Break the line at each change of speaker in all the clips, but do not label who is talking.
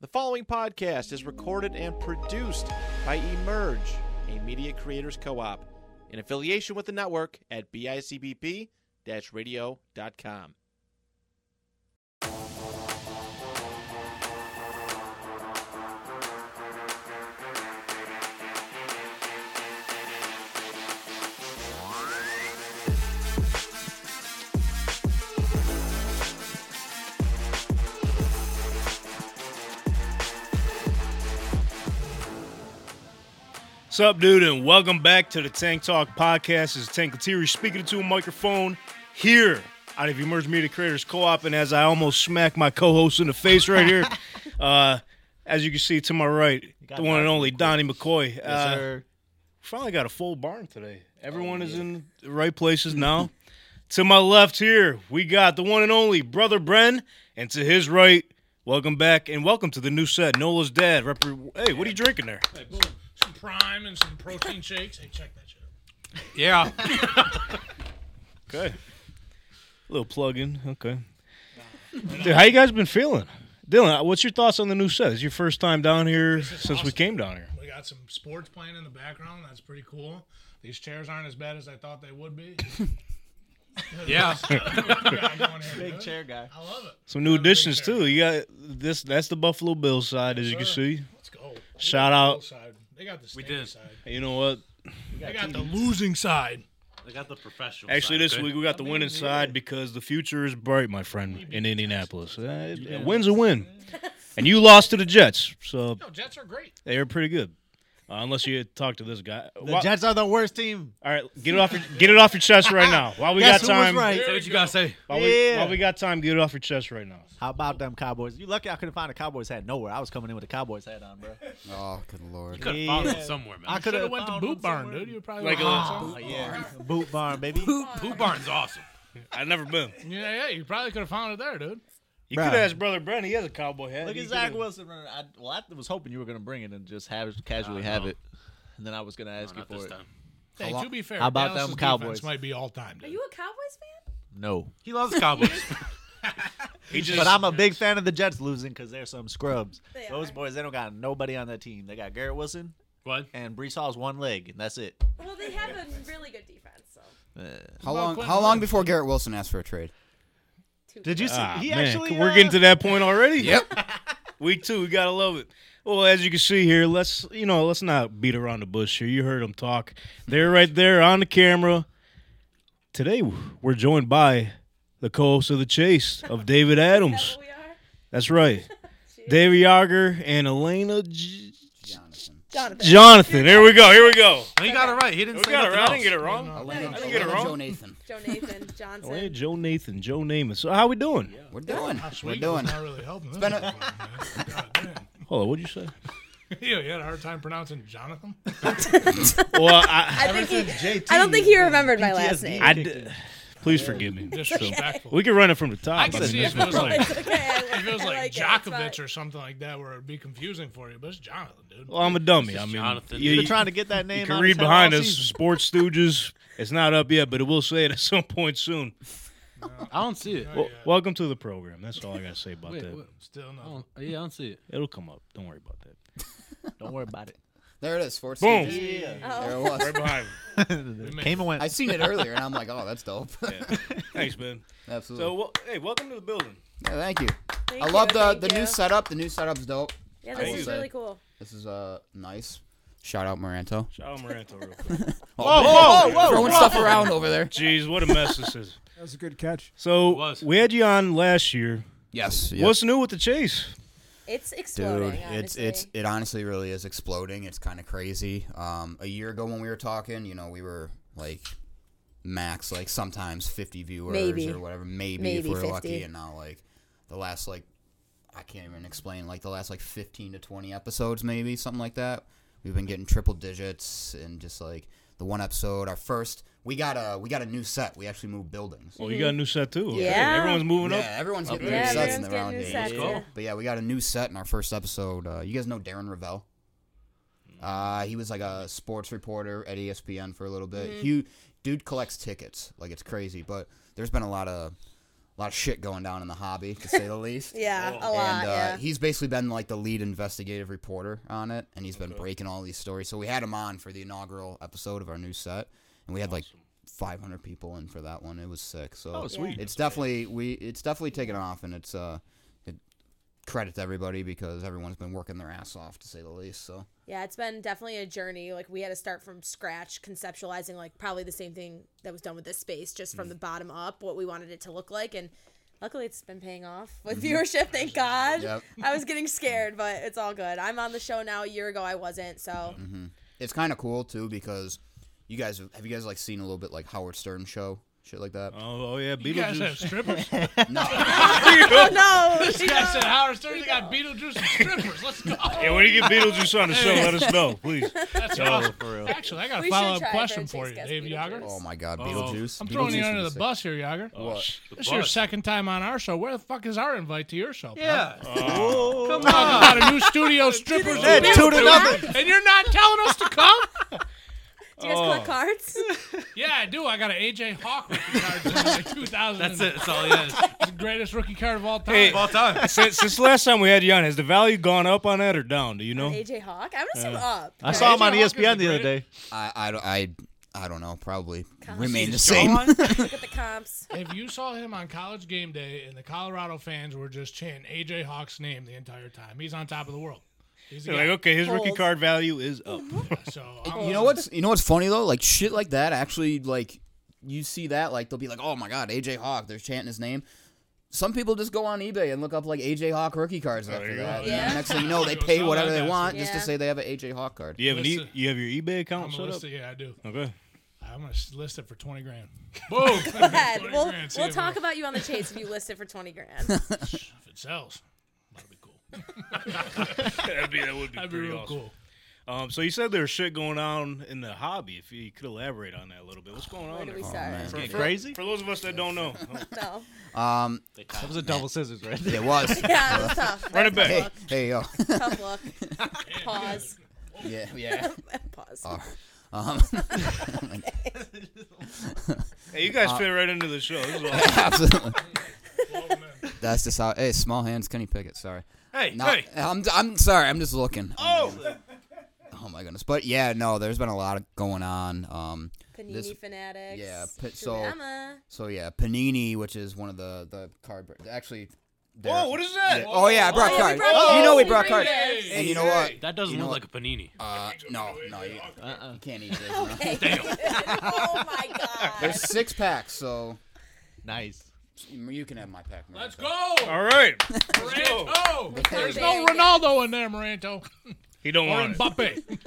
The following podcast is recorded and produced by Emerge, a media creators co op, in affiliation with the network at bicbp radio.com.
Sup, dude, and welcome back to the Tank Talk Podcast. This is Tank Latiri speaking to a microphone here out of Emerge Media Creators Co-op. And as I almost smack my co-host in the face right here, uh, as you can see to my right,
got
the one and
Donnie
only Donnie McCoy.
Yes,
Uh,
sir. Oh,
finally got a full barn today. Everyone is in the right places now. to my left here, we got the one and only brother Bren, and to his right, welcome back and welcome to the new set. Nola's dad. Rep- hey, what are you drinking there?
Boom. Some prime and some protein shakes. Hey, check that shit out.
Yeah.
Okay. little plug in. Okay. Dude, how you guys been feeling? Dylan, uh, what's your thoughts on the new set? It's your first time down here
is
since we
awesome.
came down here.
We got some sports playing in the background. That's pretty cool. These chairs aren't as bad as I thought they would be.
Yeah.
Yeah, go in here and do
Big
it.
chair guy.
I love it.
Some new
Got a big
additions
chair.
too. You got this that's the Buffalo Bills side as you can
sir.
see.
Let's go.
Shout
They got the
out.
cool Side. They got the we
did.
side.
You know what?
They got the losing side.
They got the professional.
Actually
side,
this
okay?
week we got the winning side because the future is bright, my friend, in Indianapolis. Uh, it- a win's a win. And you lost to the Jets, so
No, Oh, Jets are great.
they are pretty good. Uh, unless you talk to this guy.
The
Wha-
Jets are the worst team.
All right, get it off your get it off your chest right now. While we
Guess
got
who was
time.
right?
Say what you gotta say.
While, we,
Yeah.
while we got time, get it off your chest right now.
How about them Cowboys? You lucky I couldn't find a Cowboys hat nowhere. I was coming in with a Cowboys hat on, bro.
Oh, good lord.
Could have found
Yeah.
it somewhere, man.
I could have
Went to Boot Barn, dude. You probably
Like a-
like
Oh, yeah, boot barn, baby.
Boot Barn's awesome.
I've never been.
yeah, yeah. You probably could have found it there, dude.
You
Bruh.
could ask brother Brent. He has a cowboy hat.
Look
He
at Zach
coulda-
Wilson running. I, well, I was hoping you were gonna bring it and just have it, casually have
no.
it, and then I was gonna ask you
Not
for
this
it.
time.
Hey, to be fair,
How about
Dallas's
them
defense
Cowboys?
Might be all time,
Are
dude.
you a Cowboys fan?
No,
He loves the Cowboys.
He just,
but I'm a big fan of the Jets losing because they're some scrubs.
They
Those
are.
boys, they don't got nobody on that team. They got Garrett Wilson
what?
and Brees Hall's one leg, and that's it.
Well, they have a really good defense. So
Uh,
Well,
How long?
Quentin
How
Williams-
long before Garrett Wilson asked for a trade?
two
did you see?
Ah,
he
man,
actually.
we're
uh,
getting to that point already.
Yep.
Week two, we gotta love it. Well, as you can see here, let's you know, let's not beat around the bush here. You heard him talk. They're right there on the camera. Today, we're joined by the co-host of the Chase of David
Is
Ah.
that
Adams.
what we are?
That's right,
Jeez.
David Yager and Elena J-
Jonathan.
Jonathan.
Jonathan. There we go. Here we go.
No, you got it right. He didn't
We
say
got it
nothing
right. I didn't
else.
get it wrong. I didn't get it wrong.
Joe Nathan.
Joe Nathan Johnson.
Hey, Joe Nathan, Joe Namath. So how we doing?
We're doing. We're
Sweet,
doing.
Not really helping. It's
been
been
a-
Hold on, what'd you say?
you had a hard time pronouncing Jonathan.
well, I,
I think he.
JT
I don't think he remembered my
PTSD.
last name.
I d- please forgive me.
Disrespectful.
We can run it from the top.
I can
mean,
see
that's
if
no
it was like
problem.
It's okay. I,
if it was
I
like,
like
Djokovic or something like that, where it'd be confusing for you, but it's Jonathan, dude.
Well, I'm a dummy.
This
I
is
mean,
Jonathan.
you,
You've
you,
been trying to get that name.
you
out
can
of
read
his head
behind
all
us.
season.
Sports Stooges. It's not up yet, but it will say it at some point soon.
I don't see it.
Well, welcome to the program. That's all I gotta say about
Wait,
that.
wait.
Still
I
no.
don't- yeah, I don't see it.
It'll come up. Don't worry about that.
Don't worry about it.
There it is. Sports.
Boom.
Pages.
Oh.
There it was.
behind.
Came and went.
I seen it earlier, and I'm like, oh, that's dope.
Thanks, Ben.
Absolutely.
So, well, hey, welcome to the building.
yeah, thank you.
Thank
I
you,
love the
thank
the
you.
new setup. The new setup's dope.
Yeah,
I will
this is
say.
really cool.
This is uh nice. Shout out Maranto.
Shout out Maranto real quick.
Oh,
Whoa,
man,
whoa,
you're
whoa,
throwing
whoa.
stuff around over there.
Jeez, what a mess this is.
That was a good catch.
So
It was.
we had you on last year.
Yes.
What's new with the chase?
It's exploding.
Dude, it's
honestly.
it's it honestly really is exploding. It's kind of crazy. Um, a year ago when we were talking, you know, we were like max like sometimes 50 viewers
Maybe.
or whatever, maybe, if
Maybe
we we're
50.
lucky. And now like the last like I can't even explain like the last like 15 to 20 episodes maybe something like that. We've been getting triple digits and just like the one episode, our first. We got a we got a new set. We actually moved buildings.
Oh, you
Mm-hmm.
got a new set too. Okay.
Yeah.
Everyone's moving up.
Yeah, everyone's getting
Yeah,
new sets
everyone's
in the
getting
round.
new
game.
sets.
go.
yeah.
But yeah, we got a new set in our first episode. Uh, you guys know Darren Ravel. Uh, he was like a sports reporter at E ESPN for a little bit. He dude collects tickets like it's crazy. But there's been a lot of a lot of shit going down in the hobby, to say the least.
Yeah, a lot.
And uh,
yeah.
he's basically been like the lead investigative reporter on it, and he's been breaking all these stories. So we had him on for the inaugural episode of our new set, and we had like 500 people in for that one. It was sick. So
Oh, sweet.
it's definitely we it's definitely taken off, and it's uh it credit to everybody because everyone's been working their ass off to say the least. So
yeah, it's been definitely a journey. Like we had to start from scratch, conceptualizing like probably the same thing that was done with this space, just
Mm.
from the bottom up, what we wanted it to look like, and luckily it's been paying off with viewership. Thank God.
Yep.
I was getting scared, but it's all good. I'm on the show now. A year ago, I wasn't. So
Mm-hmm. it's kind of cool too because you guys have you guys like seen a little bit like Howard Stern show shit like that.
Oh, oh yeah,
You guys have
Beetlejuice.
strippers.
oh no,
this guy said Howard Stern they got Beetlejuice and strippers. Let's go.
Yeah, when you get Beetlejuice on the show, let us know, please.
That's awesome. Actually, I got
We
a
should
follow up
try
question
Virgin's
for you,
guest
Dave Yager.
Beetlejuice.
Oh my God,
Oh.
Beetlejuice!
I'm throwing you
Beetlejuice
under the
was sick.
bus here, Yager.
What?
This is your second time on our show. Where the fuck is our invite to your show? pal?
Yeah. Come
Talking
on.
about a new studio, strippers, and
Two to
Beetlejuice, and you're not telling us to come?
do you guys
Oh.
collect cards?
Yeah, I do. I got an AJ Hawk rookie card since like 2000.
That's it. That's all it is.
It's the greatest rookie card of all time.
Of all time.
Since, since last time we had you on, has the value gone up on that or down? Do you know?
AJ Hawk. I'm gonna assume up.
I saw him on
AJ Hawk is
ESPN the
the
other day.
I, I, don't- I, I don't know. Probably
Gosh.
remain the
He's
same.
Look at the comps.
If you saw him on college game day and the Colorado fans were just chanting AJ Hawk's name the entire time, he's on top of the world. He's the
They're like,
guy.
okay, his rookie
Hold.
card value is up.
So
Oh.
I'm
You know what's you know what's funny though? Like shit like that actually like you see that like they'll be like, "Oh my god, AJ Hawk, they're chanting his name." Some people just go on eBay and look up like AJ Hawk rookie cards after
you go.
that. and
Yeah.
then next thing you know, they
You go
pay
sell
whatever
that
they
bastard.
want just to
Yeah.
say they have an AJ Hawk card.
Do you have an e-
Listen.
you have your eBay
I'm
account
gonna
set up?
list it. Yeah, I do.
Okay.
I'm gonna list it for 20 grand.
Boom.
Go ahead.
20
We'll
grand, see
we'll
if
talk
we'll-
about you on the chase if you list it for twenty grand.
If it sells, that'd be cool.
That'd be, that would be
That'd be
pretty
real
awesome.
cool.
Um, so you said there's shit going on in the hobby. If you could elaborate on that a little bit, what's going
Where
on
do
there?
we start?
For- for-
Crazy?
For those of us that don't know, Oh,
No.
Um,
That was a double scissors right there.
it was.
Yeah, it was tough.
run it
hey,
back.
hey, yo.
Tough look. Pause.
yeah, yeah.
Pause.
Um,
Hey, you guys fit right into the show. This is awesome.
absolutely. That's just how. Hey, small hands, Kenny Pickett. Sorry.
Hey,
No,
hey.
I'm, I'm sorry. I'm just looking.
Oh.
Oh my goodness. But yeah, no, there's been a lot of going on. Um,
Panini
this-
fanatics.
yeah, pit- so-
Drama.
so yeah, Panini, which is one of the the card. br- Actually. they're-
Whoa, what is that?
they- oh yeah, I brought
Oh, yeah, we
cards.
brought
you know we
cards.
brought
We
cards.
did.
And you know what?
That doesn't
You know
look
what?
like a panini.
Uh, no, no, you,
Uh-uh.
you can't eat this.
Okay. oh my god.
There's six packs, so
Nice.
you can have my pack. Mario.
Let's go,
All right.
Moranto. There's no
Bang.
Ronaldo in there, Moranto,
He don't
or
want it.
Mbappe.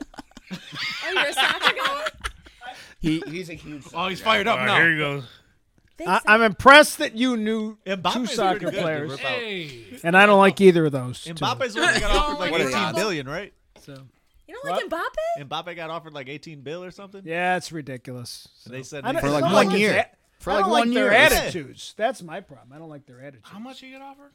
Oh, you're a soccer guy?
He, he's a huge.
Oh, he's fired up
All right,
now.
here you go.
I, I'm impressed that you knew two
Mbappe's
soccer
pretty good,
players,
dude.
Hey,
and I don't like either of those. two.
Mbappe's the one that got offered like
What are the
18
odds?
billion, right?
So,
You don't like Mbappe?
Mbappe got offered like 18 bill or something.
yeah, it's ridiculous. So.
They said
I don't-
they-
For like
it's not
one
his
year.
a-
For
I
like
don't
one
their
year.
attitudes. That's my problem. I don't like their attitudes.
how much you get offered?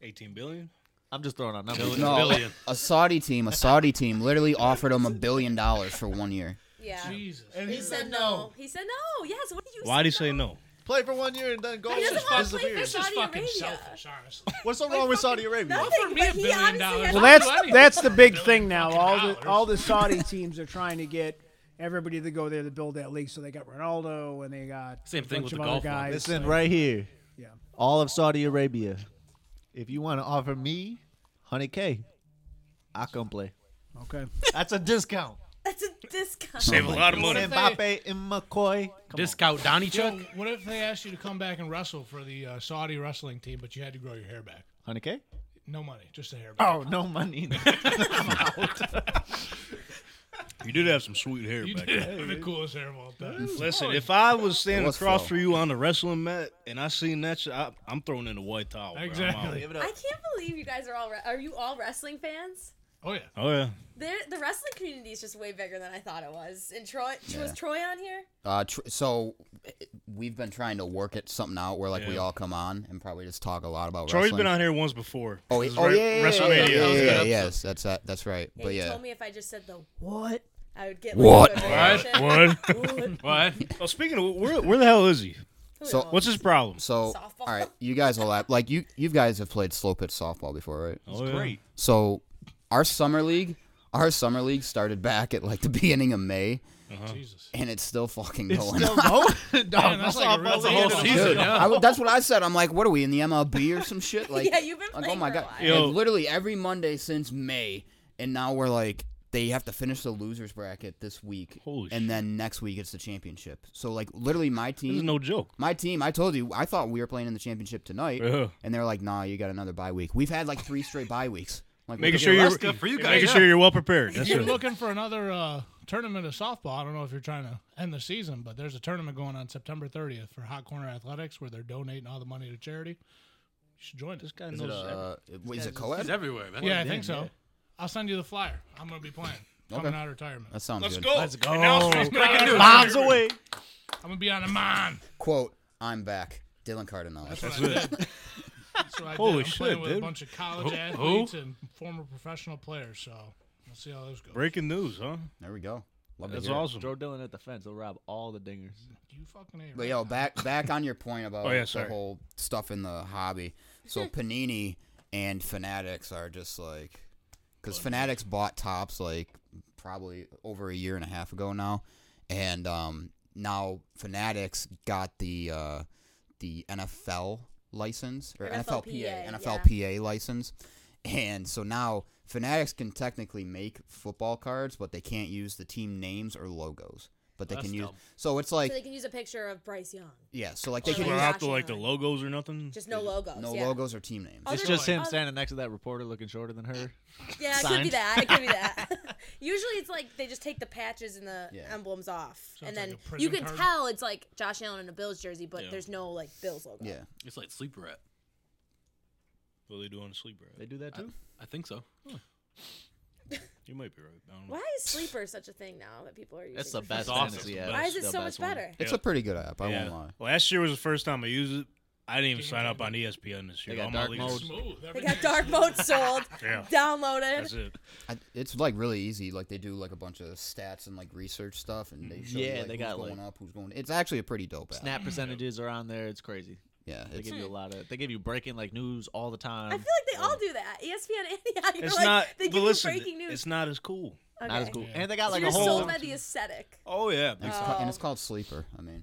18 billion.
I'm just throwing out numbers.
No,
Billion.
a Saudi team, a Saudi team, literally offered him a billion dollars for one year.
Yeah.
Jesus.
He said no. He said no. Yes. What did you
Why do you say no?
Play for one year and then go
He doesn't wanna play
disappear.
for
This is
Saudi
fucking
Arabia.
selfish, honestly.
What's so wrong with Saudi Arabia?
Nothing,
me a
but he
billion
honestly
dollars.
has
well,
I don't
that's
do anything.
that's the big
Billion
thing now.
fucking
All the
dollars.
all the Saudi teams are trying to get everybody to go there to build that league. So they got Ronaldo and they got
Same
a
thing
bunch
with
of
the
other
golf one.
guys.
Listen
Like,
right here.
Yeah.
All of Saudi Arabia. If you want to offer me 100K, I come play.
Okay.
That's a discount.
That's a discount.
Save a lot of money.
Mbappe and McCoy. Come
Discount Donnie Chuck.
Yo, what if they asked you to come back and wrestle for the uh, Saudi wrestling team, but you had to grow your hair back?
on. 100K?
No money, just a hair back.
Oh, no money.
You did have some sweet hair
You
back
did
then.
have the coolest hair of all time.
Listen, if I was standing
was
across
flow.
from you on the wrestling mat and I seen that shit, I, I'm throwing in the white towel. bro. I'm
Exactly.
out.
I can't believe you guys are all. Re- are you all wrestling fans?
Oh yeah.
Oh, yeah.
There, the wrestling community is just way bigger than I thought it was. And Troy, was Troy on here?
Uh, tr- so we've been trying to work it something out where like we all come on and probably just talk a lot about
Troy's
wrestling.
been on here once before.
Oh,
It
he-
was
oh
right-
yeah, yeah, yeah,
WrestleMania.
yeah, yeah,
was a good
yeah,
episode.
yes, that's that, that's right.
Yeah,
but
you
yeah,
told me if I just said the what, I would get like,
What?
a good reaction.
What?
What?
Oh, well, speaking of, where, where the hell is he?
So
What's his problem?
So
Softball.
all right, you guys will have, like you you guys have played slow pitch softball before, right?
Oh, yeah.
Great.
So our summer league, our summer league started back at like the beginning of May,
Jesus.
and it's still fucking
It's
going.
still
on.
going. Dog,
Man, that's like a
That's
real
a whole
leader.
season. Yeah.
I, that's what I said. I'm like, what are we in the MLB or some shit? Like,
Yeah, you've been
like,
playing
oh my
for a
god,
while.
Yo.
Like, literally every Monday since May, and now we're like, they have to finish the losers bracket this week,
Holy
and then next week it's the championship. So like, literally, my
This is
team,
no joke.
my team, I told you, I thought we were playing in the championship tonight,
Yeah.
and they're like, nah, you got another bye week. We've had like three straight bye weeks. Like,
Making
what the-
sure you're
that's good for you guys,
making
yeah.
sure you're well prepared.
If
That's
you're
it.
looking for another uh, tournament of softball, I don't know if you're trying to end the season, but there's a tournament going on September 30th for Hot Corner Athletics where they're donating all the money to charity. You should join us.
guy
Is it, uh, is it
He's
co-ed?
everywhere, man.
Yeah, I think so. I'll send you the flyer. I'm going to be playing. Coming
Okay.
out of retirement.
That sounds good.
Let's go.
Announcement's been out.
Miles away.
I'm going to be on a mine.
Quote, I'm back. Dylan Cardinale.
That's what I did. That's what I
Holy
did. I'm playing
shit,
with
dude.
a bunch of college
Who- who?
athletes and former professional players, so we'll see how those go.
Breaking news, huh?
There we go. Love to
That's
hear it.
awesome.
Throw Dylan at the fence. He'll rob all the dingers.
You fucking hate
But
right
yo,
now.
back back on your point about
Oh, yeah,
the
sorry.
whole stuff in the hobby. So Panini and Fanatics are just like, because Fanatics bought Tops like probably over a year and a half ago now, and um, now Fanatics got the uh, the NFL license or
NFLPA,
NFLPA NFLPA license, and so now Fanatics can technically make football cards, but they can't use the team names or logos. But they
That's
can use
dumb.
so it's like
so they can use a picture of Bryce Young.
yeah, so like
Or
they
like
can
Josh
Without the like the
Allen.
logos or nothing.
Just no logos.
No
yeah.
logos or team names.
Other-
It's just him
other-
standing next to that reporter looking shorter than her.
Yeah, it could be
Signed.
that. It could be that. Usually, it's like they just take the patches and the
Yeah.
emblems off, and
it's
then
like a prison
you can
card.
tell it's like Josh Allen in a Bills jersey, but there's no like Bills logo.
yeah.
It's like sleeper rat.
What they do on the sleep ride.
They do that too.
I think so.
You might be right. I don't know.
Why is Sleeper such a thing now that people are using?
That's the
for
best
fantasy?
awesome.
fantasy app.
Why
Why
It's
is it
the
so
best
much
one.
better?
It's
Yeah.
a pretty good app. I
Yeah.
won't lie.
Last year was the first time I used it. I didn't even sign up on E ESPN this
They
year.
got
All my
dark
leagues-
mode.
Smooth.
They
Everything's
got dark mode sold,
Yeah. That's
downloaded.
it.
I, it's like really easy. Like they do like a bunch of stats and like research stuff, and they show you,
Yeah,
like,
they
who's
got,
going
like-
up, who's going. It's actually a pretty dope app.
Snap percentages are on there. It's crazy.
Yeah,
They
it's,
give you a lot of. They give you breaking like news all the time.
I feel like they all do that. E ESPN and yeah, you're
It's
like
not.
they
but
give
listen,
you breaking news.
it's not as cool.
okay.
Not as cool.
Yeah.
And they got
So
like
you're
a whole.
sold by the aesthetic.
Oh yeah,
and it's, ca-
Oh.
and it's called Sleeper. I mean,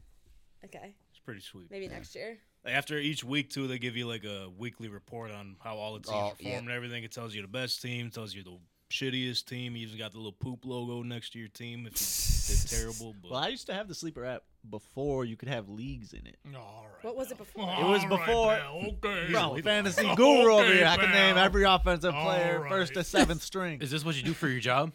Okay,
it's pretty sweet.
maybe next year.
After each week too, they give you like a weekly report on how all the teams
Oh,
perform
yeah.
and everything. It tells you the best team, tells you the shittiest team. You even got the little poop logo next to your team if you did terrible. But
Well, I used to have the sleeper app before you could have leagues in it.
No, all right.
What was it before?
All
was before-
then, okay.
Bro,
Okay,
fantasy guru over here. I can
pal.
name every offensive
All
player, first to
right.
seventh string.
Is this what you do for your job?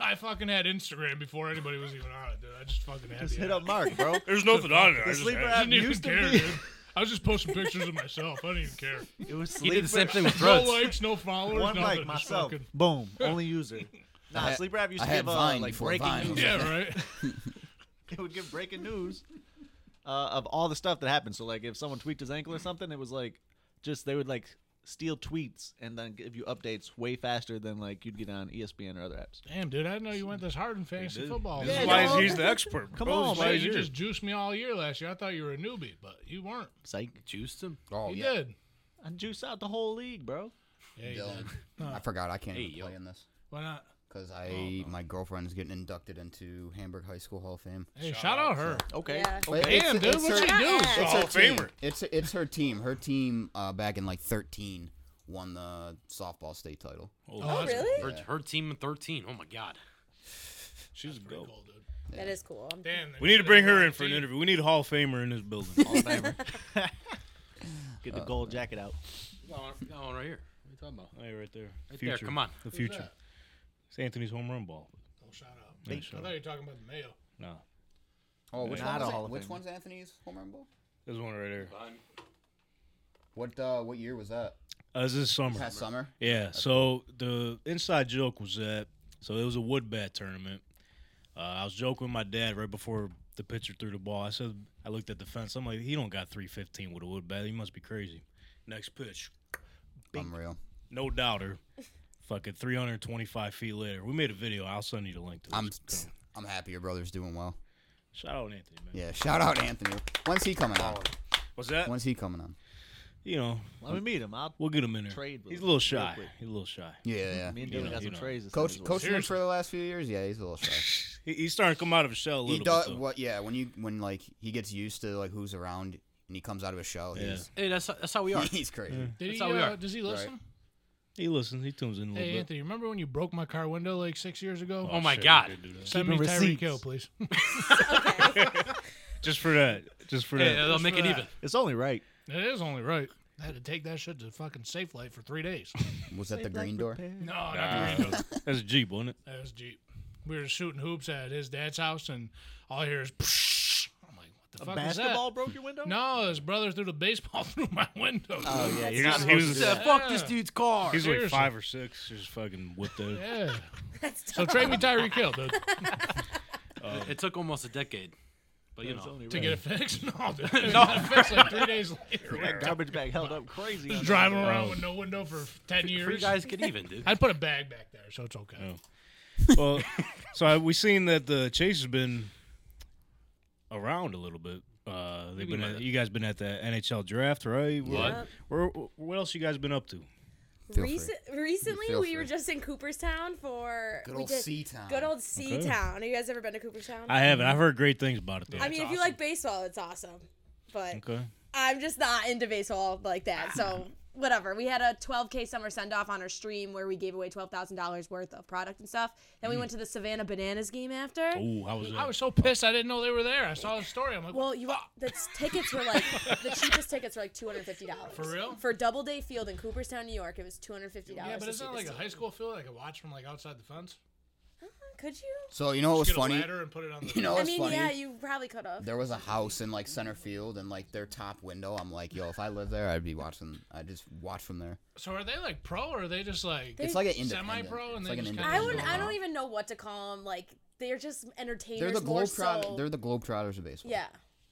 I fucking had Instagram before anybody was even on it, dude. I just fucking had
Just
the
hit
app.
up Mark, bro.
there's nothing on there. I
The
just
sleeper
had-
I
app
didn't even
used
care,
to be.
dude. I was just posting pictures of myself. I didn't even care.
It was
He did
sleeper.
the same thing with
No
throats.
likes, no followers,
One
nothing.
like
Just
myself.
fucking-
Boom. Only user. Nah,
had-
sleeper app used
I
to give
had
uh,
Vine
like
before
breaking
Vine.
news.
Yeah, right.
It would give breaking news uh, of all the stuff that happened. So like, if someone tweaked his ankle or something, it was like just they would like steal tweets and then give you updates way faster than like you'd get on E ESPN or other apps.
Damn, dude, I didn't know you went this hard in fantasy football.
This
Yeah,
is why
dog.
he's the expert. Bro.
Come
Oh,
This is
on,
why
man.
he's
you
here.
just juiced me all year last year. I thought you were a newbie, but you weren't.
Psych.
Juiced him.
oh
you
yeah,
did.
I juice out the whole league, bro.
Yeah, you
Dylan.
did.
I forgot I can't
Hey,
even
yo.
play in this
Why not?
because I my girlfriend's getting inducted into Hamburg High School Hall of Fame.
Hey, shout, out her.
Okay.
Yeah.
Oh,
But
Oh, Damn, dude, what you do?
Yeah.
It's
Hall
her
of
team.
Famer.
It's it's her team. Her team uh, back in like 13 won the softball state title.
Oh, really?
Her, her team in 13. Oh, my God.
She's a goat.
Cool, dude.
That is cool. I'm-
Damn.
We need to bring her in for an
Dude.
interview. We need a Hall of Famer in this building.
Get the gold jacket out.
We got one- we got one right here. What are you talking about?
hey, right there.
Right there, come on.
The future.
that?
It's Anthony's home run ball.
Oh, shout out.
Nice
I
shout
thought you were talking about the mayo.
No.
Oh, which,
Not
one
a
was
Hall
it?
of
which
Famer.
one's Anthony's home run ball?
There's one right there.
What uh, what year was that?
Uh, this is summer.
Past summer.
Yeah. So the inside joke was that so it was a wood bat tournament. Uh, I was joking with my dad right before the pitcher threw the ball. I said I looked at the fence. I'm like, he don't got 315 with a wood bat. He must be crazy. Next pitch,
Unreal.
no doubter. Fucking 325 feet later, we made a video. I'll send you the link to this.
I'm I'm happy your brother's doing well.
Shout out Anthony, man.
Yeah, shout out Anthony. When's he coming on?
What's that?
When's he coming on?
You know,
Let me meet him. I'll
we'll get him in there.
Trade with
He's a
him
little
real
shy.
quick.
He's a little shy.
Yeah,
me
yeah.
and Dylan
know,
got
you
some
know.
trays. this
Coach,
time as well.
coaching him for the last few years, yeah, he's a little shy.
He, he's starting to come out of his shell a little
He does.
bit. though.
What? Yeah, when you when like he gets used to like who's around and he comes out of his shell, he's
Hey, that's that's how we are.
he's crazy.
Did he?
That's how we
uh,
are.
Does he listen?
He listens. He tunes in a little
Hey
bit.
Anthony, remember when you broke my car window like six years ago?
Oh my
Shit, we
God.
could do that.
Send me
Keeping
Tyreek
receipts.
Hill, please.
Just for that. Just for
Hey,
that.
they'll make it
that.
even.
It's only right.
It is only right. I had to take that shit to fucking safe light for three days.
Was that the green door?
No, not the
Uh,
Rangers.
That's a Jeep, wasn't it?
That was Jeep. We were shooting hoops at his dad's house, and all I hear is. Psh! I'm like, what the fuck
Basketball broke your window?
is that? No, his brother threw the baseball through my window. Oh
yeah,
He was, he was,
fuck this dude's car.
he's like
seriously.
five or six. Just fucking whipped it.
yeah. so trade me Tyreek Hill dude,
It took almost a decade, but you
It's
know.
only
to
right.
get it fixed. No, dude, it got fixed like three days later.
That garbage bag held up crazy. on that
Driving
thing.
around with no window for ten
Three
years.
guys get even, dude.
I'd put a bag back there, so it's okay.
Well, so I, we seen that the chase has been around a little bit. Uh, they've been
by
at,
that?
you guys been at the NHL draft, right?
What?
Where, where, what else you guys been up to?
Feel free.
Recent, recently,
Feel
we
free.
were just in Cooperstown for
Good
we
old
did-
Seatown.
Good old Sea Town. Have you guys ever been to Cooperstown?
I haven't. I've heard great things about it though.
I mean, if you like baseball, it's awesome. But
okay.
I'm just not into baseball like that. So whatever. We had a 12k summer send off on our stream where we gave away twelve thousand dollars worth of product and stuff. Then we went to the Savannah Bananas game after.
Mm. Ooh, how was that?
I was so pissed I didn't know they were there. I saw the story. I'm like,
Well, you the tickets were like the cheapest tickets were like two hundred fifty dollars for
real?
for double day field in Cooperstown, New York. It was two hundred fifty dollars.
yeah, but isn't it like a high school field I could watch from like outside the fence?
uh, Could you?
So you know what was
Get a
funny?
ladder and put it on the.
You know
I
what's
mean,
funny?
yeah, you probably could have.
there was a house in like center field and like their top window. I'm like, yo, if I lived there, I'd be watching. I would just watch from there.
So are they like pro or are they just like?
It's like an independent.
Semi-pro and
it's
they
like an
just kinda-
I
independent.
wouldn't. I
uh,
don't even know what to call them. Like they're just entertainers.
They're the
more
globetrotter.
so.
They're the globetrotters of baseball.
yeah.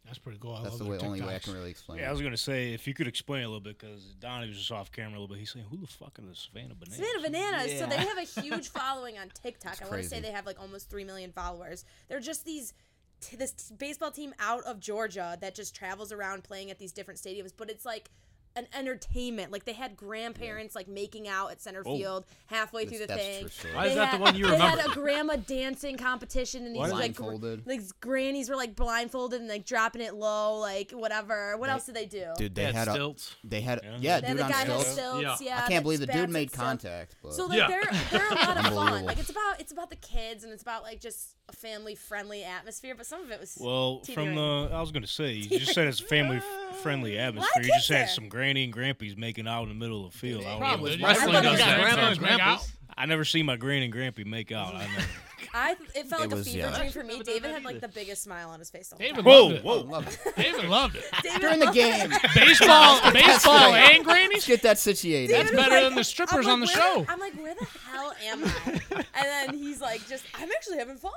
That's pretty cool. I
that's
love
the
their
way, only way I
TikToks.
can really explain.
yeah, I
it.
was gonna say if you could explain a little bit because Donnie was just off camera a little bit. He's saying, "Who the fuck are the Savannah Bananas?"
Savannah Bananas. So they
Yeah.
have a huge following on TikTok. I want to
crazy.
say they have like almost three million followers. They're just these t- this t- baseball team out of Georgia that just travels around playing at these different stadiums. But it's like an entertainment. Like they had grandparents like making out at center field halfway through the
Oh, That's
thing.
for sure.
Why is
They
that the
had-
one you
They had
remember?
a grandma dancing competition, and these like, gr-
Blindfolded.
like grannies were like blindfolded and like dropping it low, like whatever. What else did they do?
Dude, they
Yeah,
had a,
stilts.
they had
Yeah.
yeah,
Then
dude
the
on
guy had
stilts.
stilts.
Yeah.
Yeah,
I can't believe the
bats
dude
at
made
stilts.
contact. But
So like
Yeah.
they're they're a lot of fun.
Unbelievable.
Like it's about it's about the kids and it's about like just a family friendly atmosphere. But some of it was
Well,
TV
from
rating.
the I was gonna say you just said it's a family f- friendly atmosphere. You
kids
just had
there.
some granny and grandpies making out in the middle of the field. I, don't know.
Probably.
wrestling
Everybody
does
got
that.
grandmas
Grandpas.
make out.
I never seen my granny and grampy make out. I never.
I it felt
It
like
was,
a fever
yeah.
dream for me. David had like
either.
the biggest smile on his face. The whole
David
time.
loved it.
whoa, love it.
David loved it.
David
during the
loved
game.
Baseball, baseball,
right.
and grannies.
Let's get that situated.
David was
better than the strippers
I'm
on the
like, where-
show.
I'm like, where the hell am I? And then he's like, just I'm actually having fun.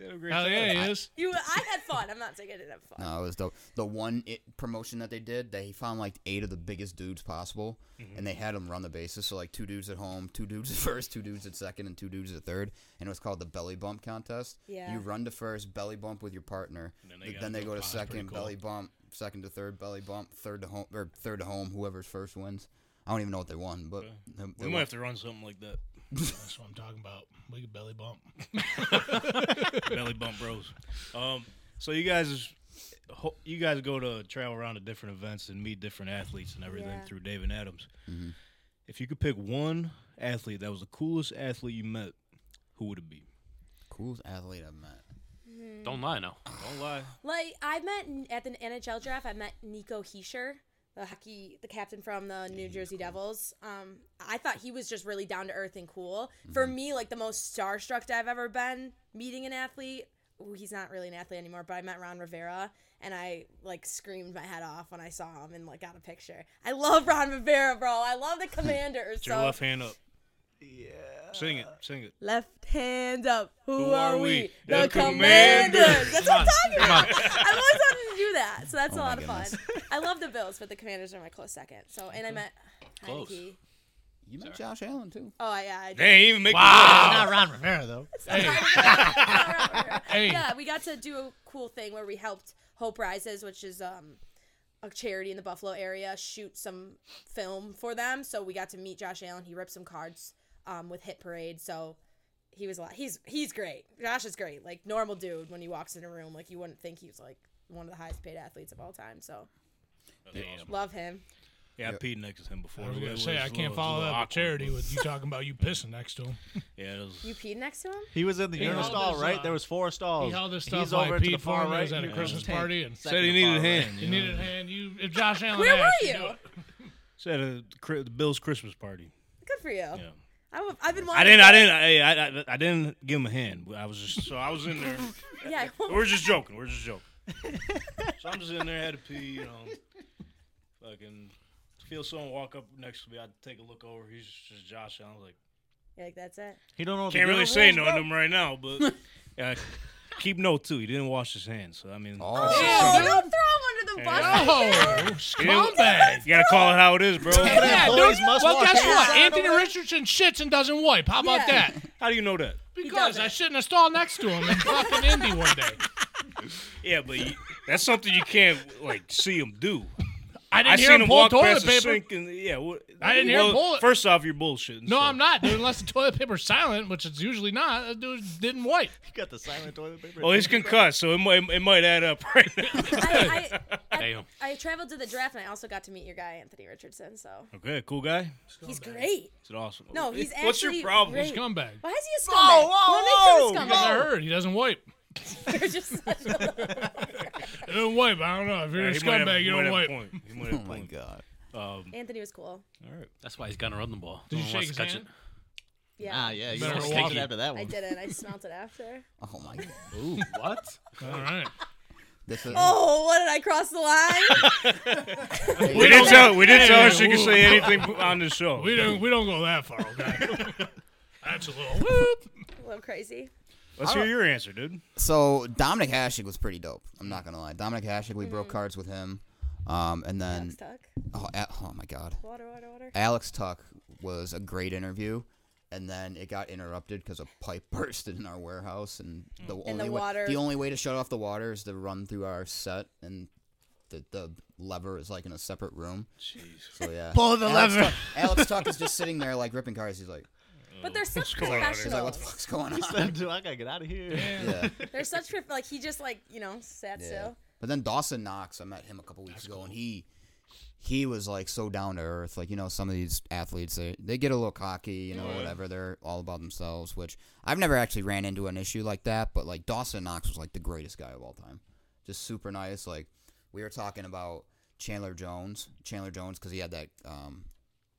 Hell yeah, he is.
You, I had fun. I'm not saying I didn't have fun.
No, it was dope. The one it, promotion that they did, they found like eight of the biggest dudes possible,
Mm-hmm.
and they had them run the bases. So like two dudes at home, two dudes at first, two dudes at second, and two dudes at third. And it was called the belly bump contest.
Yeah.
You run to first, belly bump with your partner. th- Then they, go to second, belly bump, second to third, belly bump, third to home, or third to home. Whoever's first wins. I don't even know what they won, but they, they
We
won.
might have to run something like that.
That's what I'm talking about. We could belly bump.
Belly bump bros. Um, so you guys, ho- you guys go to travel around to different events and meet different athletes and everything
Yeah.
through Dave and Adams.
Mm-hmm.
If you could pick one athlete that was the coolest athlete you met, who would it be?
coolest athlete I've met.
Don't lie now.
Don't lie.
Like I met n- at the NHL draft. I met Nico Heischer, the hockey, the captain from the New Jersey Devils. Um, I thought he was just really down to earth and cool. For me, like the most starstruck I've ever been meeting an athlete. Ooh, he's not really an athlete anymore, but I met Ron Rivera, and I like screamed my head off when I saw him and like got a picture. I love Ron Rivera, bro. I love the Commanders.
Your
so-
left hand up. Yeah. Sing it. Sing it.
Left hand up. Who,
are
are we?
we?
The,
The
commanders.
Commanders.
That's what I'm talking about. I've always wanted to do that, so that's a
Oh my
lot of
goodness.
fun. I love the Bills, but the Commanders are my close second. So, and I met
Close.
Heineke.
You met Josh Allen too.
Oh yeah, I
They
did.
ain't even make.
Not Ron Rivera though.
Hey.
Yeah, we got to do a cool thing where we helped Hope Rises, which is um a charity in the Buffalo area, shoot some film for them. So we got to meet Josh Allen. He ripped some cards um with Hit Parade. So he was a lot. He's he's great. Josh is great. Like normal dude when he walks in a room, like you wouldn't think he was like one of the highest paid athletes of all time. So love him.
Yeah, I peed next to him before.
I was
It
gonna
was
say
a
I can't
little-
follow
it was a little
that with
awkward,
charity
but-
with you talking about you pissing next to him.
Yeah, it was.
You peed next to him.
He was in the
He
urinal
held
stall,
his,
right?
uh,
there was four stalls.
He held this
He's
stuff while
over
I
to the
peed for
far
him. He
right.
was at a
here comes
Christmas
Tank.
party and
Second
Said he
to
needed a
far right.
hand.
you
know.
needed a hand. You, if Josh Allen,
Where were
asked,
you?
do it.
Said a, cri- the Bills Christmas party.
Good for you.
Yeah.
I, have been.
I
Wanting
didn't. I
to go-
didn't. I, I, I, I didn't give him a hand. but I was just. So I was in there.
Yeah.
We're just joking. We're just joking. so I'm just in there. Had to pee. You know. Fucking feel someone walk up next to me. I take a look over. He's just Josh. And I was like,
You're like that's it.
He don't know. what the
can't really
urinal
say
rules,
no
bro.
to him right now, but. uh, Keep note too. He didn't wash his hands, so I mean,
Oh,
Oh, don't throw him under the bus.
Oh,
you didn't-
scumbag!
you gotta call it how it is, bro.
Yeah,
Employees
dude.
must
well,
wash
guess
their
what?
side
Anthony
away.
Richardson shits and doesn't wipe. How about
Yeah.
that?
How do you know that?
Because I
doesn't.
shit in a stall next to him in fucking Indy one day.
Yeah, but you, that's something you can't like see him do.
I didn't
I
hear
seen
him pull
walk
toilet
past the
paper.
sink and yeah. What,
I didn't hear him pull it.
First off, you're bullshitting.
No,
so.
I'm not, dude. Unless the toilet paper's silent, which it's usually not. That dude didn't wipe.
You got the silent toilet paper.
Well, Oh, he's concussed, so it might it might add up right now.
I, I,
Damn.
I traveled to the draft and I also got to meet your guy Anthony Richardson. So
Okay, cool guy.
he's great.
It's awesome.
No, he's actually
What's your problem?
Great.
Scumbag.
Why is he a scumbag?
Whoa, whoa,
what makes him
whoa,
a
I
scumbag?
heard he doesn't wipe.
They're just such a-
He doesn't wipe. I don't know. If you're
Yeah,
a
he might have-
scumbag,
he
you
might
don't
have a
wipe.
point. He might have
Oh
a
my
point.
god.
Anthony was cool.
All right.
That's why he's gonna run the ball.
Did
No
you
one
shake
wants
his
to touch
hand?
Yeah,
Ah, yeah. You
Better
better
walk
walk
it.
it after that
I
one.
didn't. I smelt it after.
Oh my god.
it. What?
All right.
This is,
Oh, what did I cross the line?
We didn't tell we didn't tell her she
Hey,
could
whoa.
say anything on the show.
We don't we don't go that far. Okay. That's a little whoop.
a little crazy.
Let's hear your answer, dude.
So Dominic Hasek was pretty dope. I'm not gonna lie. Dominic Hasek, we broke cards with him, um, and
Ducks
then
tuck.
oh, a- oh my god,
Water, water, water.
Alex Tuck was a great interview, and then it got interrupted because a pipe bursted in our warehouse, and the only
water-
way, the only way to shut off the water is to run through our set, and the the lever is like in a separate room. Jeez. So yeah. Pull the Alex lever. Tuck, Alex Tuck is just sitting there like ripping cards. He's like,
But they're such
he's like, what the
professionals.
fuck's going on?
Dude, I gotta get out of here.
Yeah.
They're such prof- like he just like you know sat
Yeah.
still.
But then Dawson Knox, I met him a couple weeks ago, and he he was like so down to earth. Like you know, some of these athletes they they get a little cocky, you know, whatever. They're all about themselves, which I've never actually ran into an issue like that. But like Dawson Knox was like the greatest guy of all time, just super nice. Like we were talking about Chandler Jones, Chandler Jones, because he had that um,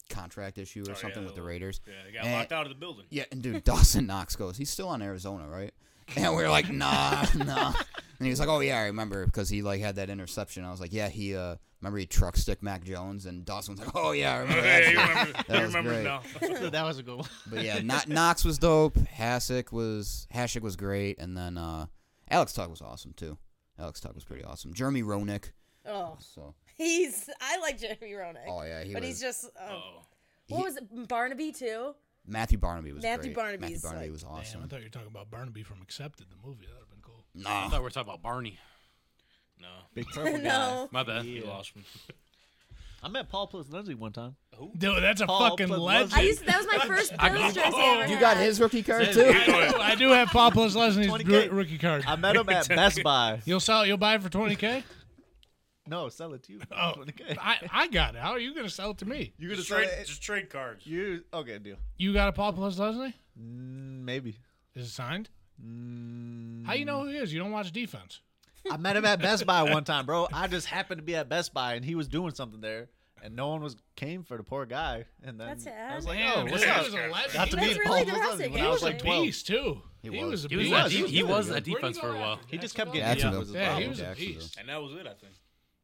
contract issue or
yeah,
something with the
well,
Raiders.
Yeah, he got
And-
locked out of the building.
yeah, and dude, Dawson Knox goes, he's still on Arizona, right? And we are like, nah, nah. And he was like, oh yeah, I remember because he like had that interception. I was like, yeah, he uh, remember he truck stick Mac Jones, and Dawson was like, oh yeah, I remember that.
Yeah, you
shit."
remember,
That
you
was
remember
great.
now.
that was a good one.
But yeah, not, Knox was dope. Hasek was Hasek was great, and then uh, Alex Tuck was awesome too. Alex Tuck was pretty awesome. Jeremy Roenick.
Oh,
So
he's I like Jeremy Roenick.
oh yeah, he
but
was.
he's just uh,
Oh,
what
he-
was it? Barnaby too?
Matthew Barnaby was
Matthew
great.
Barnaby's
Matthew Barnaby
like-
was
Damn, I
awesome.
thought you were talking about Barnaby from Accepted, the movie. That would have been cool.
I
Nah,
thought we were talking about Barney.
no,
Big purple guy.
no.
My bad.
you
Yeah.
lost me.
I met Paul plus Lindsay one time.
Dude, that's a
Paul
fucking
Putnam-
legend.
I used that was my first Bills jersey I ever
you got
had.
his rookie card too.
I do have Paul plus Leslie's
20K.
ru- rookie card.
I met him at Best Buy.
You'll sell. You'll buy it for twenty k.
No, sell it to you.
Oh, I, I got it. How are you gonna sell it to me?
You
just
just
thought
trade,
it-
just trade cards.
You okay? Deal.
You got a Paul plus Leslie?
Mm, Maybe.
Is it signed? How you know who he is? You don't watch defense.
I met him at Best Buy one time, bro. I just happened to be at Best Buy and he was doing something there, and no one was came for the poor guy. And then
That's
I was
sad.
like,
Damn,
oh, what's
he
up?
was a legend.
Got to
That's
meet
really
Paul
depressing,
Lindsay when
actually.
I was like
a
12.
beast too. He was,
was.
a beast.
He was, a de-
He was
he
really
was
good.
a
Where'd
Where'd
defense
go
for a while.
after
He just kept getting beat
Jacksonville?
Jacksonville
up.
was a
Yeah, he
problem.
"Oh,
was a
Jacksonville.
beast.
And that was it, I think.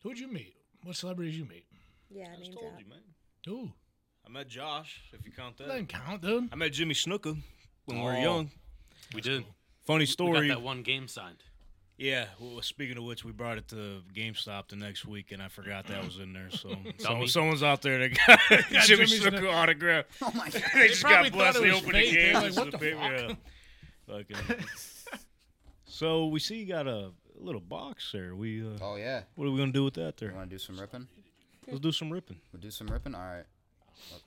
Who'd you meet? What celebrities you meet?
Yeah,
I
name
just
drop.
told you, man.
Ooh,
I met Josh, if you count
that
that.
doesn't count, dude.
I met Jimmy Snooker when we were
Oh.
young.
We did.
Funny
We got
story.
that one game signed.
Yeah. Well, speaking of which, we brought it to GameStop the next week, and I forgot that was in there. So, so someone's out there that got Jimmy
Jimmy's
Snooker
Snooker.
autograph.
Oh my god.
they just
probably
got blessed.
thought it
They
was
opened the
fake.
game.
They're like,
it's
"What
a
the
paper, yeah. Fucking- so we see you got a little box there. We uh,
Oh yeah.
what are we gonna do with that
You
there?
want to do some ripping?
Let's do some ripping.
We'll do some ripping. All right. Oh.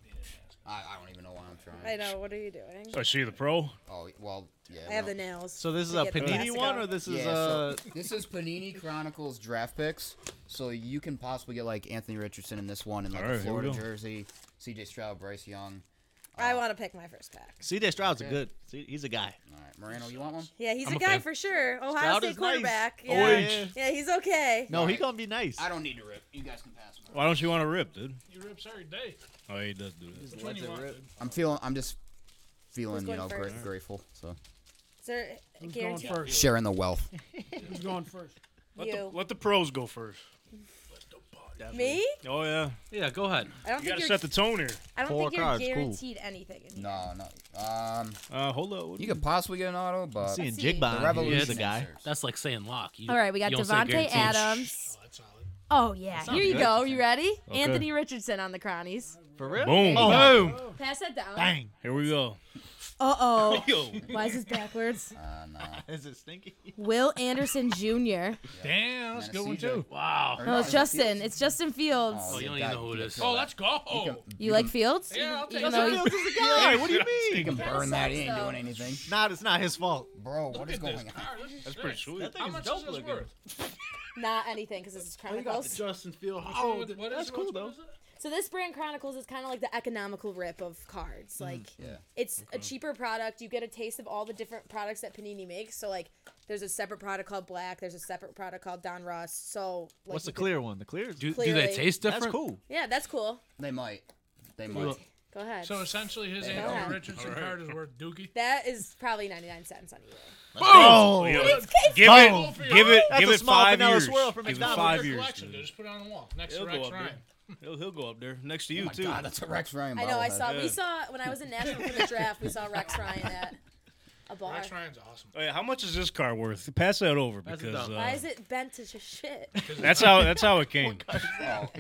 I, I don't even know why I'm
I
trying.
know. What are you doing?
I see the pro.
Oh well, yeah.
I have
we
the
don't-
nails.
So this is
to
a
get the
Panini
plastic
one,
off.
or this is
yeah,
uh
so this is Panini Chronicles draft picks, so you can possibly get like Anthony Richardson in this one, and like
All right,
a
here we
Florida
go.
jersey, C.J. Stroud, Bryce Young.
I want to pick my first pack.
C.J. Stroud's a
Yeah.
good. See, he's a guy.
All right, Moreno, you want one?
Yeah, he's
I'm
a
a
guy
fan.
for sure. Ohio
Stroud
State
is nice.
quarterback.
Oh,
Yeah.
yeah.
yeah, he's okay.
No, he
Right.
gonna be nice.
I don't need to rip. You guys can pass. Me.
Why don't you want to rip, dude?
He rips every day.
Oh, he does do that.
Which one you want?
I'm feeling. I'm just feeling,
Who's
you
going
know, gra-
first?
grateful. So
Is there a
Who's going
guarantee?
first?
sharing the wealth.
Who's going first?
Let the,
You.
let the pros go first.
Me?
Oh yeah,
Yeah, go ahead.
I don't
you gotta
think you're.
set the tone here.
I don't
Four
think you're
cards, cool.
guaranteed anything. In here.
No, no. Um,
Uh, hold up.
you could possibly get an auto, but
Seeing
see.
Jigba,
the
Revolution
Revolution's
he's a guy.
That's like saying lock. You,
All right, we got
you don't say
Devonte
guaranteed.
Adams.
That's solid.
Oh yeah, here you
good.
go. You ready?
Okay.
Anthony Richardson on the cronies.
For real?
Boom.
Oh.
Pass that down.
Bang. Here we go.
Uh oh.
Yo.
Why is this backwards?
Uh, no.
Is it stinky?
Will Anderson Jr.
Damn, that's a good one too.
Wow.
No, it's Justin. It's Justin Fields.
Oh, you don't even know who it is.
Oh, let's go.
You like Fields?
Yeah, I'll take
Even
that.
though he's-
is a guy. What do you
You
mean?
can burn that
sucks,
in
though.
doing anything,
Nah, it's not his fault.
bro. What is
Look at
going
this
on?
car. This is
That's pretty
sick.
sweet.
That thing
How
is
much
dope
is this
looking.
worth?
Not anything because
Oh,
it's Chronicles.
Justin Field.
What is- what is-
that's cool
what
though.
is it?
So this brand Chronicles is kind of like the economical rip of cards. Like
Mm, yeah.
it's a cheaper product. You get a taste of all the different products that Panini makes. So like there's a separate product called Black. There's a separate product called Don Ross. So like,
What's the
you could-
clear one? The clear. is-
Do, do
Clearly.
they taste different?
That's cool.
Yeah, that's cool.
They might. They might.
Go ahead.
So essentially, his
Yeah.
Anthony Richardson card is worth Dookie.
that is probably 99 cents on eBay.
Oh,
Boom.
yo.
Case
Give
Boom.
it, give it,
That's
give
a
it
small
five
vanilla
years.
swirl from
Give it
McDonald's.
five
Your
years.
collection,
dude.
dude. Just put it on the wall next
He'll
to
go
Rex
up
Ryan.
there. He'll, he'll go up there next to you
Oh my
too.
god, that's a Rex Ryan.
I know. I
bobblehead.
saw.
Yeah.
We saw when I was in Nashville for the draft. We saw Rex Ryan at a bar.
Rex Ryan's awesome.
Hey, Oh, how much is this car worth? Pass that over
Pass it
because
down.
uh,
Why is it bent to just shit?
that's how that's how it came.
Oh,
Who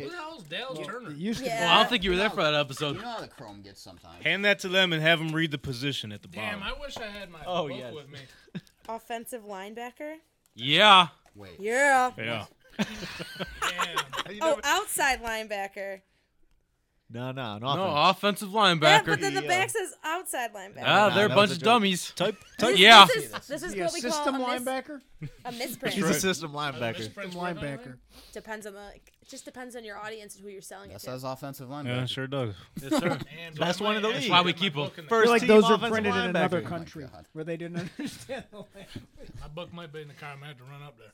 it-
the hell's Dale's Turner?
Used to
Yeah.
Well, I don't think you were there for that episode.
you know how the Chrome gets sometimes.
Hand that to them and have them read the position at the
Damn, I
bottom.
wish I had my
Oh,
book
yes.
with me.
Offensive linebacker.
Yeah.
Wait.
Yeah.
yeah.
Damn.
Oh, outside linebacker.
No, no, an
No,
offense.
offensive
Yeah,
linebacker.
but then the
Yeah.
back says outside linebacker.
ah,
Nah,
they're a
that was
bunch
a
of
joke.
dummies.
Type
This-
type.
yeah.
This is, this is
be a
what we call
system
a, mis-
linebacker?
a
He's
misprint.
a system linebacker.
Prince Ward on
Linebacker.
depends on the. It just depends on your audience and who you're selling
That
it to.
says offensive
Yeah,
linebacker.
it sure does.
Yes, sir.
there? And
That's
why
one
my
of the
ass
leagues.
is
That's why
in
we
my
keep 'em.
book in the-
First
I feel like
team
those are
offensive
printed in another
linebacker.
country
God.
where they didn't understand the language.
I booked my bid in the car. I might have to run up there.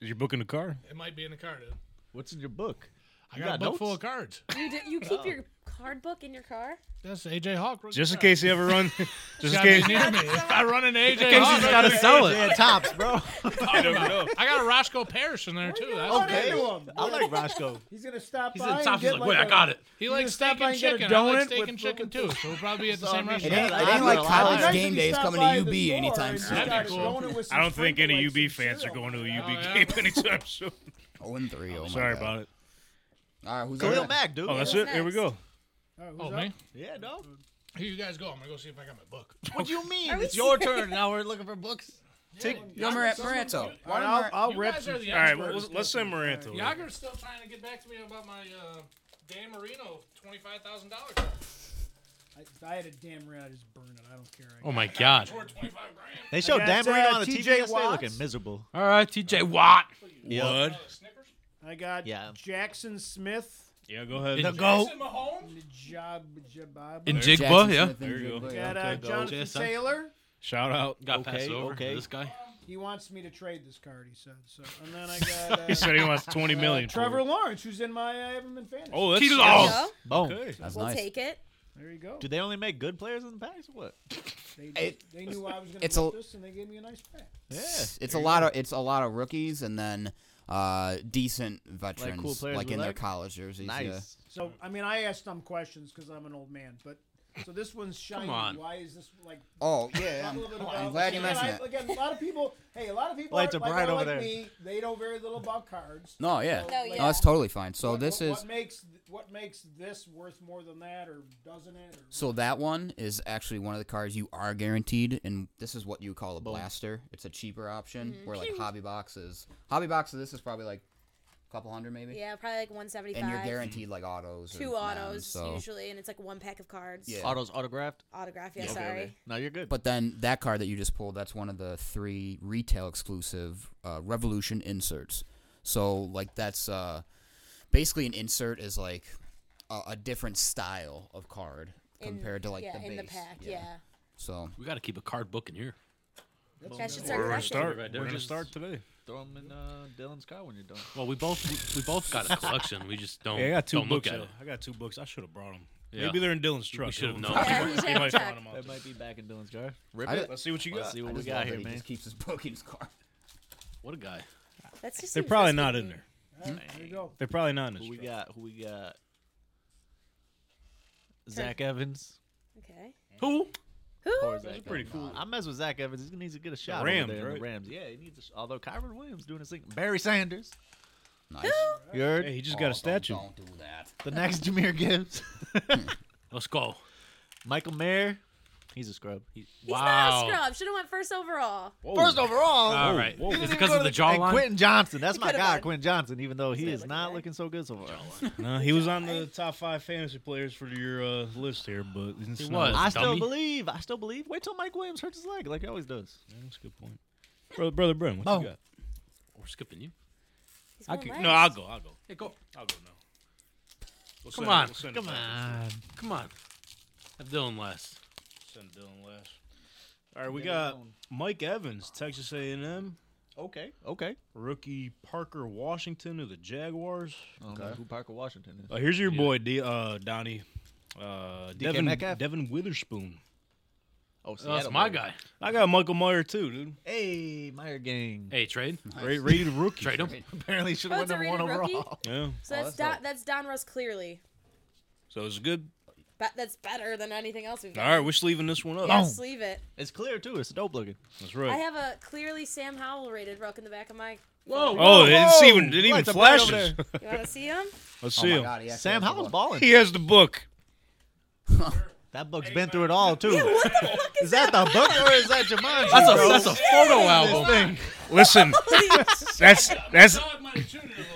Is your book in the car?
It might be in the car, dude.
What's in your book?
I
You
got, a
got
book full
notes?
of cards.
You, do, you
Oh.
keep your card book in your car?
That's AJ Hawk. wrote
Just in
the card.
case you ever run. Just in
Gotta be
case.
near me. If I run an AJ
Casey's
Hawk,
got to sell it.
Yeah, tops, bro.
You never know.
I got a Roscoe Parrish in there too. That's
Okay.
into 'em.
I like Roscoe.
He's gonna stop
He's
by
in the top.
and
He's
get
like, wait, I got it.
He likes
stop
steak
by
and
and get a
chicken. I like
donut
steak
with-
and chicken
with-
too. So we'll probably be at the
So, I
same
mean,
It
restaurant.
ain't,
Yeah,
it
I
ain't like
do a lot.
college
Nice if
game
he
days
stopped
coming
by
to
this
UB
door
anytime
and
soon.
That'd
started
be cool.
going with some
I don't think any
sprinkle, like
UB
some
fans are
syrup.
going to a
yeah.
UB game anytime soon.
0 and 3. Oh my
Sorry
God.
about it.
All right, who's
Khalil
up?
Mack, dude.
Oh, that's it. Here we go.
All right, who's
Oh
up?
man,
Yeah, no.
here you guys go. I'm gonna go see if I got my book.
What do you mean?
Are we
It's your
serious?
turn. Now we're looking for books.
Take, no, Mar- Moretto.
All right, I'll, I'll
You
rip.
guys are the
All right, well,
experts.
let's, let's send Moranto.
Yager's still trying to get back to me about my uh, Dan Marino twenty-five thousand dollars. It's
I, I had a damn rat. I just burned it. I don't care. I
Oh my God.
worth twenty-five grand.
They showed
got,
Dan Marino
uh,
on the TV
TJ
yesterday
Watts.
looking miserable.
All right, TJ Watt.
What?
Snickers.
I got
Yeah.
Jackson Smith.
Yeah, go ahead.
The goat.
Jackson Mahomes.
Job, Jabab.
In
Jackson
Jigba, yeah.
Smith and
There you go.
got
Jigba, yeah.
uh,
go.
Jonathan
JSN.
Taylor.
Shout out.
Got
Okay,
passed over.
okay.
This guy.
He wants me to trade this card. He said so. And then I got
He
uh,
said he wants 20 million. for
Trevor
it.
Lawrence, who's in my I haven't been fantasy.
Oh, that's
Key
There
Oh.
you go.
Boom.
Okay.
That's
We'll
nice.
take it.
there you go.
Do they only make good players in the packs? or What?
They,
It-
they knew I was going
it's
to
a-
this, and they gave me a nice pack.
Yeah.
It's a lot of it's a lot of rookies and then uh, decent veterans like,
players we
in their
like?
college jerseys. Yeah.
Nice.
So I mean, I asked them questions because I'm an old man, but So this one's shiny.
on.
Why is this like?
Oh yeah,
talk a
I'm,
little bit
I'm
about-
glad you
and I-
mentioned it.
Again, a lot of people. Hey, a lot of people
Lights
are,
are
like,
bright
are
over
like
there.
me. They know very little about cards.
No, yeah,
No,
no,
yeah.
that's totally fine. So
What-
this
what,
is
what makes what makes this worth more than that, or doesn't it? Or,
So that one is actually one of the cards you are guaranteed, and this is what you call a blaster. It's a cheaper option
Mm-hmm.
where like hobby boxes, hobby boxes. This is probably like a couple hundred maybe,
Yeah, probably like 175.
and you're guaranteed like autos. or
two
none,
autos
so.
usually, and it's like one pack of cards.
Yeah.
Auto's autographed.
Autograph. Yeah,
Okay,
sorry.
okay. No, you're good.
But then that card that you just pulled, that's one of the three retail exclusive uh, Revolution inserts. So like that's uh, basically an insert is like a, a different style of card
In-
compared to like
yeah,
the base.
in the pack. Yeah.
So
We got to keep a card book in here.
I should start
We're gonna
collecting.
start.
Right there
We're
it
gonna
is.
start today.
Throw them in uh, Dylan's car when you're done.
Well, we both we both got a collection. We just don't.
Yeah, I got 2
don't
books.
Look at
though.
it.
I got two books. I should have brought them.
Yeah.
Maybe they're in Dylan's truck.
should have
Who
known.
knows?
Yeah, you
He
should
might
have
find
checked.
'em out
That
there.
might be back in Dylan's car.
I ju-
Let's see what you
Let's
got.
see
I
what we
just
got
love that
here,
he
man.
just keeps his Pokemon's card.
What a guy.
That's just
They're
seems
probably not in
risky.
there.
there you go.
They're probably not in
Who
his
we
truck.
got? Who we got? Zach Evans.
Okay.
Who?
Who?
Poor Zach
pretty
Evans. I mess with Zach Evans. He's gonna need to get a shot.
Rams,
over there in
right?
the Rams. Yeah, he needs. A sh- although Kyron Williams doing his thing. Barry Sanders.
Nice.
You heard?
Hey, he just got a statue.
Don't, do that.
The next Jameer Gibbs.
Let's go.
Michael Mayer. He's a scrub. He,
He's not a scrub. Should have went first overall.
First overall.
All right.
He didn't
Is it
even
because
go
of
to
the
And
jawline?
Quentin Johnson. That's my
could've
guy,
been.
Quentin Johnson. Even though he
Stay
is
looking
not
back.
looking so good so far.
No, he was on the top five fantasy players for your uh, list here, but it's
He
not-
was.
I still
Dummy.
believe. I still believe. Wait till Mike Williams hurts his leg, like he always does.
That's a good point. Brother, brother Bren, what
Oh.
you got?
We're skipping you.
He's going last.
no, I'll go. I'll go.
Hey, go.
I'll go now. We'll
Come
send it-
on,
we'll send it
come
back.
on, come on. Have Dylan last.
Send Dylan last. All right, we got Mike Evans, Texas A&M,
Okay. Okay.
rookie Parker Washington of the Jaguars.
I don't know who Parker Washington is.
Uh, here's your boy, D, uh, Donnie. Uh, Devin,
Metcalf?
Devin Witherspoon.
Oh,
that's my guy.
I got Michael Meyer too, dude.
Hey, Meyer gang.
Hey, trade.
Ra- rated rookie.
Trade him.
Apparently should
Oh,
have
it's a
went number one
rated rookie?
overall.
Yeah.
So that's
Oh, that's
Don, that's Don Ross clearly.
So it's good.
But that's better than anything else we've
All
got.
right, we're sleeving this one up.
Yes, leave it.
It's clear too. It's dope looking.
That's right.
I have a clearly Sam Howell rated rook in the back of my.
oh, it's even it even
Lights up right over
flashes.
You want to see him?
Let's
Oh
see
my
him.
God, he actually
Sam
has the
Howell's
ball.
balling.
He has the book.
That book's been through it all too.
What the fuck
Is that the book or is that Jumanji?
That's a
bro?
that's a photo album.
Listen, that's that's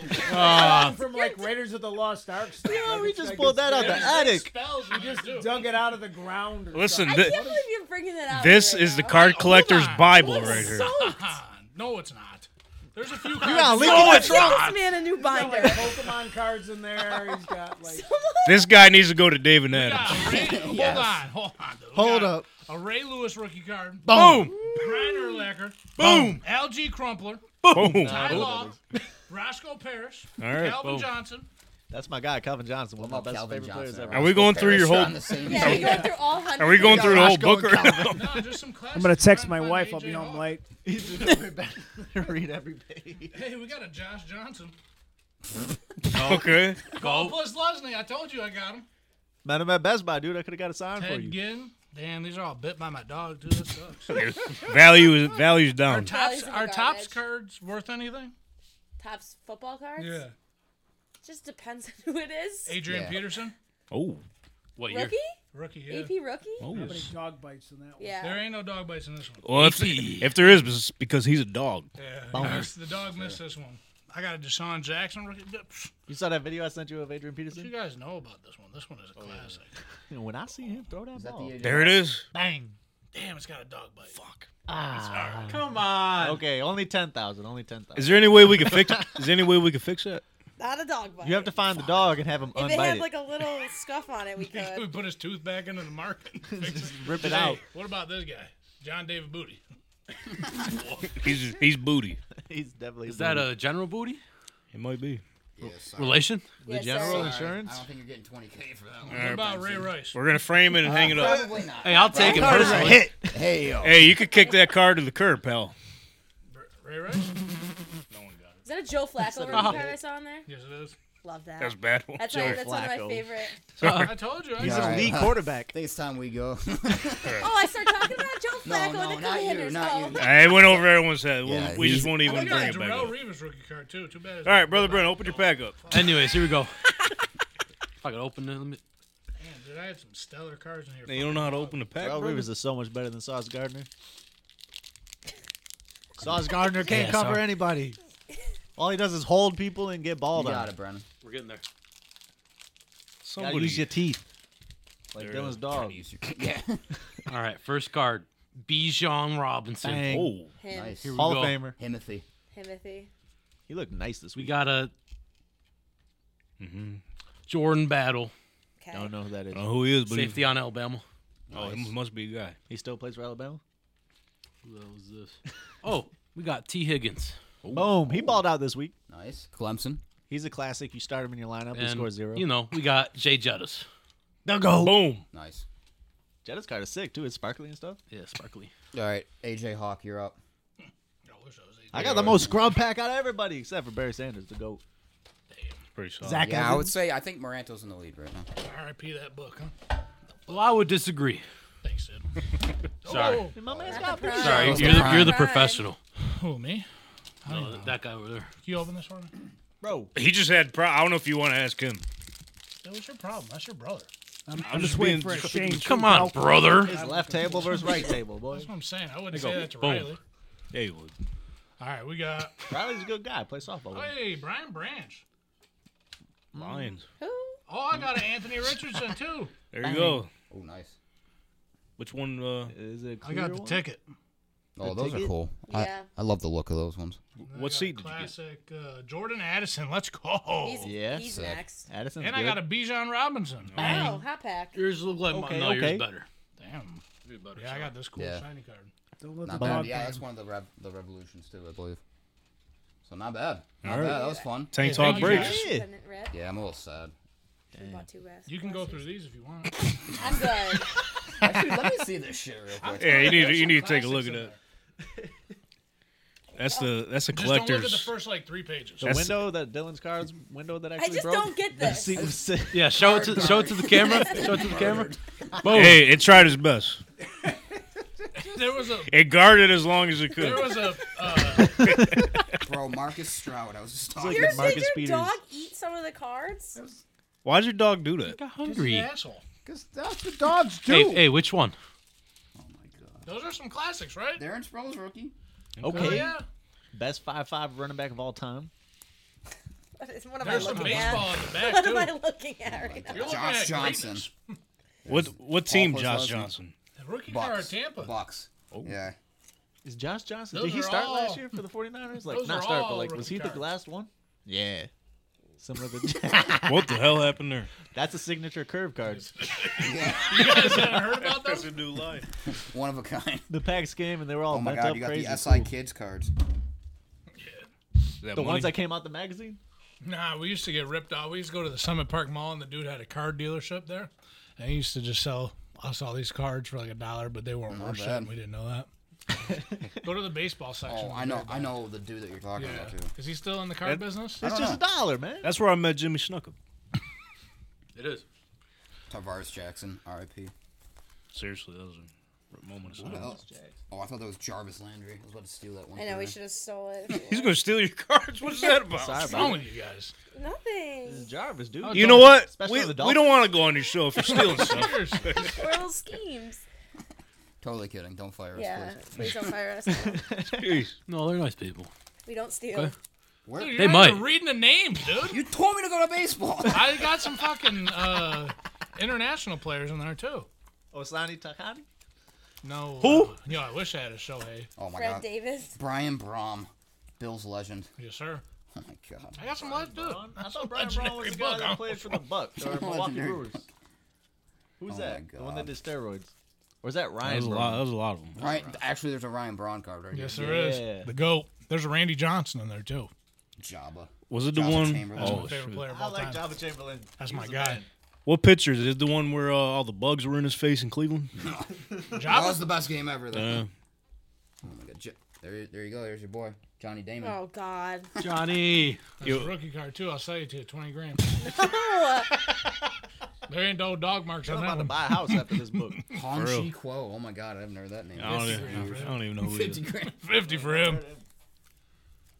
Come from like Raiders of the Lost Ark. Stuff.
Yeah,
like,
we
it's
just
like
pulled
it's-
that out the attic.
Spells we just do.
Dug it out of the ground. Or
listen.
I
thi-
can't believe you're bringing that out.
this
right
is the
now.
card collector's
on.
Bible right here. Oh
no, it's not. There's a few
You gotta
cards.
leak
Oh,
it.
give this man a new
He's got like
binder.
Pokemon cards in there. He's got like
This guy needs to go to David Adams.
Yeah, Ah, Ray- hold on, hold on. dude. We
Hold
got
up.
A Ray Lewis rookie card.
Boom,
Brian Urlacher.
boom,
LG Crumpler.
boom.
Ty
who
Law. Roscoe Parrish.
All right,
Calvin
boom.
Johnson.
That's my guy, Calvin Johnson, one of my
Love
best
Calvin
favorite
Johnson.
players ever.
Are we going through your
Parrish
whole?
on the same
Yeah, we're
team.
going through all hundred.
Are we going through the whole
Roscoe
book
and
or no?
No, just some classics.
I'm gonna text my
Trying to find
wife. I'll
AJ
be home
Hawk.
late.
He's just going back to read every page.
Hey, we got a Josh Johnson.
Okay.
Paul plus Lesney. I told you I got him.
Met him at Best Buy, dude. I could have got a sign for
Ted
you.
Ginn. Damn, these are all bit by my dog too. This sucks.
Value is value's down.
tops,
Values in the
are tops
garbage.
cards worth anything?
Tops football cards. Just depends on who it is.
Adrian
Yeah.
Peterson,
Oh,
What year?
Rookie?
rookie. Yeah.
AP rookie?
oh.
How many dog bites in that one?
There
Yeah.
ain't no dog bites in this one.
Well, if, if there is, it's because he's a dog.
Yeah, yes, the dog missed this one. I got a Deshaun Jackson rookie. D- psh,
You saw that video I sent you of Adrian
What you
Peterson?
guys know about this one? This one is a classic.
When I see him throw that
Is that
ball.
the-
There it is.
Bang! Damn, it's got a dog bite. Fuck.
Come on.
Okay, only ten thousand. Only ten
Is
thousand.
there any way we can fix? Is there any way we can fix that?
Not a dog bite.
You have to find the dog and have him
If it
unbite
had
it.
like a little scuff on it, we
we
could.
put his tooth back into the market.
just rip it out.
What about this guy, John David Booty?
He's he's booty.
He's definitely.
Is that a general booty
It might be.
Yeah, sorry.
relation?
Yeah,
general
sorry.
insurance?
I don't think you're getting 20k for that one.
What about Ray Rice?
We're gonna frame it and hang it up.
Probably not.
Hey, I'll take it
That is a
personally.
hit.
Hey, yo.
Hey, you could kick that car to the curb, pal.
Ray Rice?
Is that a Joe Flacco rookie card I saw in there?
Yes, it is.
Love that.
That's a bad one.
That's, my-
Joe
that's one of my
Flacco.
favorite.
I told you. I
He's
All
a
right.
lead
I
quarterback.
think it's time we go.
Oh, I started talking about Joe
No,
Flacco
no,
and the
not you,
Commanders.
not
oh.
you.
Hey, it went over everyone's head. We'll-
Yeah,
we just
he's-
won't even
I
bring
got
it back
Darrell
up.
Reeves rookie card too. Too bad.
All right, brother Brent, open your pack up.
Anyways, here we go. if I could open it, let me.
Man, did I have some stellar cards in here?
Now, you don't know how to open the pack.
Darrell
brother?
Reeves is so much better than Sauce Gardner. Sauce Gardner can't
Yeah,
cover
so-
anybody. All he does is hold people and get
You
balled
got
on.
it, Brennan.
We're getting there.
Gotta
Somebody.
use your teeth. Like
There it
Dylan's
is.
dog.
Yeah.
All right, first card, Bijan Robinson.
Dang.
Oh,
Him,
Nice.
we
Hall of
go.
Famer.
Himothy.
Timothy.
He looked nice this
We
week.
got a
Mm-hmm.
Jordan Battle,
Okay.
I don't know who that is.
I don't know who he is, but he,
safety on Alabama.
oh, he must be a guy.
He still plays for Alabama.
Who the hell is this? Oh, we got T. Higgins.
Boom. He balled out this week.
Nice. Clemson.
He's a classic. You start him in your lineup, he
and,
scores zero.
You know, we got Jay Jettis.
Now go. Boom.
Nice.
Jetta's card is sick too. It's sparkly and stuff.
Yeah, sparkly.
All right, AJ Hawk, you're up.
I wish I was.
I got the most scrub pack out of everybody except for Barry Sanders, the goat.
Pretty solid.
Zach
Yeah, I would
Evans.
say I think Moranto's in the lead right now.
eight. R.I.P. that book, huh?
Well, I would disagree.
Thanks, Sid.
Sorry,
And my man's
Not
got
the prime.
sorry.
That was
You're
the
the, you're the
prime.
professional.
Who me?
No, th- that guy over there.
Can you open this for me?
bro.
He just had. Pro- I don't know if you want to ask him.
That was your problem. That's your brother.
I'm, I'm,
just
just waiting for
being-
a change.
Come on, brother.
His left table versus right table, boy.
That's what I'm saying. I wouldn't say
go.
that to
Boom.
Riley.
Yeah, he would.
All right, we got.
Riley's a good guy. Plays softball. with him.
Hey, Brian Branch.
Lions.
Who?
Oh, I got an Anthony Richardson too.
There you go.
Oh, nice.
Which one? Uh,
Is it a
I
clear
got the
one?
ticket.
Oh, those
ticket?
are cool.
Yeah.
I, I love the look of those ones.
what
I got a
seat did you get?
classic, Uh, Jordan Addison. Let's go.
He's,
yeah,
he's
sick.
next.
Addison's
and
good.
I got a Bijan Robinson.
Wow, hot pack.
Yours look like
Okay,
mine. No,
okay.
yours better.
Damn.
Yours better.
Yeah, I got this cool
Yeah.
shiny card.
Don't let the dog
Not bad. Yeah,
bark.
that's one of the rev- the revolutions too, I believe. So not bad. Not bad. That was fun.
Tank
Hey,
talk
thank you,
breaks.
guys.
Yeah.
Couldn't rip.
Yeah, I'm a little sad.
We bought two rest.
You can go through these if you want.
I'm good.
Actually, let me see this shit real quick.
Yeah, you need to,
There's
you
some
need to take a look at
classics in
that. That's the that's a
Just don't look at the
collector's.
first like three pages.
The
That's-
window that Dylan's cards window that actually
I just
broke.
don't get
The
this.
seat was sick.
Yeah, show it to show it to the camera. Show it to the camera.
Hey, it tried its best.
There was a
It guarded as long as it could.
there was a uh,
Bro, Marcus Stroud. I was just talking.
like
Yours,
Marcus
did your
Peters.
dog eat some of the cards?
Why'd your dog do that?
got
the
hungry.
asshole.
'Cause that's the dogs do.
Hey, hey, which one?
Those are some classics, right?
Darren Sproles rookie.
Oh
Okay,
yeah.
best five five running back of all time.
What, what am
There's
I
some
looking at?
baseball in the back
What am I
too.
looking at right now?
You're looking
Josh
at
Johnson.
greatness.
What what team?
Paul
Josh
Posazzi.
Johnson.
The rookie card
Bucks.
Tampa.
Bucks. Yeah.
Is Josh Johnson?
Those
did he
are
start last
all-
year for the 49ers? Like
Those
not
are
start, but
all
like was
rookie
he
cards.
the last one? Yeah. Similar to
What the hell happened there?
that's a signature curve card.
You guys haven't heard about those?
a new life.
One of a kind.
The Packs game and they were all
Oh my
bent
god,
up
you got
crazy.
the SI
cool.
Kids cards.
That
The ones
money?
that came out the magazine.
Nah, we used to get ripped off. We used to go to the Summit Park Mall, and the dude had a car dealership there, and he used to just sell us all these cards for like a dollar, but they weren't worth shit.
bad.
and We didn't know that. go to the baseball section.
Oh, I know, I know the dude that you're talking
Yeah.
about too.
Is he still in the card
That-
business?
I
It's
don't
just a
know.
dollar, man.
That's where I met Jimmy Snuka.
It is.
Tavares Jackson, R.I.P.
Seriously, that was a moment of
What
silence.
else? Oh, I thought that was Jarvis Landry. I was about to steal that one.
I know
from
we
him.
should have stole it.
He's gonna steal your cards. What's that about?
Sorry
What's
about
wrong
it.
with you guys?
This is
Nothing.
Jarvis, dude.
You know what? We,
Especially the
we
Dolphins.
don't want to go on your show if you're stealing stuff.
Seriously.
We're all schemes.
Totally kidding. Don't fire us,
Yeah.
please.
Please don't fire us.
Jeez.
No, they're nice people.
We don't steal.
Okay.
Where?
Dude,
They
you're not even
might.
reading the names, dude.
You told me to go to baseball.
I got some fucking uh, international players in there too.
Oslani Takani.
No.
Who?
Uh, yeah, I wish I had a Shohei.
oh my
Fred
god.
Davis.
Brian Brom, Bills legend.
Yes, sir.
Oh my god.
I got some left, dude.
I thought Brian Braun was the guy
book. I
that played for the Bucks or Milwaukee
Legendary
Brewers. Who's
Oh my
that? The one
God.
that did steroids, or is that
That was
Ryan?
a lot. That was a lot of them.
Right. Actually, there's a Ryan Braun card right
Yes,
here.
there is.
Yeah.
The GOAT. There's a Randy Johnson in there too.
Jabba.
Was it the
Johnson
one?
Chamberlain.
That's my
Oh,
favorite
shoot.
player of
I
all
like
time.
Java Chamberlain.
That's
He
my
was the
guy.
man.
What picture is it? The one where uh, all the bugs were in his face in Cleveland?
That
Java
was the best game ever. Though.
Uh,
oh my god. J- there, there you go. There's your boy. Johnny Damon.
Oh God.
Johnny.
That's a rookie card too. I'll sell you to you, twenty grand. there ain't no dog marks
I'm about to
on that one.
buy a house after this book.
Hong
For real.
Chi Kuo. Oh my god, I've never heard that name.
I don't, even, I don't even know who he is.
50 grand.
Fifty for him.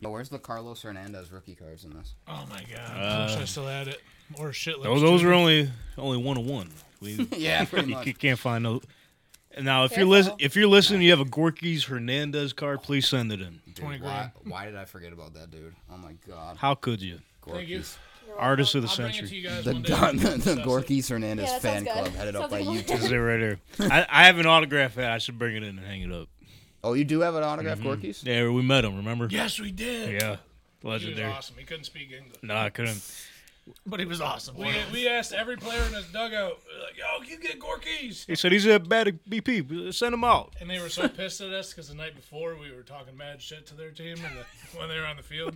Yo, where's the Carlos Hernandez rookie cards in this?
Oh my God. I wish I still had it. Or shit.
Uh, Those, those are only only one on one. We
yeah, pretty
you,
much.
c- can't find no. Now, if you're listening, if you're listening, you have a Gorky's Hernandez card. Please send it in.
Dude,
20
why, why did I forget about that dude? Oh my god.
How could you?
Thank you.
Gorky's.
Artist of the
I'll bring it to
century.
you guys
The,
one day.
Don- the, the Gorky's Hernandez
Yeah, that
fan
sounds
club
good.
headed up
Sounds
by
like a
YouTube.
little-
Is it right here? I, I have an autograph hat. I should bring it in and hang it up.
Oh, you do have an autograph Gorky's?
Mm-hmm. Yeah, we met him. Remember?
Yes, we did.
Yeah.
He was
Legendary.
awesome. He couldn't speak English.
No, I couldn't.
But he was awesome.
We, we asked every player in his dugout, like, "Yo, can you get Gorky's?"
He said he's a bad BP. Send him out.
And they were so pissed at us because the night before we were talking mad shit to their team, and the, when they were on the field,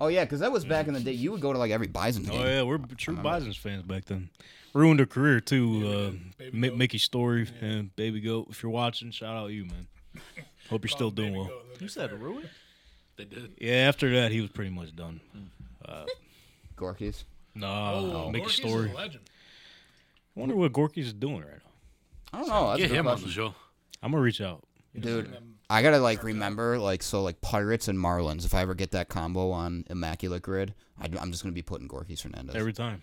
Oh yeah, because that was back in the day. You would go to like every Bison game.
Oh yeah, we're b- true Bison's fans back then. Ruined her career too. Uh,
Baby
Mi
Goat.
Mickey Story and Baby Goat. If you're watching, shout out you, man. Hope you're still doing
Baby
well.
goat.
You said ruin?
They did.
Yeah, after that he was pretty much done.
Gorky's.
No,
Oh,
Mickey
Gorky's is
Story.
a legend.
I wonder what Gorky's is doing right now.
I don't know. That's a
Get
good
him on the
question.
show.
I'm gonna reach out.
Dude, I gotta like remember like so like Pirates and Marlins. If I ever get that combo on Immaculate Grid, I, am just gonna be putting Gorky's Hernandez every,
Every time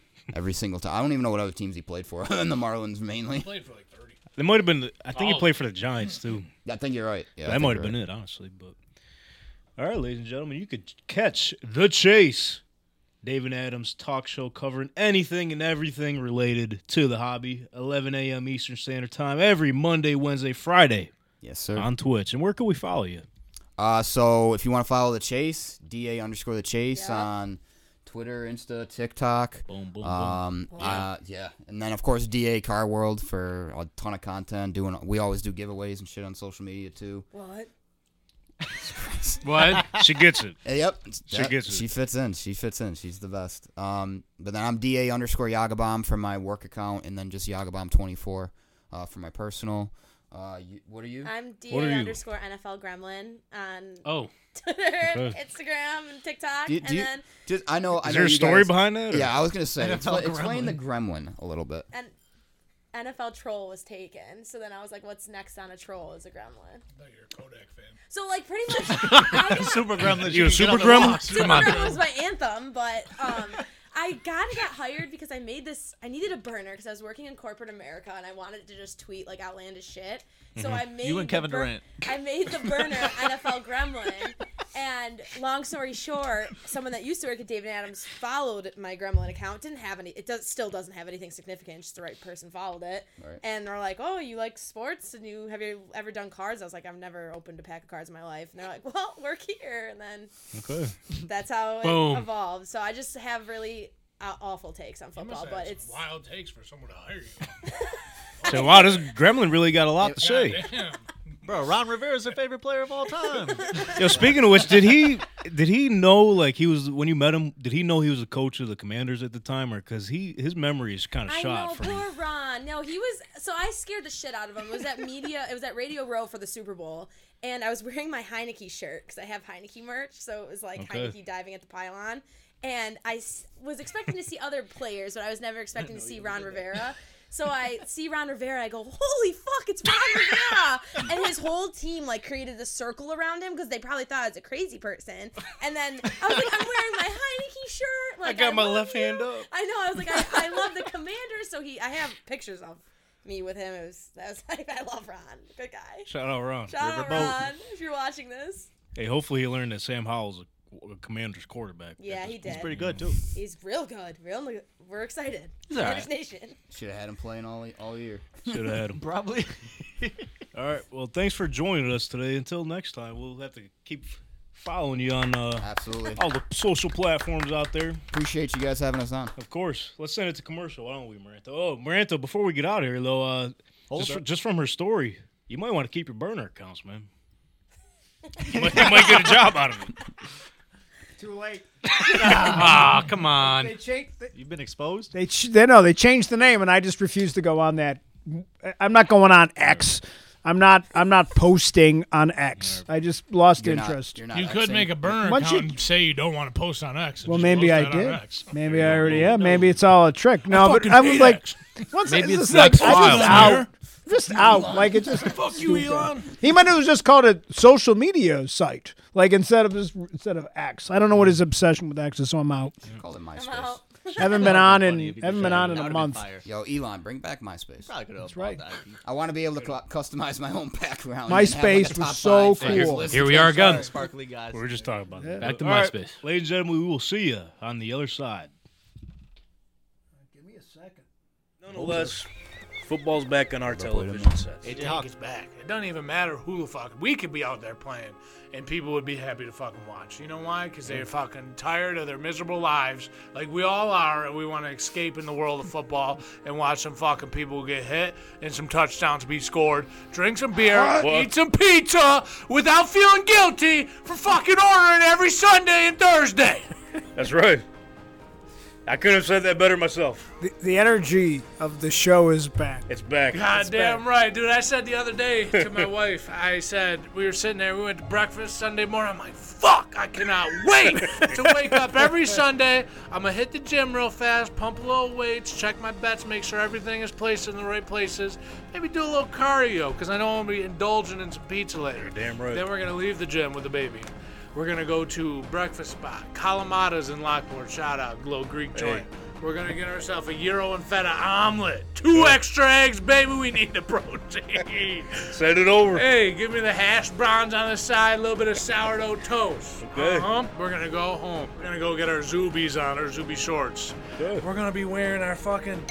single time. I don't even know what other teams he played for, other than the Marlins mainly.
Played for like thirty.
they might have been. the- I think he
Oh.
played for the Giants too.
I think you're right. Yeah, I
that
think
might have
you're
been it,
right.
honestly. But all right, ladies and gentlemen, you could catch the chase. David Adams talk show covering anything and everything related to the hobby. 11 a.m. Eastern Standard Time every Monday, Wednesday, Friday
Yes, sir.
on Twitch. And where can we follow you?
Uh, so if you want to follow the chase, da underscore the chase on Twitter, Insta, TikTok.
Boom, boom, boom.
Um, uh, yeah, and then of course da Car World for a ton of content. Doing we always do giveaways and shit on social media too.
What?
What?
she gets it.
Uh, Yep, she
gets it.
She fits in. She fits in. She's the best. Um, but then I'm da underscore Yagabomb for my work account, and then just Yagabomb twenty four uh, for my personal. Uh, you, what are you?
I'm
are
da
you?
underscore NFL Gremlin on
Oh,
Twitter,
Okay.
Instagram, and TikTok,
Do you-
and
do you-
then
Just I know. I
Is
know
there a
you
story
guys-
behind that? or-
Yeah, I was gonna say
NFL
expla- explain the gremlin a little bit.
and NFL troll was taken. So then I was like, what's next on a troll is a gremlin.
I thought you were a Kodak fan.
So like pretty much, I got,
Super gremlin.
You a
can get
super
on the
gremlin?
box.
Super
Come on.
Gremlin was my anthem, but um, I gotta get hired because I made this. I needed a burner because I was working in corporate America and I wanted to just tweet like outlandish shit. So I
Mm-hmm.
made
You and
the
Kevin Durant.
I made the burner NFL Gremlin. And long story short, someone that used to work at David Adams followed my Gremlin account. Didn't have any. It does still doesn't have anything significant. Just the right person followed it.
Right.
And they're like, "Oh, you like sports? And you have you ever done cards?" I was like, "I've never opened a pack of cards in my life." And they're like, "Well, work here." And then
Okay.
that's how
Boom.
it evolved. So I just have really uh, awful takes on
You must
football,
have
but
some
it's
wild takes for someone to hire you.
So, wow, this gremlin really got a lot to say.
Damn.
Bro, Ron Rivera's their favorite player of all time.
Yo, speaking of which, did he did he know like he was when you met him? Did he know he was a coach of the Commanders at the time, or because he his memory is kind of
I
shot
know,
from
poor Ron. No, he was so I scared the shit out of him. It was at media, it was at Radio Row for the Super Bowl, and I was wearing my Heineke shirt because I have Heineke merch. So it was like
Okay.
Heineke diving at the pylon, and I s- was expecting to see other players, but I was never expecting to see Ron Rivera. So I see Ron Rivera, I go, holy fuck, it's Ron Rivera! And his whole team like created a circle around him because they probably thought I was a crazy person. And then I was like, I'm wearing my Heineke shirt. Like,
got my
love
left hand
you."
up.
I know. I was like, I, I love the commander. So he, I have pictures of me with him. It was, I was like, I love Ron. Good guy.
Shout out Ron.
Shout out Ron if you're watching this.
Hey, hopefully he learned that Sam Howell's a, a commander's quarterback.
Yeah, he did. He's,
Pretty good, too.
real good. Real. good. We're excited.
all
Commanders Nation.
Should have had him playing all all year.
Should have had him.
Probably.
All right. Well, thanks for joining us today. Until next time, we'll have to keep following you on uh,
Absolutely.
all the social platforms out there.
Appreciate you guys having us on.
Of course. Let's send it to commercial. Why don't we, Maranta? Oh, Maranta, before we get out of here, though, uh, just, fr- just from her story, you might want to keep your burner accounts, man. you, might, you might get a job out of it.
Too late.
Ah, come on.
They changed. They,
You've been exposed?
they, ch- they no, they changed the name, and I just refused to go on that. I'm not going on X. I'm not. I'm not posting on X. I just lost
You're not-
interest.
you're not
You could
Xing.
make a burner
Once
account
you-
and say you don't want to post on X. and
well,
just
maybe
post
I
that on
did.
X.
Maybe I already am. Maybe it's all a trick. No, but
fucking
I'm
hate
like,
X.
once
Maybe
it's just
it's
like,
like
I'm
Elon.
just out. Just out. Like it just.
Fuck you, Elon.
He might have just called it social media site. Like instead of his, instead of X. I don't know what his obsession with X is. So I'm out.
Call it
I'm
MySpace.
out.
haven't been on
Funny
in
if you
haven't
just
been
shot
on
it.
in
That
a
would've been
month.
fire.
Yo, Elon, bring back MySpace.
Probably could have
right.
bought the IP.
I want to be able to cu- customize my own background.
MySpace
and have, like, a
was
top
so
five for your
cool.
list
Here
of
we are
things.
again.
Sparkly guys.
We were just talking about that.
Back to
All right,
MySpace.
ladies and gentlemen, we will see you on the other side. Nonetheless, football's back on our television sets.
It talks back. It doesn't even matter who the fuck. We could be out there playing, and people would be happy to fucking watch. You know why? Because they're fucking tired of their miserable lives, like we all are, and we want to escape in the world of football and watch some fucking people get hit and some touchdowns be scored, drink some beer, eat some pizza without feeling guilty for fucking ordering every Sunday and Thursday.
That's right. I couldn't have said that better myself.
The, the energy of the show is back.
It's back.
God damn right, dude. I said the other day to my wife, I said, we were sitting there, we went to breakfast Sunday morning. I'm like, fuck, I cannot wait to wake up every Sunday. I'm going to hit the gym real fast, pump a little weights, check my bets, make sure everything is placed in the right places. Maybe do a little cardio, because I know I'm going to be indulging in some pizza later. You're
damn right.
Then we're going to leave the gym with the baby. We're going to go to Breakfast Spot, Kalamata's in Lockport. Shout out, Glow Greek Joint. We're gonna get ourselves a gyro and feta omelet. Two extra eggs, baby. We need the protein.
Send it over.
hey, give me the hash browns on the side, a little bit of sourdough toast.
Okay.
Uh-huh. We're gonna go home. We're gonna go get our Zubies on, our Zuby shorts.
Okay.
We're gonna be wearing our fucking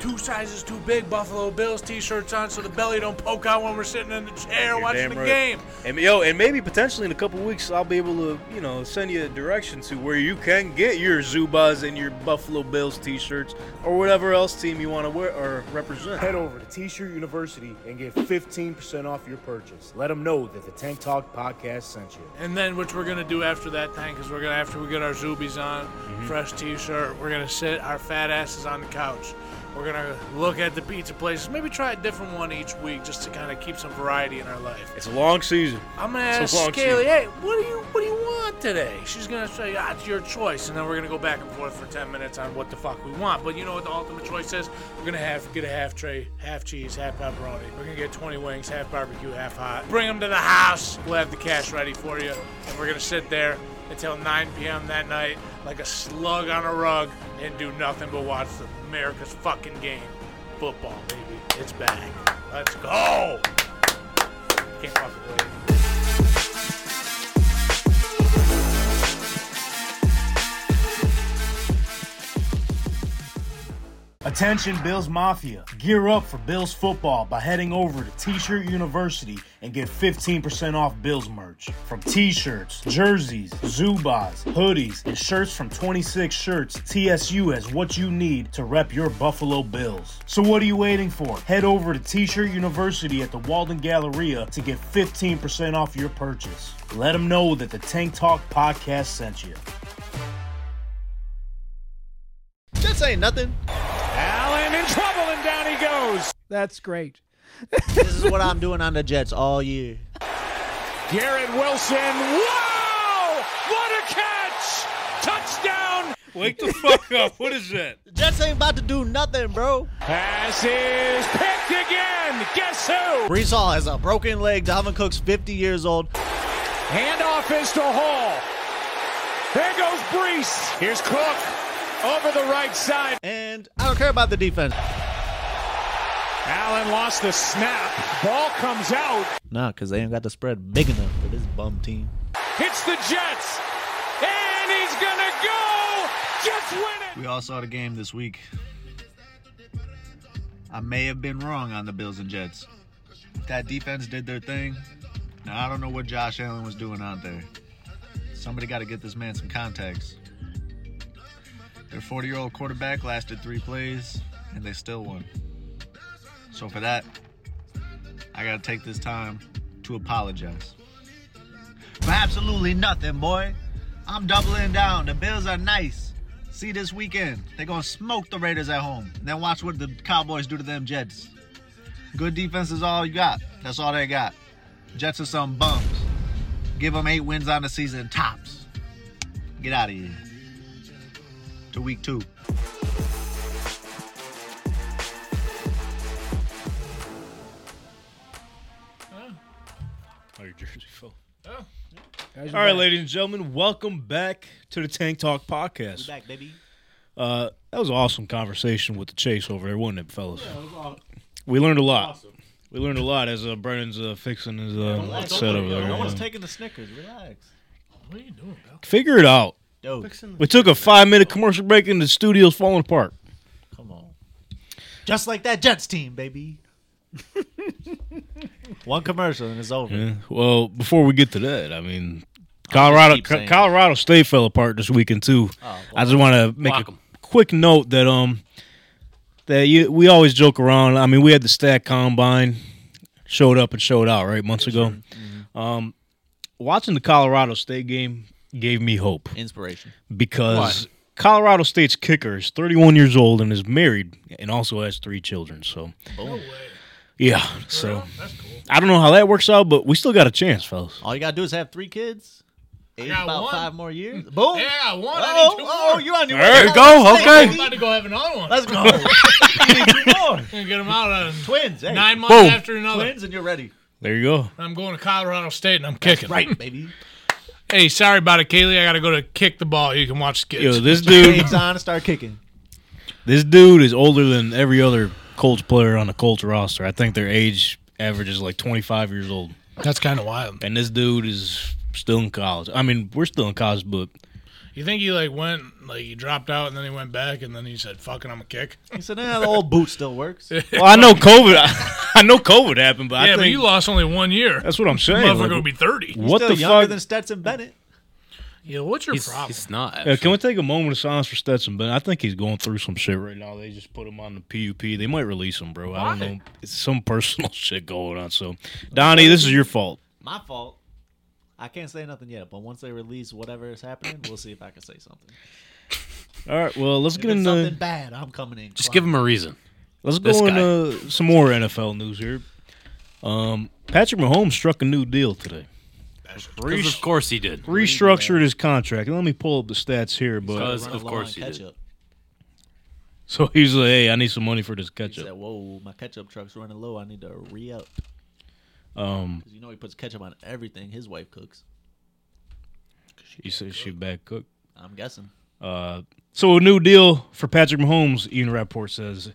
two sizes too big Buffalo Bills t-shirts on, so the belly don't poke out when we're sitting in the chair
You're
watching
damn
the
right.
game.
And yo, and maybe potentially in a couple weeks, I'll be able to, you know, send you a direction to where you can get your Zubas and your Buffalo Bills T-shirts or whatever else team you want to wear or represent.
Head over to T-Shirt University and get 15% off your purchase. Let them know that the Tank Talk podcast sent you.
And then what we're gonna do after that thing is we're gonna after we get our zubies on, fresh t-shirt, we're gonna sit our fat asses on the couch. We're gonna look at the pizza places, maybe try a different one each week just to kind of keep some variety in our life.
It's a long season.
I'm gonna
It's
ask
a long
Scaly,
season.
hey, what do you what do you want today? She's gonna say, ah, it's your choice, and then we're gonna go back and forth for ten minutes on what the fuck we want. But you know what the ultimate choice is? We're gonna have get a half tray, half cheese, half pepperoni. We're gonna get twenty wings, half barbecue, half hot. Bring them to the house. We'll have the cash ready for you, and we're gonna sit there until 9 p.m. that night, like a slug on a rug, and do nothing but watch the America's fucking game, football, baby. It's back. Let's go. Can't fucking wait.
Attention, Bills Mafia. Gear up for Bills football by heading over to T shirt University and get 15% off Bills merch. From T shirts, jerseys, Zubas, hoodies, and shirts from 26 Shirts, TSU has what you need to rep your Buffalo Bills. So, what are you waiting for? Head over to T shirt University at the Walden Galleria to get 15% off your purchase. Let them know that the Tank Talk podcast sent you.
Just saying nothing.
That's great.
This is what I'm doing on the Jets all year.
Wake the fuck up. What is that?
The Jets ain't about to do nothing, bro. Pass is picked again. Guess who? Brees Hall has a broken leg. Dalvin Cook's 50 years old. And I don't care about the defense.
Allen lost the snap. Ball comes out.
Nah, because they ain't got the spread big enough for this bum team.
Hits the Jets. And he's going to go. Jets Oh, win it.
We all saw the game this week. I may have been wrong on the Bills and Jets. That defense did their thing. Now I don't know what Josh Allen was doing out there. Somebody got to get this man some contacts. Their 40 year old quarterback lasted three plays and they still won. So for that, I got to take this time to apologize. For absolutely nothing, boy. I'm doubling down. The Bills are nice. See this weekend, they're gonna smoke the Raiders at home. And then watch what the Cowboys do to them Jets. Good defense is all you got. That's all they got. Jets are some bums. Give them eight wins on the season, tops. Get out of here. To week two.
Oh, your jersey fell.
Oh.
All
Guys,
right,
we're back.
ladies and gentlemen, welcome back to the Tank Talk podcast.
back, baby.
Uh, that was an awesome conversation with the Chase over there, wasn't it, fellas?
Yeah, it was aw-
we learned a lot. We learned a lot as uh, Brennan's uh, fixing his uh,
Relax.
set over there.
No one's
yeah.
taking the Snickers. Relax.
What are you doing, pal?
Figure it out.
Dope.
We took a five minute commercial break and the studio's falling apart.
Come on. Just like that Jets team, baby. One commercial and it's over.
Yeah. Mm-hmm. Well, before we get to that, I mean, Colorado
keep saying it.
Colorado State fell apart this weekend too. I just want to make
Block
a quick note that um that you, we always joke around. I mean, we had the stack combine showed up and showed out right months ago. Um, watching the Colorado State game gave me hope
Inspiration.
because Colorado State's kicker is 31 years old and is married and also has three children. So,
Boom.
yeah. So, I don't know how that works out, but we still got a chance, fellas.
All you gotta do is have three kids. Age
got
about
one.
five more years. Boom.
Yeah, I got one. I
Oh,
need two
oh,
more.
you're on your
There
way.
you go,
Hey,
okay.
I'm about to go have another one.
Let's go. You need two more.
Gonna get them out of
Twins. Hey.
nine months
Boom.
after another.
Twins, and you're ready.
There you go.
I'm going to Colorado State and I'm kicking.
Right, baby.
Hey, sorry about it, Kaylee. I got to go to kick the ball. You can watch the
Yo,
kids.
this dude,
Game's on. Start kicking.
this dude is older than every other Colts player on the Colts roster. I think their age average is like 25 years old,
That's kind of wild.
and this dude is still in college. I mean, we're still in college, but
You think he like went like he dropped out and then he went back and then he said, "Fucking, I'm a kick."
He said, "Nah, the old boot still works."
well, I know COVID. I, know COVID happened, but
yeah,
I
but
think
you lost only one year.
that's what I'm saying.
Motherfucker
like,
gonna be thirty.
what
still
the
younger
fuck?
than Stetson Bennett.
Yeah, what's your
He's,
problem?
he's not.
Yeah, Uh, can we take a moment of silence for Stetson? But I think he's going through some shit right now. They just put him on the PUP. They might release him, bro. I don't
Why?
know. It's some personal shit going on. So, Donnie, this is your fault.
My fault. I can't say nothing yet, but once they release whatever is happening, we'll see if I can say something.
All right. Well, let's
If
get
it's something
into
bad, I'm coming in.
Just give him a reason.
let's
this
go
guy.
into some more NFL news here. Um, Patrick Mahomes struck a new deal today.
Because of course he did.
Restructured his contract. Let me pull up the stats here, but
Because of course he did.
ketchup.
so he's like, "Hey, I need some money for this
He said,
ketchup."
"Whoa, my ketchup truck's running low. I need to re up."
Um,
Cause you know he puts ketchup on everything. His wife cooks.
he said she back cook.
I'm guessing.
Uh, so a new deal for Patrick Mahomes, Ian Rapport says.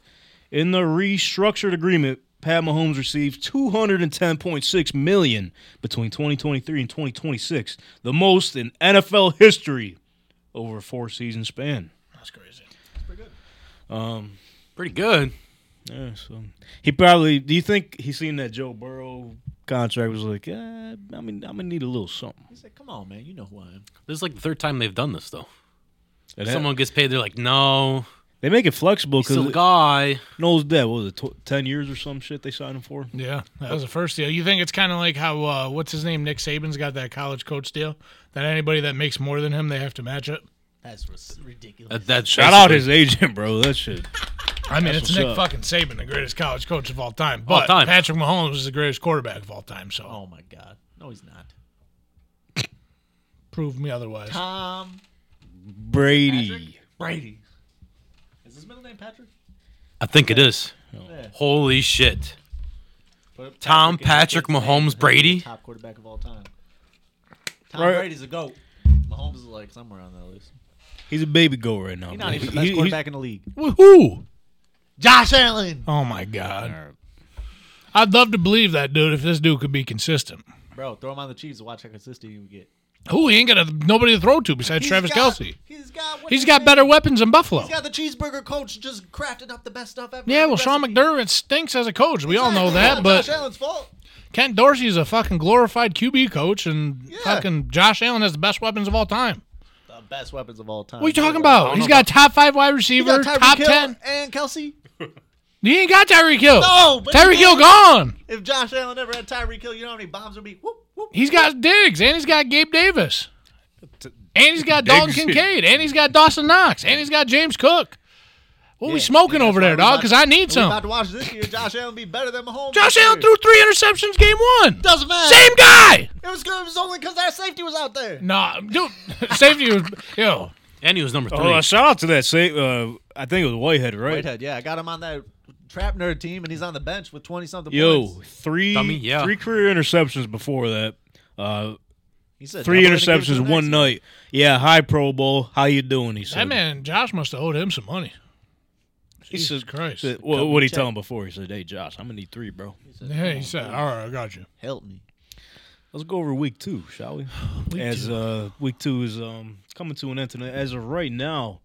In the restructured agreement, Pat Mahomes received 210.6 million between 2023 and 2026, the most in NFL history over a four-season span.
That's crazy.
Um,
Pretty good.
yeah, so he probably do you think he seen that Joe Burrow contract was like, eh, I mean, I'm gonna need a little something.
He said, "Come on, man. You know who I am."
This is like the third time they've done this though.
And that-
Someone gets paid, they're like, no,
they make it flexible
he's still
because
a guy.
knows that what was it tw- ten years or some shit they signed him for.
Yeah, that was the first deal. You think it's kind of like how uh, what's his name Nick Saban's got that college coach deal that anybody that makes more than him they have to match it.
That's ris- ridiculous.
That, Uh, that's
Shout out his
basically-
agent, bro. That shit.
I mean,
That's
it's Nick
what's up.
fucking Saban, the greatest college coach of all time. But
time.
Patrick Mahomes is the greatest quarterback of all time. So
oh my god. No, he's not.
prove me otherwise.
Tom
Brady.
Brady. Is his middle name Patrick?
I think it is.
Yeah.
Holy shit.
But
Tom
Patrick
Patrick
is his first name,
Mahomes
and he's
Brady?
the top quarterback of all time. Tom
Right.
Brady's a goat. Mahomes is like somewhere on that list.
He's a baby goat right now.
He's
bro.
not even the
He-
best
he-
quarterback in the league.
Woohoo!
Josh Allen,
Oh my god. I'd love to believe that dude if this dude could be consistent.
bro, throw him on the Chiefs and watch how consistent you get.
Who he ain't got a, nobody to throw to besides Travis Kelsey.
He's got. what
He's
they
got
say-
better weapons than Buffalo.
He's got the cheeseburger coach just crafted up the best stuff ever.
yeah,
The
well, Sean
recipe.
McDermott stinks as a coach. We all know
Exactly.
that,
Not
but
Josh Allen's fault.
Kent Dorsey's a fucking glorified QB coach, and
Yeah.
fucking Josh Allen has the best weapons of all time.
The best weapons of all time.
What are you talking
I
about?
don't
He's
know
got a top five wide
You
receiver,
got Tyreek
top
Hill
ten.
and Kelsey.
He ain't got Tyreek Hill.
No, but
Tyreek
he
Hill
did.
gone.
If Josh Allen ever had Tyreek Hill, you know how many bombs would be. Whoop whoop.
He's got Diggs, and he's got Gabe Davis, and he's got Dalton
Diggs.
Kincaid, and he's got Dawson Knox, and he's got James Cook. What we smoking over there, dog? Because I need
We're
some.
about to watch this year. Josh Allen be better than Mahomes.
Josh
this
Allen
year.
threw three interceptions game one.
Doesn't matter.
Same guy.
It was good. It was only because our safety was out there.
Nah, dude. Safety was yo.
And he was number three.
Oh, uh, shout out to that. Say, uh, I think it was Whitehead, right?
Whitehead, yeah, I got him on that trap nerd team, and he's on the bench with twenty something
Yo,
points.
three
Dummy, yeah.
three career interceptions before that. Uh,
He said
three
double that and give it to
interceptions
the
one
next
night. Yeah, hi Pro Bowl. How you doing? He said.
That man, Josh must have owed him some money. Jesus Christ.
Said- What
Come
what he
check.
tell him before? He said, "Hey Josh, I'm gonna need three, bro.
Yeah, he said, all right, I got you.
Help me.
Let's go over week two, shall we? as uh, week two is um, coming to an end tonight. As of right now,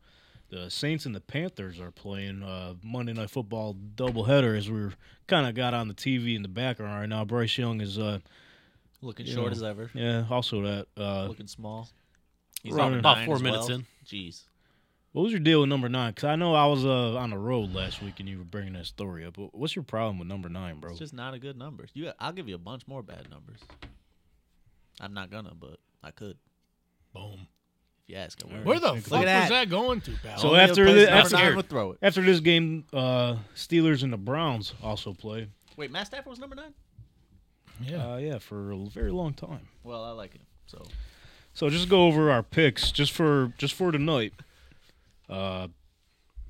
the Saints and the Panthers are playing uh, Monday Night Football doubleheader. As we're kind of got on the TV in the background right now. Bryce Young is uh,
Looking
you
short
know,
as ever.
Yeah, also that. Uh,
Looking small. He's
Running.
number
About
nine
four
as
minutes
well.
in.
Jeez.
what was your deal with number nine? Because I know I was uh, on the road last week and you were bringing that story up. But what's your problem with number nine, bro?
It's just not a good number. You, I'll give you a bunch more bad numbers. I'm not gonna, but I could.
Boom.
If you ask, I will.
Where the
Look at
fuck was
that.
that. going to, pal?
So
Only a
after
place
the,
number
after,
nine would throw it.
after this game, uh, Steelers and the Browns also play.
Wait, Matt Stafford was number nine.
yeah.
Uh, yeah, for a very long time.
Well, I like him. So
So just go over our picks just for just for tonight. Uh,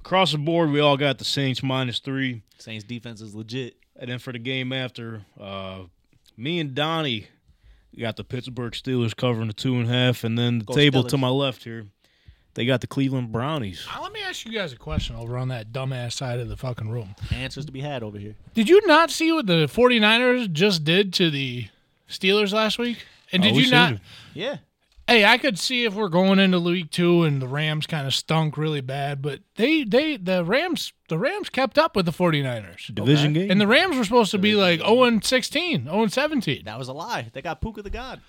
across the board, we all got the Saints minus three,
Saints defense is legit.
and then for the game after, uh, me and Donnie got the Pittsburgh Steelers covering the two and a half, and then the
Go
table to
Steelers.
my left here, they got the Cleveland Brownies.
Uh, Let me ask you guys a question over on that dumbass side of the fucking room.
Answers to be had over here.
Did you not see what the 49ers just did to the Steelers last week? And
Oh,
did
we
you not?
seen it.
Yeah.
Hey, I could see if we're going into League Two and the Rams kind of stunk really bad, but they they the Rams the Rams kept up with the 49ers.
division game?
And the Rams were supposed to be like 0 and 16, 0 and 17.
That was a lie. They got Puka the God.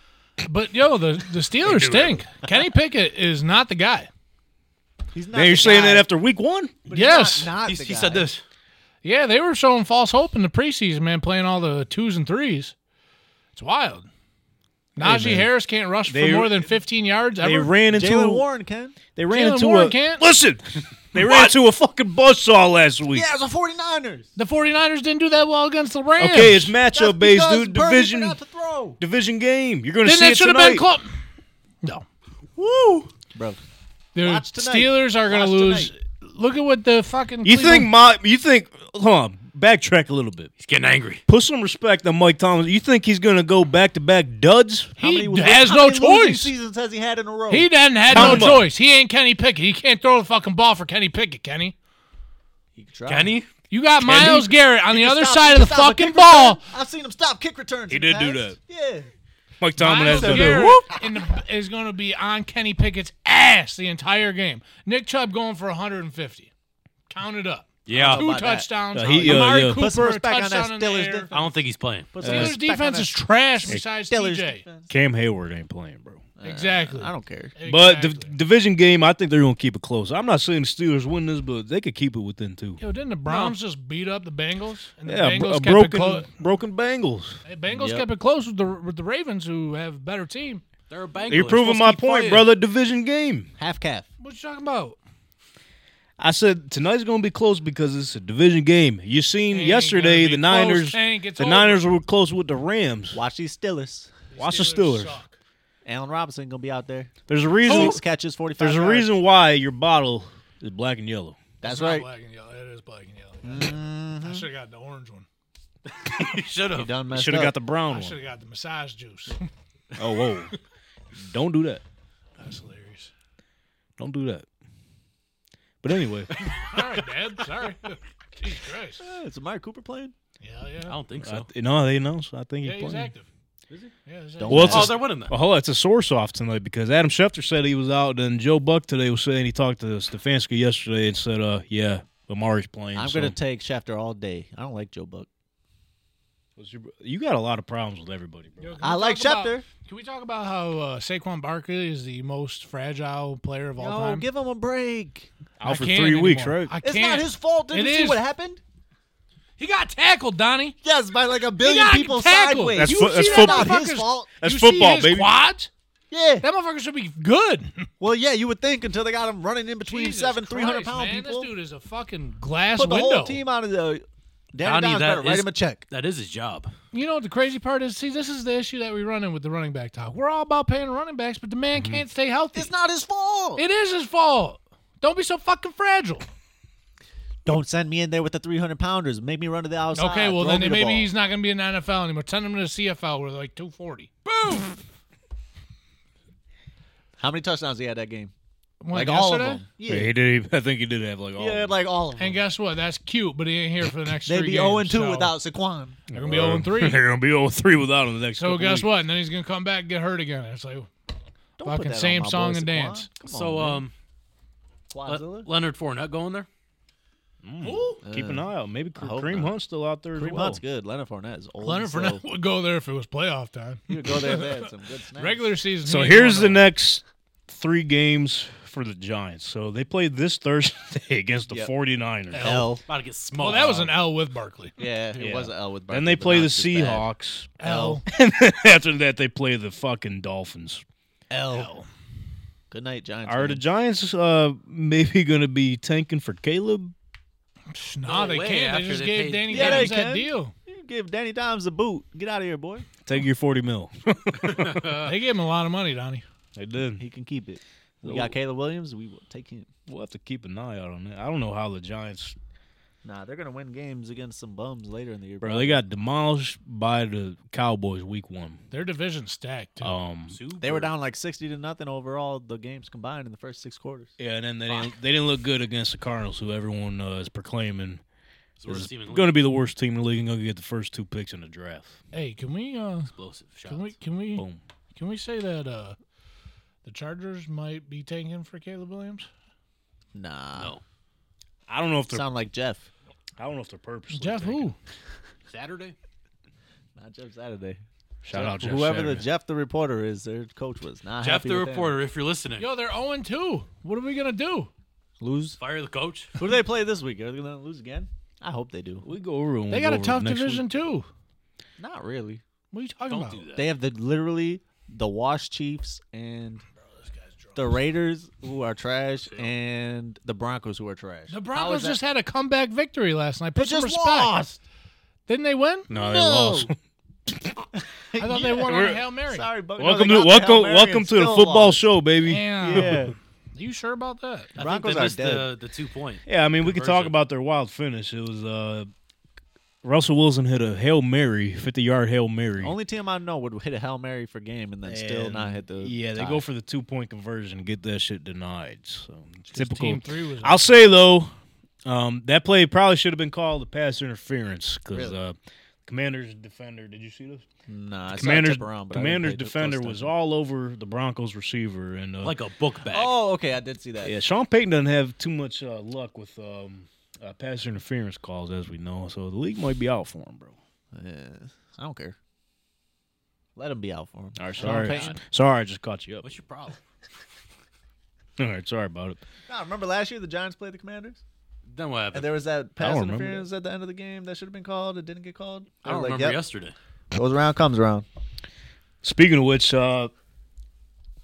But yo, the, the Steelers stink. Kenny Pickett is not the guy.
He's not.
now you're saying that after week one?
yes.
He's- he said this.
Yeah, they were showing false hope in the preseason, man, playing all the twos and threes. It's wild. Najee
man.
Harris can't rush
They-
for more than 15 yards
They
ever.
ran into
Jalen Warren Ken.
They ran
Jalen
into
Warren
a
can't-
listen. They ran into a fucking buzzsaw last week.
Yeah, it was a 49ers.
the 49ers didn't do that well against the Rams.
Okay, it's matchup
That's
based,
because
dude.
Purdy
Division
forgot to throw.
division game. You're gonna
Then
see
that
it
should have been
tonight.
close. No.
Woo!
Bro,
Dude,
Watch tonight.
Steelers are going
Watch
to lose. Look at what the fucking
You think
Cleveland-
my? You think? Hold on. Backtrack a little bit.
He's getting angry.
Put some respect on Mike Thomas. You think he's gonna go back to back duds?
he
was-
has
how
no
many losing
choice.
Seasons has he had in a row?
He doesn't have
Count
no
him up.
choice. He ain't Kenny Pickett. He can't throw the fucking ball for Kenny Pickett, Kenny.
He could try.
Kenny?
You got Miles Garrett on the
He
other
stopped-
side
he
of the
stopped a
fucking
kick
ball.
return. I've seen him stop kick returns.
He
in the
did do
past. Yeah.
Mike Tomlin has done
Miles Garrett
it. Whoop.
in the, is going to be on Kenny Pickett's ass the entire game. Nick Chubb going for 150. Count it up.
Yeah.
Two
about that.
touchdowns.
Uh, he- yeah,
Amari
yeah.
Cooper
Put some
a
respect on that
touchdown in the
Steelers
air.
I don't think he's playing.
Put some
Steelers
respect Uh, on
defense
that
is trash besides
Steelers
TJ.
defense.
Cam Hayward ain't playing, bro.
Exactly.
I don't care.
But the
Exactly.
division game, I think they're gonna keep it close. I'm not saying the Steelers win this, but they could keep it within two.
Yo, didn't the Browns just beat up the Bengals? And the
Yeah, a bro-
Bengals
a
kept it
broken
close.
broken Bengals.
Bengals
Yep.
kept it close with the with the Ravens, who have a better team.
They're a bank.
You're proving my point, brother. Division game.
Half calf.
What you talking about?
I said tonight's going to be close because it's a division game. You seen
Ain't
yesterday
gonna be
the
close,
Niners.
Tank. It's
the
over.
Niners were close with the Rams.
Watch these Steelers.
Watch the Steelers.
suck.
Allen Robinson gonna be out there.
There's a
Oh.
reason.
Six catches, forty-five.
There's a
yards.
reason why your bottle is black and yellow.
That's
It's not
right.
Black and yellow. It is black and yellow. I should have got the orange one.
He should
You
have.
done messed
Should have got
up.
the brown
I
one.
should have got the massage juice.
Oh, whoa! Don't do that.
That's hilarious.
Don't do that. But anyway,
All right, Dad. Sorry. Jesus Christ.
Yeah, Is Amari Cooper playing?
Yeah, yeah.
I don't think
I
so.
th- no, they announced. I think
yeah,
he's
he's
playing.
active. Is he? Yeah, he's active.
Well, it's
Oh,
a-
they're winning then.
Oh, hold on, it's a source off tonight because Adam Schefter said he was out, and Joe Buck today was saying he talked to Stefanski yesterday and said, "Uh, yeah, Amari's playing."
I'm
so-
gonna take Shafter all day. I don't like Joe Buck.
What's your- you got a lot of problems with everybody, bro.
Yo, can
I
we
like
talk about-
Schefter.
Can we talk about how uh, Saquon Barkley is the most fragile player of all
No,
time?
give him a break.
I
Out for
can't
three weeks,
anymore.
right?
I
It's
can't.
not his fault. Did
It
you see
is.
what happened?
He got tackled, Donnie.
Yes, by like a billion
got
people
tackled.
sideways.
That's
You
fo-
see
that's
that?
football.
Not his
Motherfuckers-
fault.
That's
you
football,
see his
baby.
Quads?
Yeah.
That motherfucker should be good.
Well, yeah, you would think until they got him running in between
Jesus
seven 300
Christ,
pound
man,
people.
This dude is a fucking glass
Put the
window.
whole team out of the. Danny Donnie, Dimes better write him a check.
That is his job.
You know what the crazy part is? See, this is the issue that we run in with the running back talk. We're all about paying running backs, but the man
Mm-hmm.
can't stay healthy.
It's not his fault.
It is his fault. Don't be so fucking fragile.
Don't send me in there with the 300 pounders. Make me run to the outside.
okay, well
Throw
then
me the
maybe
ball.
he's not going to be in the NFL anymore. Send him to the CFL where they're like 240. Boom.
How many touchdowns he had that game?
What,
like all of
yesterday?
them.
Yeah, he did. I think he did have like all.
Yeah, he had like all of them.
And guess what? That's cute, but he ain't here for the next
They'd
three
be
games,
0 2
so-
without Saquon.
They're going to be 0 and 3.
They're gonna be 0 3 without him the next.
So
couple
guess
weeks.
what? And then he's going to come back and get hurt again. It's like
Don't put
fucking
that on
same
my boy
song and
Saquon.
dance.
Come
So,
on, man.
um, Le-
Quadzilla?
Leonard Fournette going there?
Keep an eye out. Maybe K-
I hope
Kareem
not.
Hunt's still out there. as
Kareem
well.
Hunt's good. Leonard Fournette is old.
Leonard
so
Fournette would go there if it was playoff time.
He would go there. They had some good snaps.
Regular season.
So
he ain't
here's the
going
next three games for the Giants. So they played this Thursday against the
Yep.
49ers.
L.
About to get
nowhere.
smoked.
Well, that was an L with Barkley.
Yeah, it
Yeah.
was an L with Barkley.
Then they
but
play
not
the
as bad.
Seahawks.
L.
And then after that, they play the fucking Dolphins.
L. Good night, Giants.
Are the
man.
Giants uh, maybe going to be tanking for Caleb?
Nah, they
way
can't. They
after
just
they
gave
paid-
Danny
Yeah, they
Dimes that
can.
deal.
You give Danny Dimes a boot. Get out of here, boy.
Take your 40 mil.
They gave him a lot of money, Donnie.
they did.
He can keep it. We got Caleb Williams. We will take him.
We'll have to keep an eye out on that. I don't know how the Giants.
Nah, they're gonna win games against some bums later in the year.
Bro, they got demolished by the Cowboys week one.
Their division stacked. Too.
Um,
They were down like sixty to nothing overall. The games combined in the first six quarters.
yeah, and then they didn't, they didn't look good against the Cardinals, who everyone uh, is proclaiming
It's the worst team in the
going to
league.
be the worst team in the league and going to get the first two picks in the draft.
Hey, can we? Uh,
explosive shots.
can we? Can we?
Boom.
Can we say that uh, the Chargers might be tanking for Caleb Williams?
Nah,
No.
I don't know if they're
sound like Jeff.
I don't know if they're purposely.
Jeff, who?
Saturday?
Not Jeff Saturday.
Shout out Jeff
Whoever
Saturday.
the Jeff the reporter is, their coach was not
Jeff
happy
the
with him.
reporter, if you're listening.
Yo, they're 0 2. What are we gonna do?
lose.
Fire the coach.
Who do they play this week? Are they gonna lose again? I hope they do.
we go over. and
They
we'll
got
go
a
over
tough
next
division
week.
too.
Not really.
What are you talking
Don't
about?
do that.
They have the literally the Wash Chiefs and the Raiders who are trash and the Broncos who are trash.
The
How is
Broncos
that-
just had a comeback victory last night.
They
Put some
just
respect.
lost.
Didn't they win?
No, they lost.
I thought they won on a hail mary.
Sorry, but
welcome to welcome welcome to the football show, baby.
Damn.
Yeah.
Are you sure about that?
I
Broncos
think they
are
missed
dead.
The, the two point.
Yeah, I mean, we could talk
Conversion.
about their wild finish. It was uh, Russell Wilson hit a hail mary, fifty yard hail mary.
Only team I know would hit a hail mary for game and then still
And,
not hit the.
Yeah, they
tie.
go for the two point conversion, and get that shit denied. So typical.
Team three was.
I'll say though, um, that play probably should have been called a pass interference because uh, Commanders defender. Did you see this?
Nah, I saw it
Commanders
tip around, but I didn't
Commanders
pay close
defender was
attention.
all over the Broncos receiver and uh,
Like a book bag.
Oh, okay, I did see that.
yeah, Sean Payton doesn't have too much uh, luck with um, uh, pass interference calls as we know, so the league might be out for him, bro.
Yeah, I don't care. Let him be out for him.
All right,
Sean
sorry,
Payton.
sorry, I just caught you up.
What's your problem?
All right, sorry about it.
Nah, remember last year the Giants played the Commanders,
Then what happened?
and there was that pass
remember that.
interference at the end of the game that should have been called. It didn't get called.
I don't
was
remember
like, yep,
yesterday.
Goes around, comes around.
Speaking of which, uh,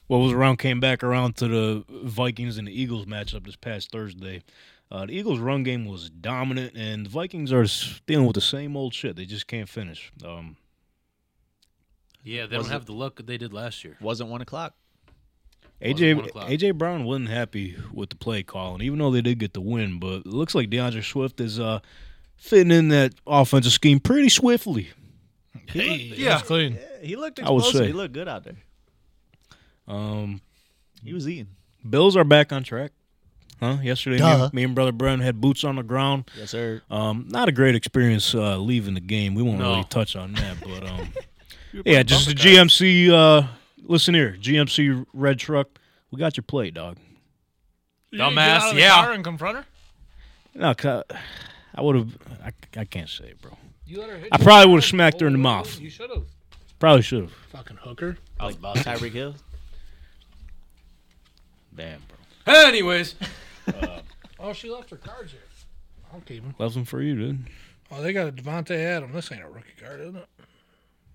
what was around came back around to the Vikings and the Eagles matchup this past Thursday. Uh, the Eagles' run game was dominant, and the Vikings are s- dealing with the same old shit. They just can't finish. Um,
Yeah, they don't have the luck they did last year.
Wasn't one o'clock.
one
AJ
o'clock.
AJ Brown wasn't happy with the play calling, even though they did get the win. But it looks like DeAndre Swift is uh, fitting in that offensive scheme pretty swiftly.
hey, yeah, it's clean.
He looked
I would
explosive.
say.
He looked good out there.
Um,
He was eating.
Bills are back on track. Huh? Yesterday, me
Duh.
and, me and brother Brent had boots on the ground.
Yes, sir.
Um, not a great experience uh, leaving the game. We won't
No.
really touch on that, but um, yeah, just the GMC. Uh, listen here, GMC red truck. We got your plate, dog.
You didn't
Dumbass,
get out of the
yeah.
Car and confront her.
No, 'cause I- I would have. I, I can't say, it, bro.
You let her hit
I
you.
probably would have smacked her in the
Oh,
mouth.
You should have.
Probably should have.
Fucking hooker.
I was about to.
Tyreek Hill.
Damn, bro.
Anyways,
Oh, she left her cards here. I'll keep them.
Loves them for you, dude.
Oh, they got a Devontae Adam. This ain't a rookie card, isn't it?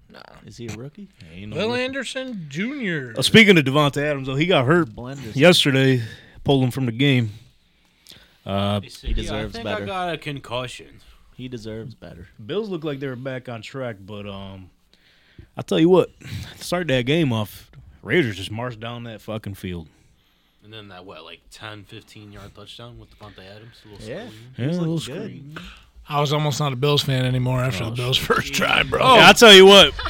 No.
Is he a rookie?
Will Anderson Jr.
Uh, speaking of Devonta Adams, though, he got hurt
Blenderson.
yesterday. Pulled him from the game. Uh,
He deserves
I think
better.
I got a concussion.
He deserves better.
Bills look like they were back on track, but um, I tell you what, to start that game off. Raiders just marched down that fucking field.
And then that, what, like 10, 15 yard touchdown with Devontae Adams? A little
Yeah.
screen.
Yeah, a little screen.
I was almost not a Bills fan anymore after
Oh,
the Bills' first try, bro.
Yeah, I'll tell you what.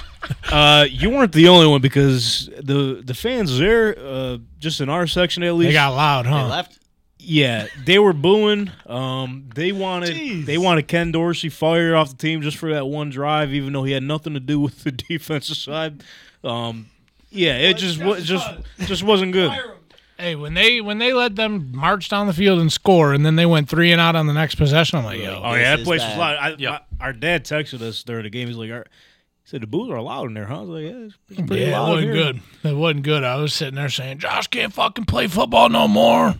Uh, you weren't the only one because the the fans there, uh, just in our section at least,
they got loud,
They
huh?
left.
yeah, they were booing. Um, they wanted they wanted Ken Dorsey fired off the team just for that one drive, even though he had nothing to do with the defensive side. Um, yeah, it just wa- just just wasn't good.
Hey, when they when they let them march down the field and score, and then they went three and out on the next possession, I'm like, yo,
Oh yeah,
This
that
is
place was
bad.
loud. I, my- our dad texted us during the game. He's like, "Our-" he said the booze are loud in there, huh? I was like, yeah, it's pretty- pretty
yeah, it
loud
wasn't
here."
good. It wasn't good. I was sitting there saying, Josh can't fucking play football no more.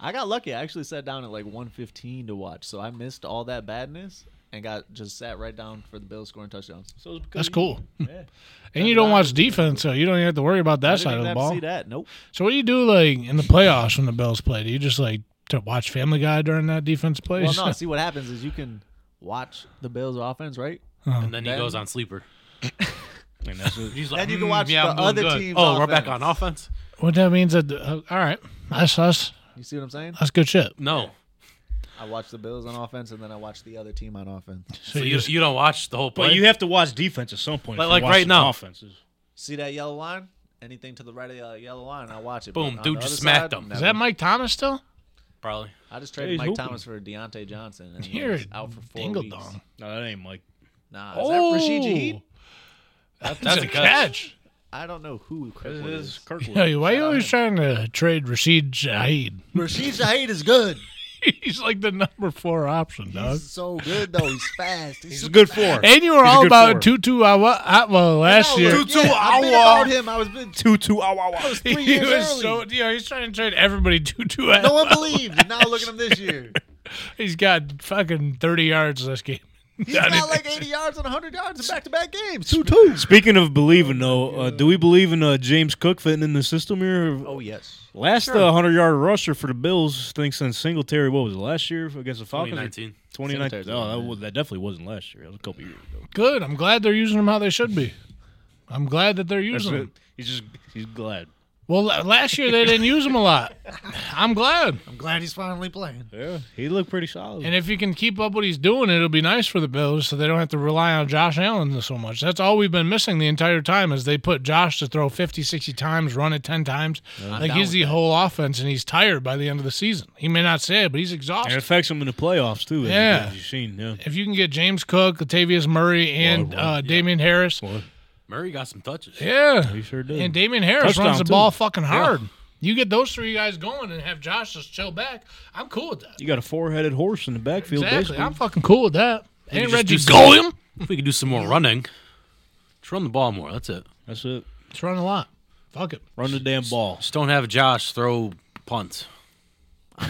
I got lucky. I actually sat down at like 1:15 to watch, so I missed all that badness and got just sat right down for the Bills scoring touchdowns.
So it's because
That's cool.
Yeah.
And you don't watch defense, so you don't even have to worry about
I
that
didn't
side
even
of the
have
ball.
To see that? Nope.
So what do you do like in the playoffs when the Bills play? Do you just like to watch Family Guy during that defense play?
Well, no. See what happens is you can watch the Bills offense, right?
Oh.
And then he
Then-
goes on sleeper.
And that's what-
He's like,
Then you can
"Mm,
watch
yeah,
the
I'm doing
other
good."
team's
Oh, we're back
offense.
on offense?
what that means that uh, all right, that's that's
You see what I'm saying?
that's good shit.
No.
I watch the Bills on offense, and then I watch the other team on offense.
So you, you don't watch the whole play?
But you have to watch defense at some point.
But,
if
like,
you're watching
right now-
offenses.
See that yellow line? Anything to the right of the yellow line, I watch it.
Boom,
But on
dude
the
just
other side,
smacked him.
Is
never.
that Mike Thomas still?
Probably.
Yeah,
I just
he's
traded Mike
hooping.
Thomas for Deontay Johnson, and
You're
he's out for four
Dingle
weeks. Oh!
dong.
No, that ain't Mike.
Nah, is
Oh.
that Rashid Jaheed?
That's,
that's
a
a
catch.
I don't know who Kirkwood
It is
is.
Kirkwood.
Yo, why you always trying to trade Rashid Shaheed?
Rashid Jaheed is good.
He's like the number four option, dog.
He's so good though. He's fast.
He's a
super
good
fast.
four.
And you were
He's a
all
good
about
four.
Tutu Awa Atwell last
No,
year.
look, yeah, I've been about him. I was been
Two two. Ow ow ow.
three
he
years
was
early.
so you know, he's trying to trade everybody Tutu Atwell.
no one believed. And now look at him this year.
He's got fucking thirty yards this game.
He's got like 80 yards and 100 yards in back-to-back games.
Speaking of believing, though, uh, do we believe in uh, James Cook fitting in the system here?
Oh yes.
Last uh, hundred yard rusher for the Bills, I think since Singletary, what was it last year against the Falcons?
2019.
2019.
Singletary's
Oh, that,
been
was, that definitely wasn't last year. That was a couple years ago.
Good. I'm glad they're using them how they should be. I'm glad that they're
That's
using them.
it. He's just he's glad.
Well, la- last year they didn't use them a lot. I'm glad.
I'm glad he's finally playing.
Yeah, he looked pretty solid.
And if he can keep up what he's doing, it'll be nice for the Bills so they don't have to rely on Josh Allen so much. That's all we've been missing the entire time is they put Josh to throw 50, 60 times, run it 10 times. like
down
he's
with
the whole offense and he's tired by the end of the season. He may not say it, but he's
And
exhausted.
it affects him in the playoffs too. as you-
Yeah.
as you've seen. Yeah.
if you can get James Cook, Latavius Murray, and
Whoa, whoa,
uh, Damian Harris,
Murray got some touches.
yeah,
He sure did.
And Damian Harris
Touchdown,
runs the
too.
ball fucking hard. You get those three guys going and have Josh just chill back. I'm cool with that.
you got a four-headed horse in the backfield.
Exactly.
basically.
I'm fucking cool with that. Ain't
just
Reggie
do some-
Golem?
If we could do some more running, just run the ball more. That's it.
That's it.
It's running a lot. Fuck it.
Run the damn ball.
Just don't have Josh throw punts.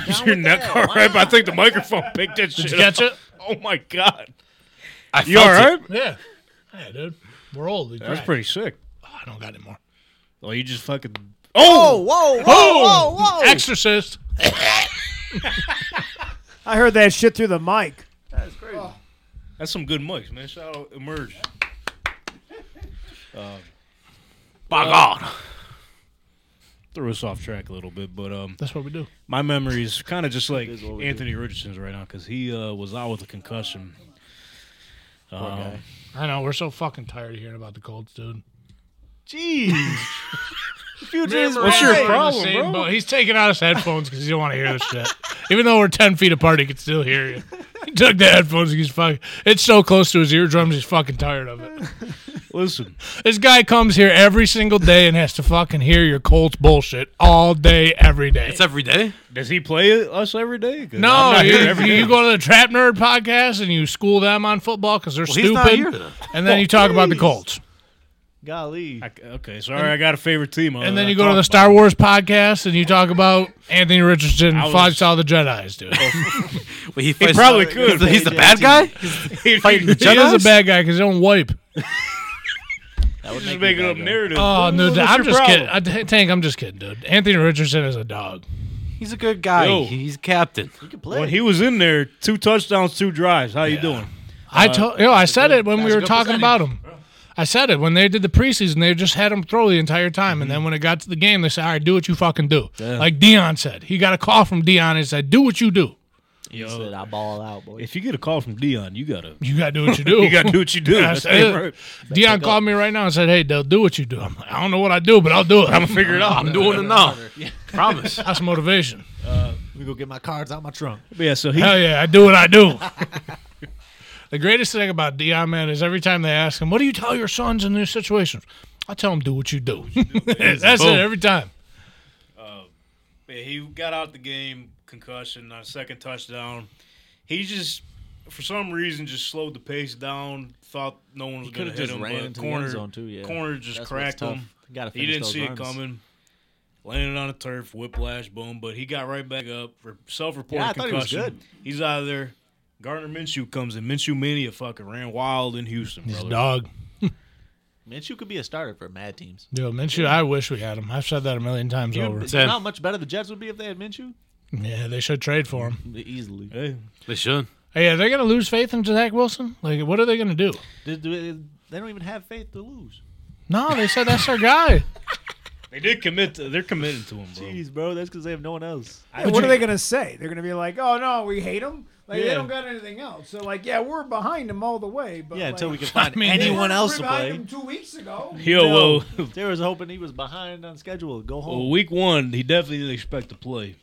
Is your neck all right? But I think the microphone picked that shit
Did you catch
up.
it?
Oh my god!
I
You all right?
Yeah. Yeah, dude. We're old. We
That's
crack.
pretty sick.
I don't got any more.
Well, you just fucking. Oh,
Whoa, whoa, whoa, whoa.
Exorcist.
I heard that shit through the mic.
that's some good mics, man. Shout out Emerge. Um,
By God.
Threw us off track a little bit, but um,
That's what we do.
my memory is kind of just like Anthony Richardson's right now because he uh, was out with a concussion. Um,
I know. We're so fucking tired of hearing about the Colts, dude.
Future
what's your problem, bro?
He's taking out his headphones because he don't want to hear this shit. Even though we're ten feet apart, he can still hear you. He took the headphones. He's fucking. It's so close to his eardrums. He's fucking tired of it.
Listen,
This guy comes here every single day and has to fucking hear your Colts bullshit all day, every day.
It's every day.
does he play us every day? 'Cause I'm
no,
not
you,
here every
you
day.
go to the Trap Nerd podcast and you school them on football because they're
Well,
stupid.
he's not here today.
And then you talk about the Colts.
Golly.
I- okay, sorry, I got a favorite team. uh,
And then
I
you go to the
talked
Star Wars podcast and you talk about Anthony Richardson,
I was-
Five Star the Jedi's, dude.
Well, he, fights-
probably could.
He's the bad guy? He's
about it.
fighting the
he is a
Jedi's?
bad guy because he don't wipe.
That
He's
would
just
me
making
mad,
up
yo.
narrative.
Oh
What-
no,
what's
dude, I'm
your
just
problem?
kidding. I, Tank, I'm just kidding, dude. Anthony Richardson is a dog.
He's a good guy.
Yo.
He's a captain.
You can play.
When he was in there, two touchdowns, two drives. How you doing?
I told, you know, I said it when we
that's a
were
good
talking
percentage.
about him. I said it when they did the preseason. They just had him throw the entire time, and then when it got to the game, they said, "All right, do what you fucking do." Like Dion said, he got a call from Dion and said, "Do what you do.
he said, "I ball out, boy."
If you get a call from Dion, you gotta
You got to do what you do.
you gotta do what you do.
And I
That's
said,
damn right.
Dion called me right now and said, "Hey, Dale, do what you do." I'm like, "I don't know what I do, but I'll do it. I'm gonna figure it out.
I'm doing enough. Promise.
That's motivation.
Let me go get my cards out my trunk.
But yeah, so he
Hell yeah, I do what I do." the greatest thing about Dion, man, is every time they ask him, "What do you tell your sons in these situations?" I tell them, "Do what you do." That's
Boom.
it every time.
Yeah, he got out the game, concussion, on a second touchdown. He just, for some reason, just slowed the pace down. Thought no one was
He
going
coulda
to hit
just
him.
ran
but
into the end
corner,
zone, too, yeah.
Corner just
That's what's
cracked
tough.
him.
You gotta
he
finish
didn't
those
see
runs.
it coming. Landed on the turf, whiplash, boom. But he got right back up. For self-reported
Yeah, I thought he
concussion.
was good.
He's out of there. Gardner Minshew comes in. Minshew mania fucking ran wild in Houston,
He's a
brother.
dog.
Minshew could be a starter for mad teams.
Yo, Minshew, I wish we had him. I've said that a million times
You
over.
know how much better the Jets would be if they had Minshew?
Yeah, they should trade for him.
Easily.
Hey,
They should.
Hey, are they going to lose faith in Zach Wilson? Like, what are they going to do?
They, they they don't even have faith to lose.
No, they said that's our guy.
they did commit. To, they're committed to him, bro.
Jeez, bro, that's because they have no one else.
Yeah, what are they gonna say? They're gonna be like, "Oh no, we hate them." Like they
Yeah.
don't got anything else. So like, yeah, we're behind them all the way. But
Yeah,
like,
until we can find
I mean,
they
anyone
weren't
else to
behind
play.
them two weeks ago.
Yo,
No.
well,
they was hoping he was behind on schedule. Go
Well,
home.
week one, he definitely didn't expect to play.